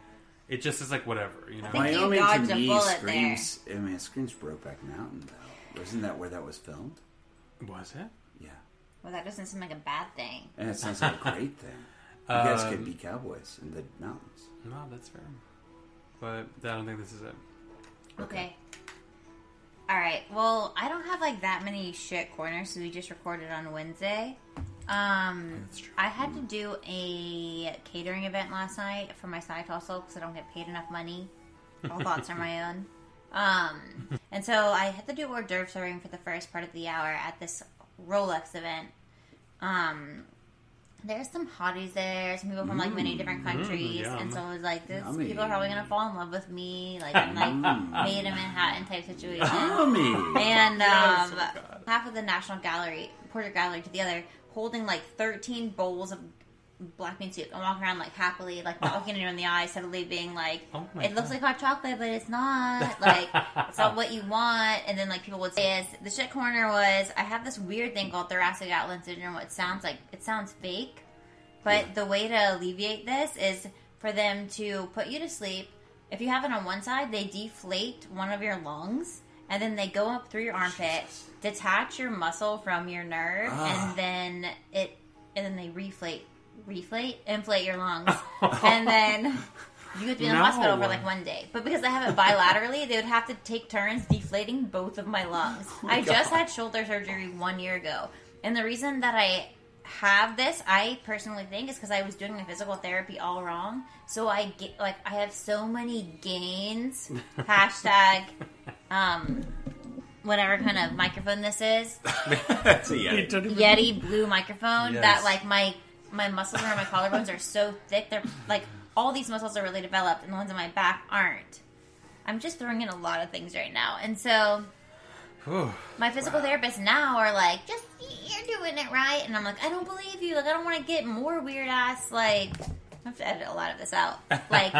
[SPEAKER 3] It just is like whatever, you know.
[SPEAKER 2] think you
[SPEAKER 4] Wyoming
[SPEAKER 2] dodged
[SPEAKER 4] to
[SPEAKER 2] a
[SPEAKER 4] me
[SPEAKER 2] bullet
[SPEAKER 4] screams. I mean, it screams Brokeback Mountain, though. Wasn't that where that was filmed?
[SPEAKER 3] Was it?
[SPEAKER 4] Yeah,
[SPEAKER 2] Well, that doesn't seem like a bad thing.
[SPEAKER 4] and it sounds like a great thing. You guys could
[SPEAKER 3] Um,
[SPEAKER 4] be cowboys in the mountains.
[SPEAKER 3] No, that's fair. But I don't think this is it.
[SPEAKER 2] Okay. All right. Well, I don't have like that many shit corners, so we just recorded on Wednesday. Um,
[SPEAKER 3] That's true.
[SPEAKER 2] I had to do a catering event last night for my side hustle because I don't get paid enough money. All thoughts are my own. Um, and so I had to do hors d'oeuvre serving for the first part of the hour at this Rolex event. Um, there's some hotties there, some people from like many different countries,
[SPEAKER 3] yum.
[SPEAKER 2] and so I was like, "This
[SPEAKER 4] Yummy.
[SPEAKER 2] people are probably gonna fall in love with me." Like, I'm like made in Manhattan type situation.
[SPEAKER 4] Tommy,
[SPEAKER 2] and
[SPEAKER 3] Yes,
[SPEAKER 2] um,
[SPEAKER 3] oh God.
[SPEAKER 2] half of the National Gallery, Porter Gallery, to the other, holding like 13 bowls of black bean soup and walking around like happily, like not looking anyone in the eye, suddenly being like,
[SPEAKER 3] Oh my
[SPEAKER 2] "It looks like hot chocolate, but it's not. Like, it's not what you want." And then like people would say, "Is the shit corner was I have this weird thing called thoracic outlet syndrome. What sounds like it sounds fake." But the way to alleviate this is for them to put you to sleep. If you have it on one side, they deflate one of your lungs and then they go up through your armpit, detach your muscle from your nerve,
[SPEAKER 4] Ah.
[SPEAKER 2] and then it and then they reflate reflate inflate your lungs. and then you could be in the
[SPEAKER 3] No.
[SPEAKER 2] hospital for like one day. But because I have it bilaterally, they would have to take turns deflating both of my lungs. I just had shoulder surgery one year ago. And the reason that I have this, I personally think, is because I was doing my physical therapy all wrong. So I get, like, I have so many gains. Hashtag, um, whatever kind of microphone this is.
[SPEAKER 4] that's a yeah.
[SPEAKER 2] Yeti blue microphone
[SPEAKER 3] Yes.
[SPEAKER 2] that like my my muscles around my collarbones are so thick. They're like all these muscles are really developed, and the ones on my back aren't. I'm just throwing in a lot of things right now, and so
[SPEAKER 3] Whew.
[SPEAKER 2] my physical therapists now are like, "Just you're doing it right," and I'm like, "I don't believe you. Like, I don't want to get more weird ass like." I have to edit a lot of this out, like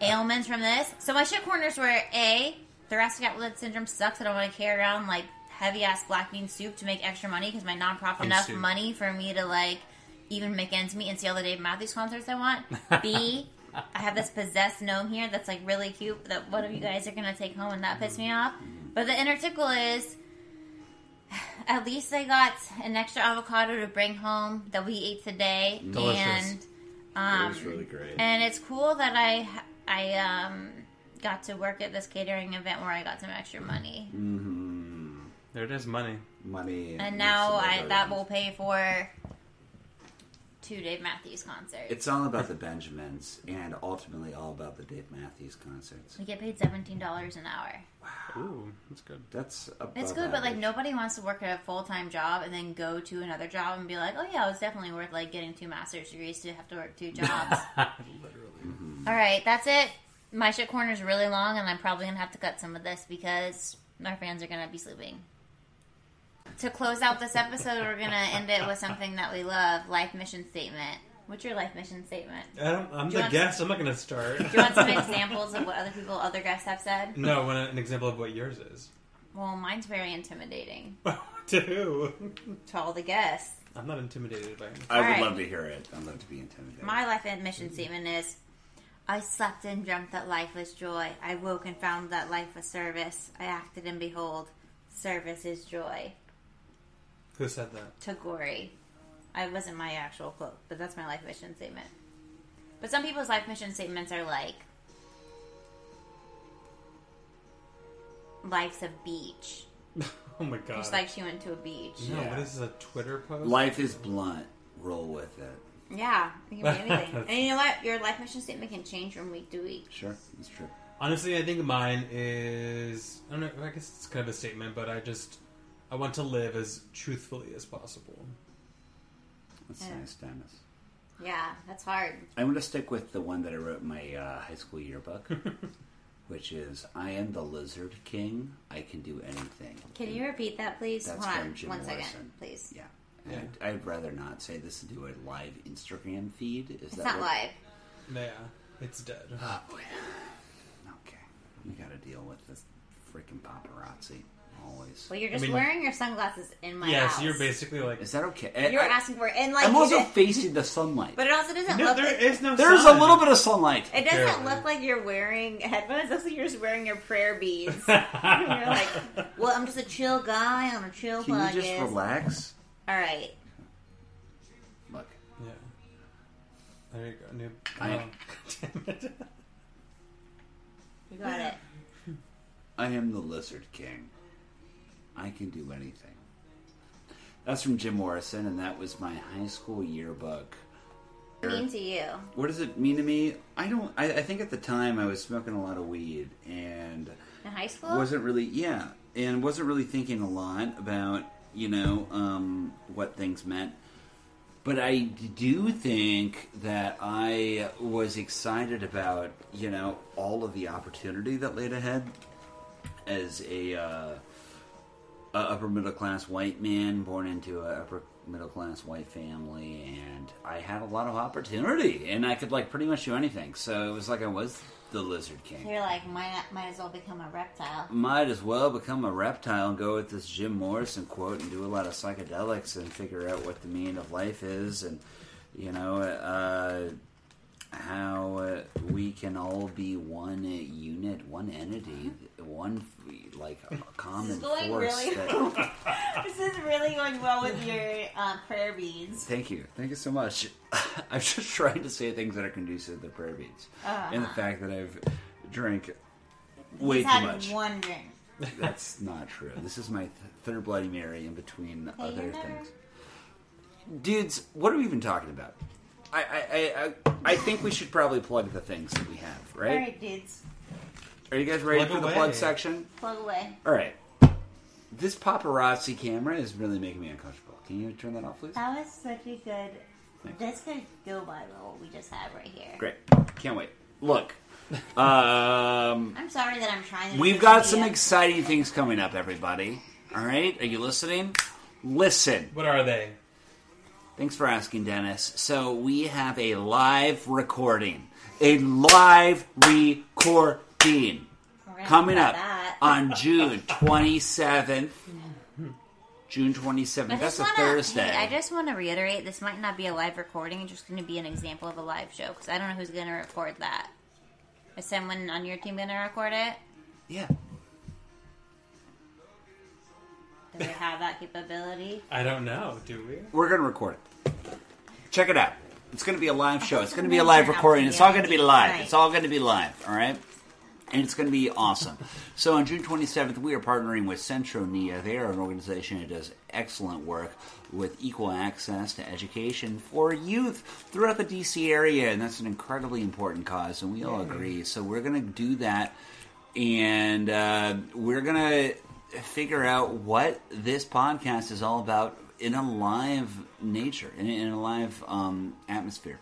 [SPEAKER 2] ailments from this. So my shit corners were a thoracic outlet syndrome sucks. I don't want to carry around like heavy ass black bean soup to make extra money because my nonprofit enough
[SPEAKER 3] soup.
[SPEAKER 2] money for me to like even make ends meet and see all the Dave Matthews concerts I want. B, I have this possessed gnome here that's like really cute that one of you guys are gonna take home and that pissed me off. But the inner tickle is At least I got an extra avocado to bring home that we ate today,
[SPEAKER 3] Delicious.
[SPEAKER 2] and
[SPEAKER 6] it was really great.
[SPEAKER 2] Um, and it's cool that I I um got to work at this catering event where I got some extra money,
[SPEAKER 3] There it is, money.
[SPEAKER 4] Money.
[SPEAKER 2] and now
[SPEAKER 4] some
[SPEAKER 2] I
[SPEAKER 4] other
[SPEAKER 2] that
[SPEAKER 4] ones.
[SPEAKER 2] will pay for two Dave Matthews concerts.
[SPEAKER 4] It's all about the Benjamins and ultimately all about the Dave Matthews concerts.
[SPEAKER 2] we get paid seventeen dollars an hour.
[SPEAKER 3] Ooh, that's good.
[SPEAKER 4] That's above
[SPEAKER 2] It's good, but like
[SPEAKER 4] average.
[SPEAKER 2] nobody wants to work at a full time job and then go to another job and be like, oh yeah, it was definitely worth like getting two master's degrees to have to work two jobs. All right, that's it. My shit corner is really long, and I'm probably gonna have to cut some of this because our fans are gonna be sleeping. To close out this episode, we're gonna end it with something that we love: life mission statement. What's your life mission statement?
[SPEAKER 1] I don't, I'm
[SPEAKER 2] you
[SPEAKER 1] the
[SPEAKER 2] want-
[SPEAKER 1] guest. I'm not going to start.
[SPEAKER 2] Do you want some examples of what other people, other guests have said?
[SPEAKER 3] No, an, an example of what yours is.
[SPEAKER 2] Well, mine's very intimidating
[SPEAKER 1] to who?
[SPEAKER 2] to all the guests.
[SPEAKER 1] I'm not intimidated by anything.
[SPEAKER 4] I would
[SPEAKER 2] Alright.
[SPEAKER 4] love to hear it. I'd love to be intimidated.
[SPEAKER 2] My life and mission statement is I slept and dreamt that life was joy. I woke and found that life was service. I acted and behold, service is joy.
[SPEAKER 3] Who said that?
[SPEAKER 2] Tagore. I wasn't my actual quote, but that's my life mission statement. But some people's life mission statements are like life's a beach.
[SPEAKER 3] Oh my god.
[SPEAKER 2] Just like she went to a beach.
[SPEAKER 3] no,
[SPEAKER 4] Yeah.
[SPEAKER 3] what is this, a Twitter post?
[SPEAKER 4] Life is blunt. Roll with it.
[SPEAKER 2] Yeah, it can be anything. and you know what? Your life mission statement can change from week to week.
[SPEAKER 4] Sure, that's true.
[SPEAKER 3] Honestly, I think mine is. I don't know. I guess it's kind of a statement, but I just. I want to live as truthfully as possible.
[SPEAKER 4] That's
[SPEAKER 2] Yeah.
[SPEAKER 4] nice, Dennis.
[SPEAKER 2] Yeah, that's hard.
[SPEAKER 4] I'm going to stick with the one that I wrote in my uh, high school yearbook, which is I am the Lizard King. I can do anything.
[SPEAKER 2] Can you repeat that, please?
[SPEAKER 4] That's
[SPEAKER 2] Hold
[SPEAKER 4] from
[SPEAKER 2] on,
[SPEAKER 4] Jim
[SPEAKER 2] one second,
[SPEAKER 4] Morrison.
[SPEAKER 2] please.
[SPEAKER 4] Yeah. I'd, I'd rather not say this to do a live Instagram feed. Is
[SPEAKER 2] It's
[SPEAKER 4] that
[SPEAKER 2] not
[SPEAKER 4] what-
[SPEAKER 2] live.
[SPEAKER 3] Yeah, it's dead.
[SPEAKER 4] Oh, boy. Okay. We got to deal with this freaking paparazzi always.
[SPEAKER 2] Well, you're just
[SPEAKER 3] mean-
[SPEAKER 2] wearing your sunglasses in my
[SPEAKER 3] yeah,
[SPEAKER 2] house.
[SPEAKER 3] so you're basically like.
[SPEAKER 4] Is that okay? I-
[SPEAKER 2] You're
[SPEAKER 4] I,
[SPEAKER 2] asking for it, and like,
[SPEAKER 4] I'm also
[SPEAKER 2] it-
[SPEAKER 4] facing the sunlight.
[SPEAKER 2] but it also doesn't
[SPEAKER 1] No,
[SPEAKER 2] look.
[SPEAKER 1] there is no.
[SPEAKER 4] There's a
[SPEAKER 1] sun.
[SPEAKER 4] little bit of sunlight.
[SPEAKER 2] it doesn't
[SPEAKER 3] Apparently.
[SPEAKER 2] look like you're wearing headphones. It looks like you're just wearing your prayer beads. you're like, well, I'm just a chill guy on a chill
[SPEAKER 4] Can
[SPEAKER 2] podcast.
[SPEAKER 4] you just relax?
[SPEAKER 2] All right,
[SPEAKER 4] Look,
[SPEAKER 3] Yeah. There you go. New,
[SPEAKER 4] I-
[SPEAKER 3] oh, damn it.
[SPEAKER 2] you got it.
[SPEAKER 4] I am the Lizard King. I can do anything. That's from Jim Morrison, and that was my high school yearbook.
[SPEAKER 2] Mean to you.
[SPEAKER 4] What does it mean to me? I don't. I, I think at the time I was smoking a lot of weed and
[SPEAKER 2] In high school?
[SPEAKER 4] wasn't really. Yeah, and wasn't really thinking a lot about you know um, what things meant. But I do think that I was excited about you know all of the opportunity that laid ahead as a. Uh, a upper middle class white man born into a upper middle class white family and I had a lot of opportunity and I could like pretty much do anything. So it was like I was the lizard king.
[SPEAKER 2] You're like, might, might as well become a reptile.
[SPEAKER 4] Might as well become a reptile and go with this Jim Morrison quote and do a lot of psychedelics and figure out what the meaning of life is and you know uh how uh, we can all be one unit, one entity, one like a common
[SPEAKER 2] going
[SPEAKER 4] force.
[SPEAKER 2] really
[SPEAKER 4] that,
[SPEAKER 2] This is really going well with your uh, prayer beads.
[SPEAKER 4] Thank you. Thank you so much. I'm just trying to say things that are conducive to prayer beads. And the fact that I've drank way
[SPEAKER 2] Just
[SPEAKER 4] too
[SPEAKER 2] Ah. had
[SPEAKER 4] much.
[SPEAKER 2] one drink.
[SPEAKER 4] That's not true. This is my th- third Bloody Mary in between other
[SPEAKER 2] Taylor.
[SPEAKER 4] things. Dudes, what are we even talking about? I, I, I, I, I think we should probably plug the things that we have,
[SPEAKER 2] All
[SPEAKER 4] right?
[SPEAKER 2] right, dudes,
[SPEAKER 4] Are you guys ready
[SPEAKER 3] Plug
[SPEAKER 4] for the
[SPEAKER 3] away.
[SPEAKER 4] plug section?
[SPEAKER 2] plug away.
[SPEAKER 4] All right. This paparazzi camera is really making me uncomfortable. Can you turn that off, please?
[SPEAKER 2] That was such a good.
[SPEAKER 4] Thanks.
[SPEAKER 2] This could go viral. What we just had right here.
[SPEAKER 4] Great. Can't wait. Look. Um,
[SPEAKER 2] I'm sorry that I'm trying. to do
[SPEAKER 4] We've
[SPEAKER 2] this
[SPEAKER 4] got
[SPEAKER 2] video.
[SPEAKER 4] some exciting things coming up, everybody. All right, are you listening? Listen.
[SPEAKER 3] What are they?
[SPEAKER 4] Thanks for asking, Dennis. So we have a live recording, a live recording
[SPEAKER 2] We're gonna
[SPEAKER 4] coming
[SPEAKER 2] talk about
[SPEAKER 4] up Um,
[SPEAKER 2] That.
[SPEAKER 4] on June 27th. June 27th.
[SPEAKER 2] I
[SPEAKER 4] That's
[SPEAKER 2] just
[SPEAKER 4] a
[SPEAKER 2] wanna,
[SPEAKER 4] Thursday.
[SPEAKER 2] Hey, I just want to reiterate: this might not be a live recording. It's just going to be an example of a live show because I don't know who's going to record that. Is someone on your team going to record it?
[SPEAKER 4] yeah.
[SPEAKER 2] we have that capability?
[SPEAKER 1] I don't know. Do we?
[SPEAKER 4] We're going to record it. Check it out. It's going to be a live show. It's going to be a live recording. It's all going to be live. It's all going to be live, all right? And it's going to be awesome. So on June 27th, we are partnering with Centronia. They are an organization that does excellent work with equal access to education for youth throughout the DC area. And that's an incredibly important cause, and we all agree. So we're going to do that. And uh, we're going to figure out what this podcast is all about in a live nature, in, in a live um, atmosphere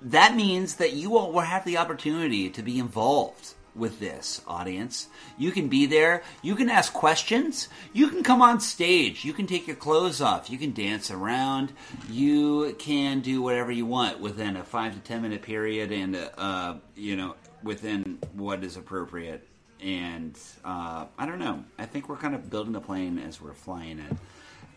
[SPEAKER 4] that means that you all will have the opportunity to be involved with this audience. You can be there. You can ask questions. You can come on stage. You can take your clothes off. You can dance around. You can do whatever you want within a five to ten minute period, and uh, you know within what is appropriate. And uh, I don't know. I think we're kind of building the plane as we're flying it.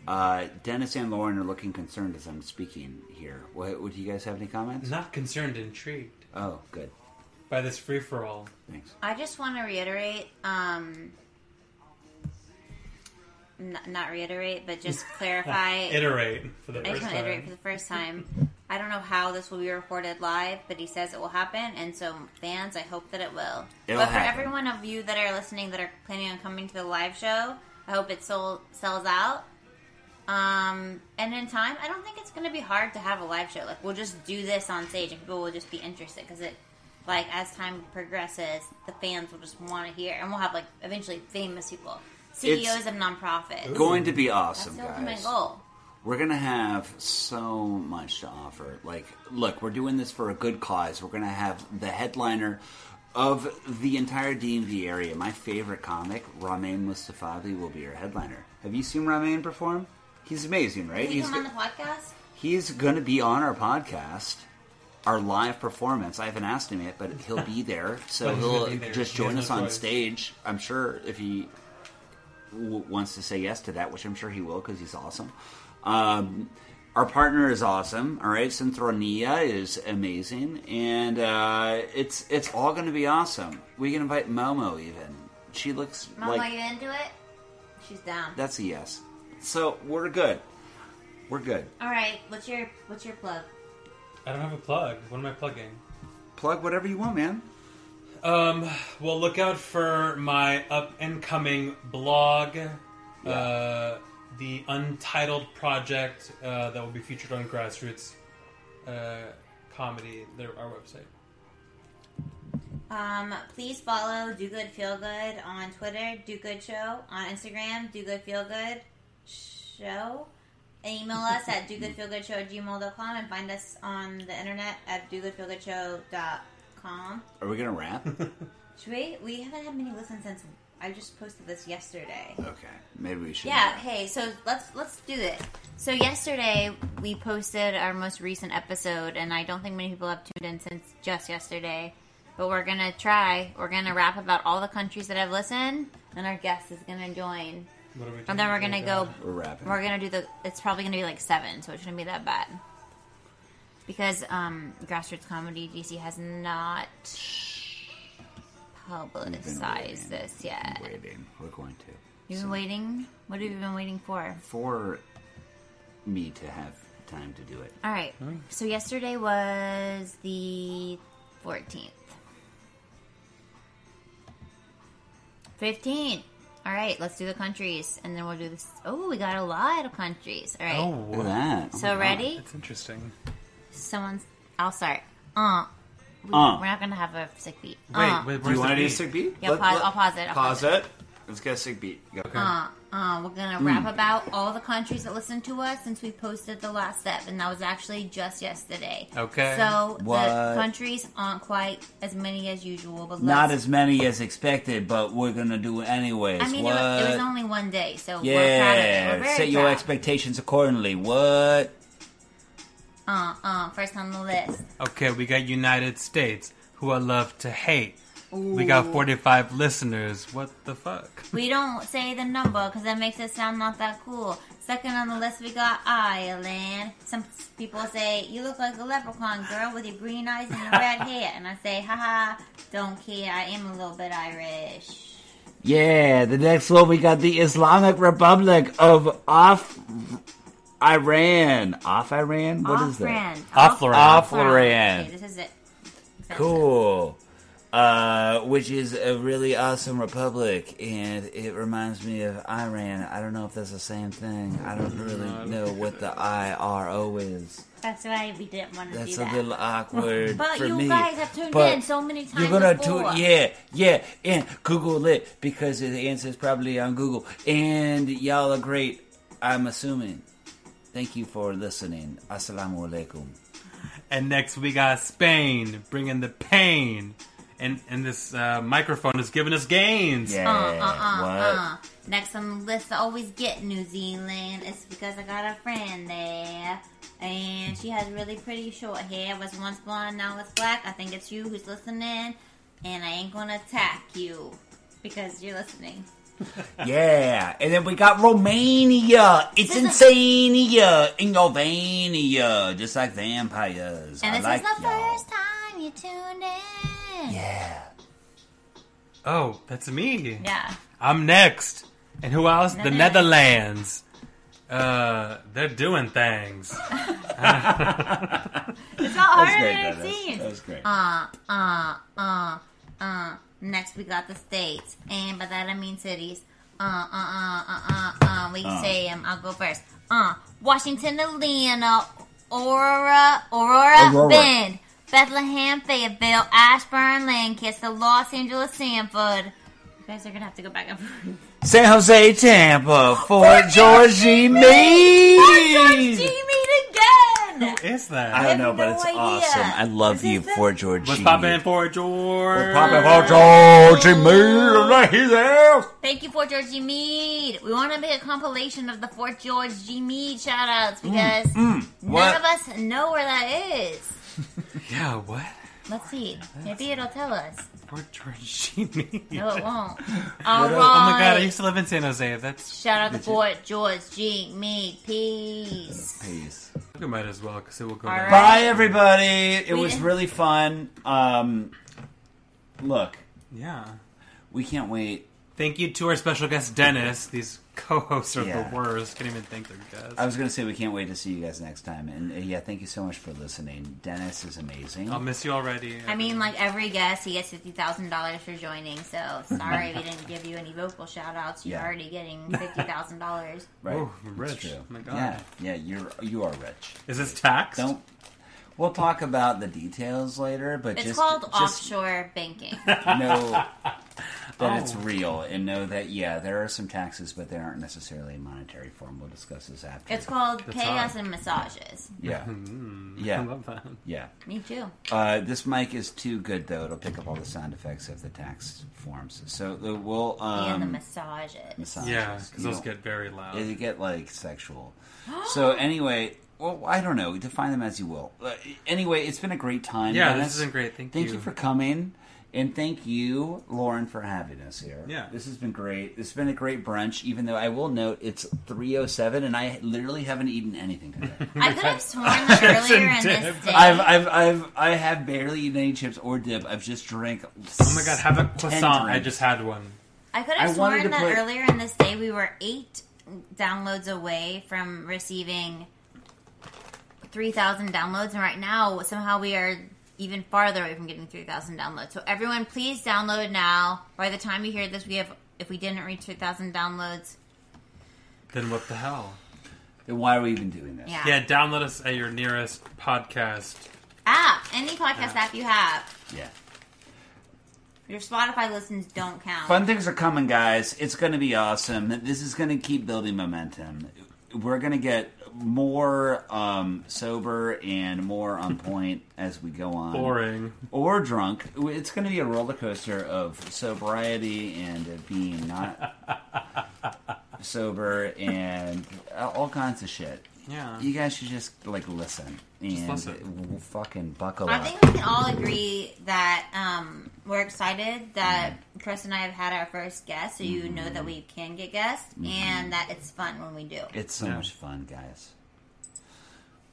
[SPEAKER 4] Uh, Dennis and Lauren are looking concerned as I'm speaking here. What, would you guys have any comments?
[SPEAKER 1] Not concerned, intrigued
[SPEAKER 4] Oh, good.
[SPEAKER 1] by this free for all.
[SPEAKER 4] Thanks.
[SPEAKER 2] I just want to reiterate, um, n- not reiterate, but just clarify.
[SPEAKER 1] Iterate for the
[SPEAKER 2] I
[SPEAKER 1] first
[SPEAKER 2] just want to iterate for
[SPEAKER 1] time.
[SPEAKER 2] the first time. I don't know how this will be recorded live, but he says it will happen, and so fans, I hope that it will.
[SPEAKER 4] It'll
[SPEAKER 2] but for
[SPEAKER 4] happen.
[SPEAKER 2] every one of you that are listening that are planning on coming to the live show, I hope it sold, sells out. Um, and in time, I don't think it's going to be hard to have a live show. Like we'll just do this on stage, and people will just be interested because it, like as time progresses, the fans will just want to hear, and we'll have like eventually famous people, CEOs of nonprofits.
[SPEAKER 4] Going to be awesome,
[SPEAKER 2] That's the ultimate
[SPEAKER 4] guys.
[SPEAKER 2] goal.
[SPEAKER 4] We're gonna have so much to offer. Like, look, we're doing this for a good cause. We're gonna have the headliner of the entire DMV area. My favorite comic, Ramin Mustafavi, will be our headliner. Have you seen Ramin perform? He's amazing, right?
[SPEAKER 2] Can you
[SPEAKER 4] He's
[SPEAKER 2] come on the podcast?
[SPEAKER 4] He's going to be on our podcast, our live performance. I haven't asked him yet, but he'll be there. So
[SPEAKER 1] But he's
[SPEAKER 4] he'll
[SPEAKER 1] gonna be there.
[SPEAKER 4] just
[SPEAKER 1] He
[SPEAKER 4] join
[SPEAKER 1] has
[SPEAKER 4] us
[SPEAKER 1] no
[SPEAKER 4] on
[SPEAKER 1] choice.
[SPEAKER 4] stage. I'm sure if he w- wants to say yes to that, which I'm sure he will because he's awesome. Um, our partner is awesome. All right, Synthronia is amazing, and uh, it's it's all going to be awesome. We can invite Momo even. She looks
[SPEAKER 2] Mom,
[SPEAKER 4] like
[SPEAKER 2] are you into it? She's down.
[SPEAKER 4] that's a yes. So we're good. We're good.
[SPEAKER 2] All right. What's your What's your plug?
[SPEAKER 1] I don't have a plug. What am I plugging?
[SPEAKER 4] Plug whatever you want, man.
[SPEAKER 3] Um, well, look out for my up and coming blog, uh, the Untitled Project uh, that will be featured on Grassroots uh, Comedy, their, our website.
[SPEAKER 2] Um, please follow Do Good Feel Good on Twitter, Do Good Show on Instagram, Do Good Feel Good Show. And email us at dogoodfeelgoodshow at gmail.com and find us on the internet at dogoodfeelgoodshow.com.
[SPEAKER 4] Are we gonna wrap?
[SPEAKER 2] Should we? We haven't had many listens since I just posted this yesterday.
[SPEAKER 4] okay, maybe we should.
[SPEAKER 2] Yeah. Hey. So let's let's do it. So yesterday we posted our most recent episode, and I don't think many people have tuned in since just yesterday. But we're gonna try. We're gonna rap about all the countries that have listened, and our guest is gonna join.
[SPEAKER 1] What are we doing?
[SPEAKER 2] And then we're
[SPEAKER 3] Oh,
[SPEAKER 2] gonna go.
[SPEAKER 4] We're wrapping.
[SPEAKER 2] We're gonna do the. It's probably gonna be like seven, so it shouldn't be that bad. Because um, grassroots comedy DC has not publicized this yet.
[SPEAKER 4] We're waiting. We're going to
[SPEAKER 2] You've been waiting. What have you been waiting for?
[SPEAKER 4] for me to have time to do it.
[SPEAKER 2] All right. So yesterday was the 14th. 15. All right, let's do the countries and then we'll do this. Oh, we got a lot of countries. All right.
[SPEAKER 4] Look at that. Oh
[SPEAKER 2] so
[SPEAKER 4] my
[SPEAKER 2] ready?
[SPEAKER 1] That's interesting.
[SPEAKER 2] Someone's I'll start. Uh. We,
[SPEAKER 4] Uh.
[SPEAKER 2] We're not going to have a sick beat.
[SPEAKER 3] Wait,
[SPEAKER 2] uh.
[SPEAKER 3] wait,
[SPEAKER 4] God. Do
[SPEAKER 3] where's
[SPEAKER 4] you
[SPEAKER 3] the
[SPEAKER 4] want to do
[SPEAKER 3] beat?
[SPEAKER 4] sick beat?
[SPEAKER 2] Yeah, pause- I'll pause it, I'll
[SPEAKER 4] pause
[SPEAKER 2] pause
[SPEAKER 4] it. Let's get a sick beat. Go.
[SPEAKER 2] Uh, uh, we're gonna
[SPEAKER 4] Hmm.
[SPEAKER 2] wrap about all the countries that listened to us since we posted the last step, and that was actually just yesterday.
[SPEAKER 3] Okay.
[SPEAKER 2] So
[SPEAKER 4] What?
[SPEAKER 2] the countries aren't quite as many as usual, but
[SPEAKER 4] Not
[SPEAKER 2] let's-
[SPEAKER 4] as many as expected, but we're gonna do it anyways.
[SPEAKER 2] I mean, it
[SPEAKER 4] what?
[SPEAKER 2] was, it was only one day, so we're proud of it.
[SPEAKER 4] yeah.
[SPEAKER 2] We're very
[SPEAKER 4] Set your
[SPEAKER 2] proud.
[SPEAKER 4] expectations accordingly. What?
[SPEAKER 2] uh, uh, first on the list.
[SPEAKER 3] Okay, we got United States, who I love to hate. We got 45 listeners. What the fuck?
[SPEAKER 2] We don't say the number because that makes it sound not that cool. Second on the list, we got Ireland. Some people say, You look like a leprechaun girl with your green eyes and your red hair. And I say, Haha, don't care. I am a little bit Irish.
[SPEAKER 4] Yeah, the next one we got the Islamic Republic of off Iran. Off Iran? What is that?
[SPEAKER 2] Off-brand.
[SPEAKER 3] Off-brand.
[SPEAKER 4] Off-brand.
[SPEAKER 2] Okay, this is it. Offensive.
[SPEAKER 4] Cool. Uh, which is a really awesome republic, and it reminds me of Iran. I don't know if that's the same thing. Mm-hmm. I don't really know what the IRO is.
[SPEAKER 2] That's why we didn't want to
[SPEAKER 4] That's
[SPEAKER 2] do
[SPEAKER 4] a
[SPEAKER 2] that.
[SPEAKER 4] little awkward
[SPEAKER 2] but
[SPEAKER 4] for
[SPEAKER 2] you
[SPEAKER 4] me.
[SPEAKER 2] guys have tuned
[SPEAKER 4] But-
[SPEAKER 2] in so many times.
[SPEAKER 4] You're gonna do
[SPEAKER 2] before.
[SPEAKER 4] yeah, yeah, and Google it because the answer's probably on Google. And y'all are great, I'm assuming. Thank you for listening. Assalamu alaikum.
[SPEAKER 3] And next we got Spain bringing the pain, and and this uh, microphone is giving us gains.
[SPEAKER 4] Yeah,
[SPEAKER 2] Uh, uh,
[SPEAKER 4] what?
[SPEAKER 2] uh, uh. Next on the list, I always get New Zealand. It's because I got a friend there. And she has really pretty short hair. Was once blonde, now it's black. I think it's you who's listening. And I ain't gonna attack you because you're listening.
[SPEAKER 4] Yeah, and then we got Romania. It's
[SPEAKER 2] uh. This is-
[SPEAKER 4] insania in your vania, just like vampires.
[SPEAKER 2] And
[SPEAKER 4] I
[SPEAKER 2] this
[SPEAKER 4] like
[SPEAKER 2] is the
[SPEAKER 4] y'all.
[SPEAKER 2] first time you tuned in.
[SPEAKER 4] Yeah,
[SPEAKER 3] Oh, that's me.
[SPEAKER 2] Yeah.
[SPEAKER 3] I'm next. And who else? The
[SPEAKER 2] Netherlands.
[SPEAKER 3] Netherlands. Uh, they're doing things.
[SPEAKER 2] It's not harder than it
[SPEAKER 4] that's great. That is,
[SPEAKER 2] seems.
[SPEAKER 4] that was great.
[SPEAKER 2] uh, uh, uh, uh. Next, we got the states, and by that I mean cities. Uh, uh, uh, uh, uh, uh. We
[SPEAKER 4] Uh.
[SPEAKER 2] say um, I'll go first. Uh, Washington, Atlanta, Aurora, Aurora,
[SPEAKER 4] Aurora.
[SPEAKER 2] Bend, Bethlehem, Fayetteville, Ashburn, Lancaster, Los Angeles, Sanford. You guys are gonna have to go back and forth.
[SPEAKER 4] San Jose, Tampa, Fort Georgie,
[SPEAKER 2] Jimmy
[SPEAKER 4] me.
[SPEAKER 2] again.
[SPEAKER 3] Who is
[SPEAKER 4] I
[SPEAKER 3] that?
[SPEAKER 4] don't
[SPEAKER 2] have
[SPEAKER 4] know, but
[SPEAKER 2] no
[SPEAKER 4] it's
[SPEAKER 2] idea.
[SPEAKER 4] awesome. I love
[SPEAKER 2] This
[SPEAKER 4] you,
[SPEAKER 2] is the-
[SPEAKER 4] Fort Georgie.
[SPEAKER 3] What's popping for George?
[SPEAKER 4] We're popping for Georgie, me. Like his ass.
[SPEAKER 2] Thank you, Fort George G. Meade. We want to make a compilation of the Fort George G. Meade shoutouts because none
[SPEAKER 4] Mm, What?
[SPEAKER 2] of us know where that is.
[SPEAKER 3] Yeah, what?
[SPEAKER 2] Let's see. Maybe it'll tell us.
[SPEAKER 3] For George Jimmy.
[SPEAKER 2] No, it won't. Uh,
[SPEAKER 3] Oh
[SPEAKER 2] All right.
[SPEAKER 3] my god, I used to live in San Jose. That's
[SPEAKER 2] Shout out to Fort George G. Meade. Peace.
[SPEAKER 4] Peace.
[SPEAKER 3] we might as well because it will go.
[SPEAKER 2] All
[SPEAKER 3] down.
[SPEAKER 2] right.
[SPEAKER 4] Bye, everybody. It
[SPEAKER 2] We
[SPEAKER 4] was
[SPEAKER 2] did-
[SPEAKER 4] really fun. Um, look,
[SPEAKER 3] Yeah.
[SPEAKER 4] we can't wait.
[SPEAKER 3] Thank you to our special guest Dennis. These co-hosts are
[SPEAKER 4] Yeah.
[SPEAKER 3] the worst. Can't even thank their guests.
[SPEAKER 4] I was gonna say we can't wait to see you guys next time. And uh, yeah, thank you so much for listening. Dennis is amazing.
[SPEAKER 3] I'll miss you already.
[SPEAKER 2] I mean, like every guest, he gets fifty thousand dollars for joining. So sorry we didn't give you any vocal shout outs. You're
[SPEAKER 4] Yeah.
[SPEAKER 2] already getting fifty thousand dollars.
[SPEAKER 4] right?
[SPEAKER 3] Oh, I'm
[SPEAKER 4] That's
[SPEAKER 3] rich.
[SPEAKER 4] true.
[SPEAKER 3] Oh my God.
[SPEAKER 4] Yeah, yeah. You're you are rich.
[SPEAKER 3] is this taxed?
[SPEAKER 4] Don't. We'll talk about the details later, but
[SPEAKER 2] It's
[SPEAKER 4] just,
[SPEAKER 2] called
[SPEAKER 4] just
[SPEAKER 2] offshore banking.
[SPEAKER 4] know that it's
[SPEAKER 2] Oh.
[SPEAKER 4] real and know that yeah, there are some taxes, but they aren't necessarily in monetary form. We'll discuss this after.
[SPEAKER 2] It's called
[SPEAKER 3] That's
[SPEAKER 2] pay
[SPEAKER 3] hard.
[SPEAKER 2] us and massages.
[SPEAKER 4] yeah,
[SPEAKER 3] Mm-hmm. I
[SPEAKER 4] yeah,
[SPEAKER 3] love that.
[SPEAKER 4] yeah.
[SPEAKER 2] Me too.
[SPEAKER 4] Uh, this mic is too good though; it'll pick up all the sound effects of the tax forms. So uh, we'll
[SPEAKER 2] and the
[SPEAKER 4] um,
[SPEAKER 2] massages.
[SPEAKER 4] massages.
[SPEAKER 3] Yeah, because
[SPEAKER 4] You
[SPEAKER 3] those
[SPEAKER 4] don't-
[SPEAKER 3] get very loud.
[SPEAKER 4] They get like sexual. so anyway, well, I don't know. Define them as you will. Uh, anyway, it's been a great time.
[SPEAKER 3] Yeah,
[SPEAKER 4] Dennis.
[SPEAKER 3] this has been great. Thank
[SPEAKER 4] Thank you.
[SPEAKER 3] you.
[SPEAKER 4] for coming, and thank you, Lauren, for having us here.
[SPEAKER 3] Yeah.
[SPEAKER 4] this has been great. This has been a great brunch. Even though I will note it's three oh seven, and I literally haven't eaten anything today.
[SPEAKER 2] I could have sworn that earlier in
[SPEAKER 3] dip.
[SPEAKER 2] this day.
[SPEAKER 4] I've, I've, I've, I have barely eaten any chips or dip. I've just drank.
[SPEAKER 3] Oh my god, have a croissant. I just had one.
[SPEAKER 2] I could
[SPEAKER 4] I
[SPEAKER 2] have
[SPEAKER 4] wanted to
[SPEAKER 2] sworn that
[SPEAKER 4] put-
[SPEAKER 2] earlier in this day we were eight downloads away from receiving three thousand downloads, and right now somehow we are even farther away from getting three thousand downloads. So everyone, please download now. By the time you hear this, we have if we didn't reach three thousand downloads,
[SPEAKER 3] Then what the hell?
[SPEAKER 4] Then why are we even doing this?
[SPEAKER 2] yeah.
[SPEAKER 3] Yeah, download us at your nearest podcast.
[SPEAKER 2] app any podcast app you have.
[SPEAKER 4] Yeah.
[SPEAKER 2] Your Spotify listens don't count.
[SPEAKER 4] Fun things are coming, guys. It's going to be awesome. This is going to keep building momentum. We're going to get more um, sober and more on point as we go on.
[SPEAKER 3] Boring.
[SPEAKER 4] Or drunk. It's going to be a roller coaster of sobriety and of being not sober and all kinds of shit.
[SPEAKER 3] Yeah.
[SPEAKER 4] You guys should just, like, listen. And
[SPEAKER 3] listen.
[SPEAKER 4] w- fucking buckle
[SPEAKER 2] I
[SPEAKER 4] up.
[SPEAKER 2] think we can all agree that um, we're excited that Chris and I have had our first guest, so you know that we can get guests and that it's fun when we do.
[SPEAKER 4] It's so much fun, guys.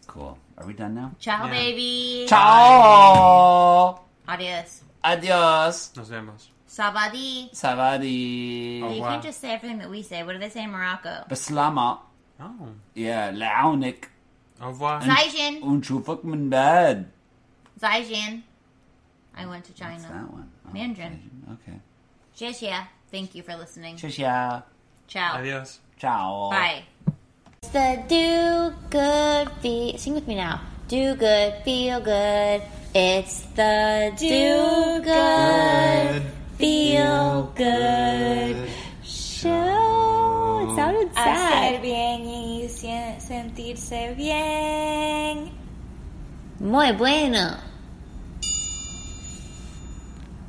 [SPEAKER 4] Cool. Are we done now?
[SPEAKER 2] Ciao,
[SPEAKER 3] Yeah.
[SPEAKER 2] baby.
[SPEAKER 4] Ciao.
[SPEAKER 2] Adios.
[SPEAKER 4] Adios.
[SPEAKER 3] Nos vemos.
[SPEAKER 2] Sabadi.
[SPEAKER 4] Savadi.
[SPEAKER 3] Oh,
[SPEAKER 2] you
[SPEAKER 3] wow.
[SPEAKER 2] can't just say everything that we say. What do they say in Morocco?
[SPEAKER 4] Baslama.
[SPEAKER 3] Oh.
[SPEAKER 4] Yeah, لعونك
[SPEAKER 3] Au revoir.
[SPEAKER 2] Zaijin.
[SPEAKER 4] ونشوفك من بعد.
[SPEAKER 2] Zaijin. I went to
[SPEAKER 4] What's that
[SPEAKER 2] China.
[SPEAKER 4] one? Oh,
[SPEAKER 2] Mandarin.
[SPEAKER 4] Okay.
[SPEAKER 2] Jia. Thank you for listening.
[SPEAKER 4] Tschüss.
[SPEAKER 2] Ciao.
[SPEAKER 3] Adios.
[SPEAKER 4] Ciao.
[SPEAKER 2] Bye. It's the do good be sing with me now. Do good, feel good. It's the do good, feel good show. It sounded
[SPEAKER 7] Hacer
[SPEAKER 2] sad.
[SPEAKER 7] bien y sen- sentirse bien.
[SPEAKER 2] Muy bueno.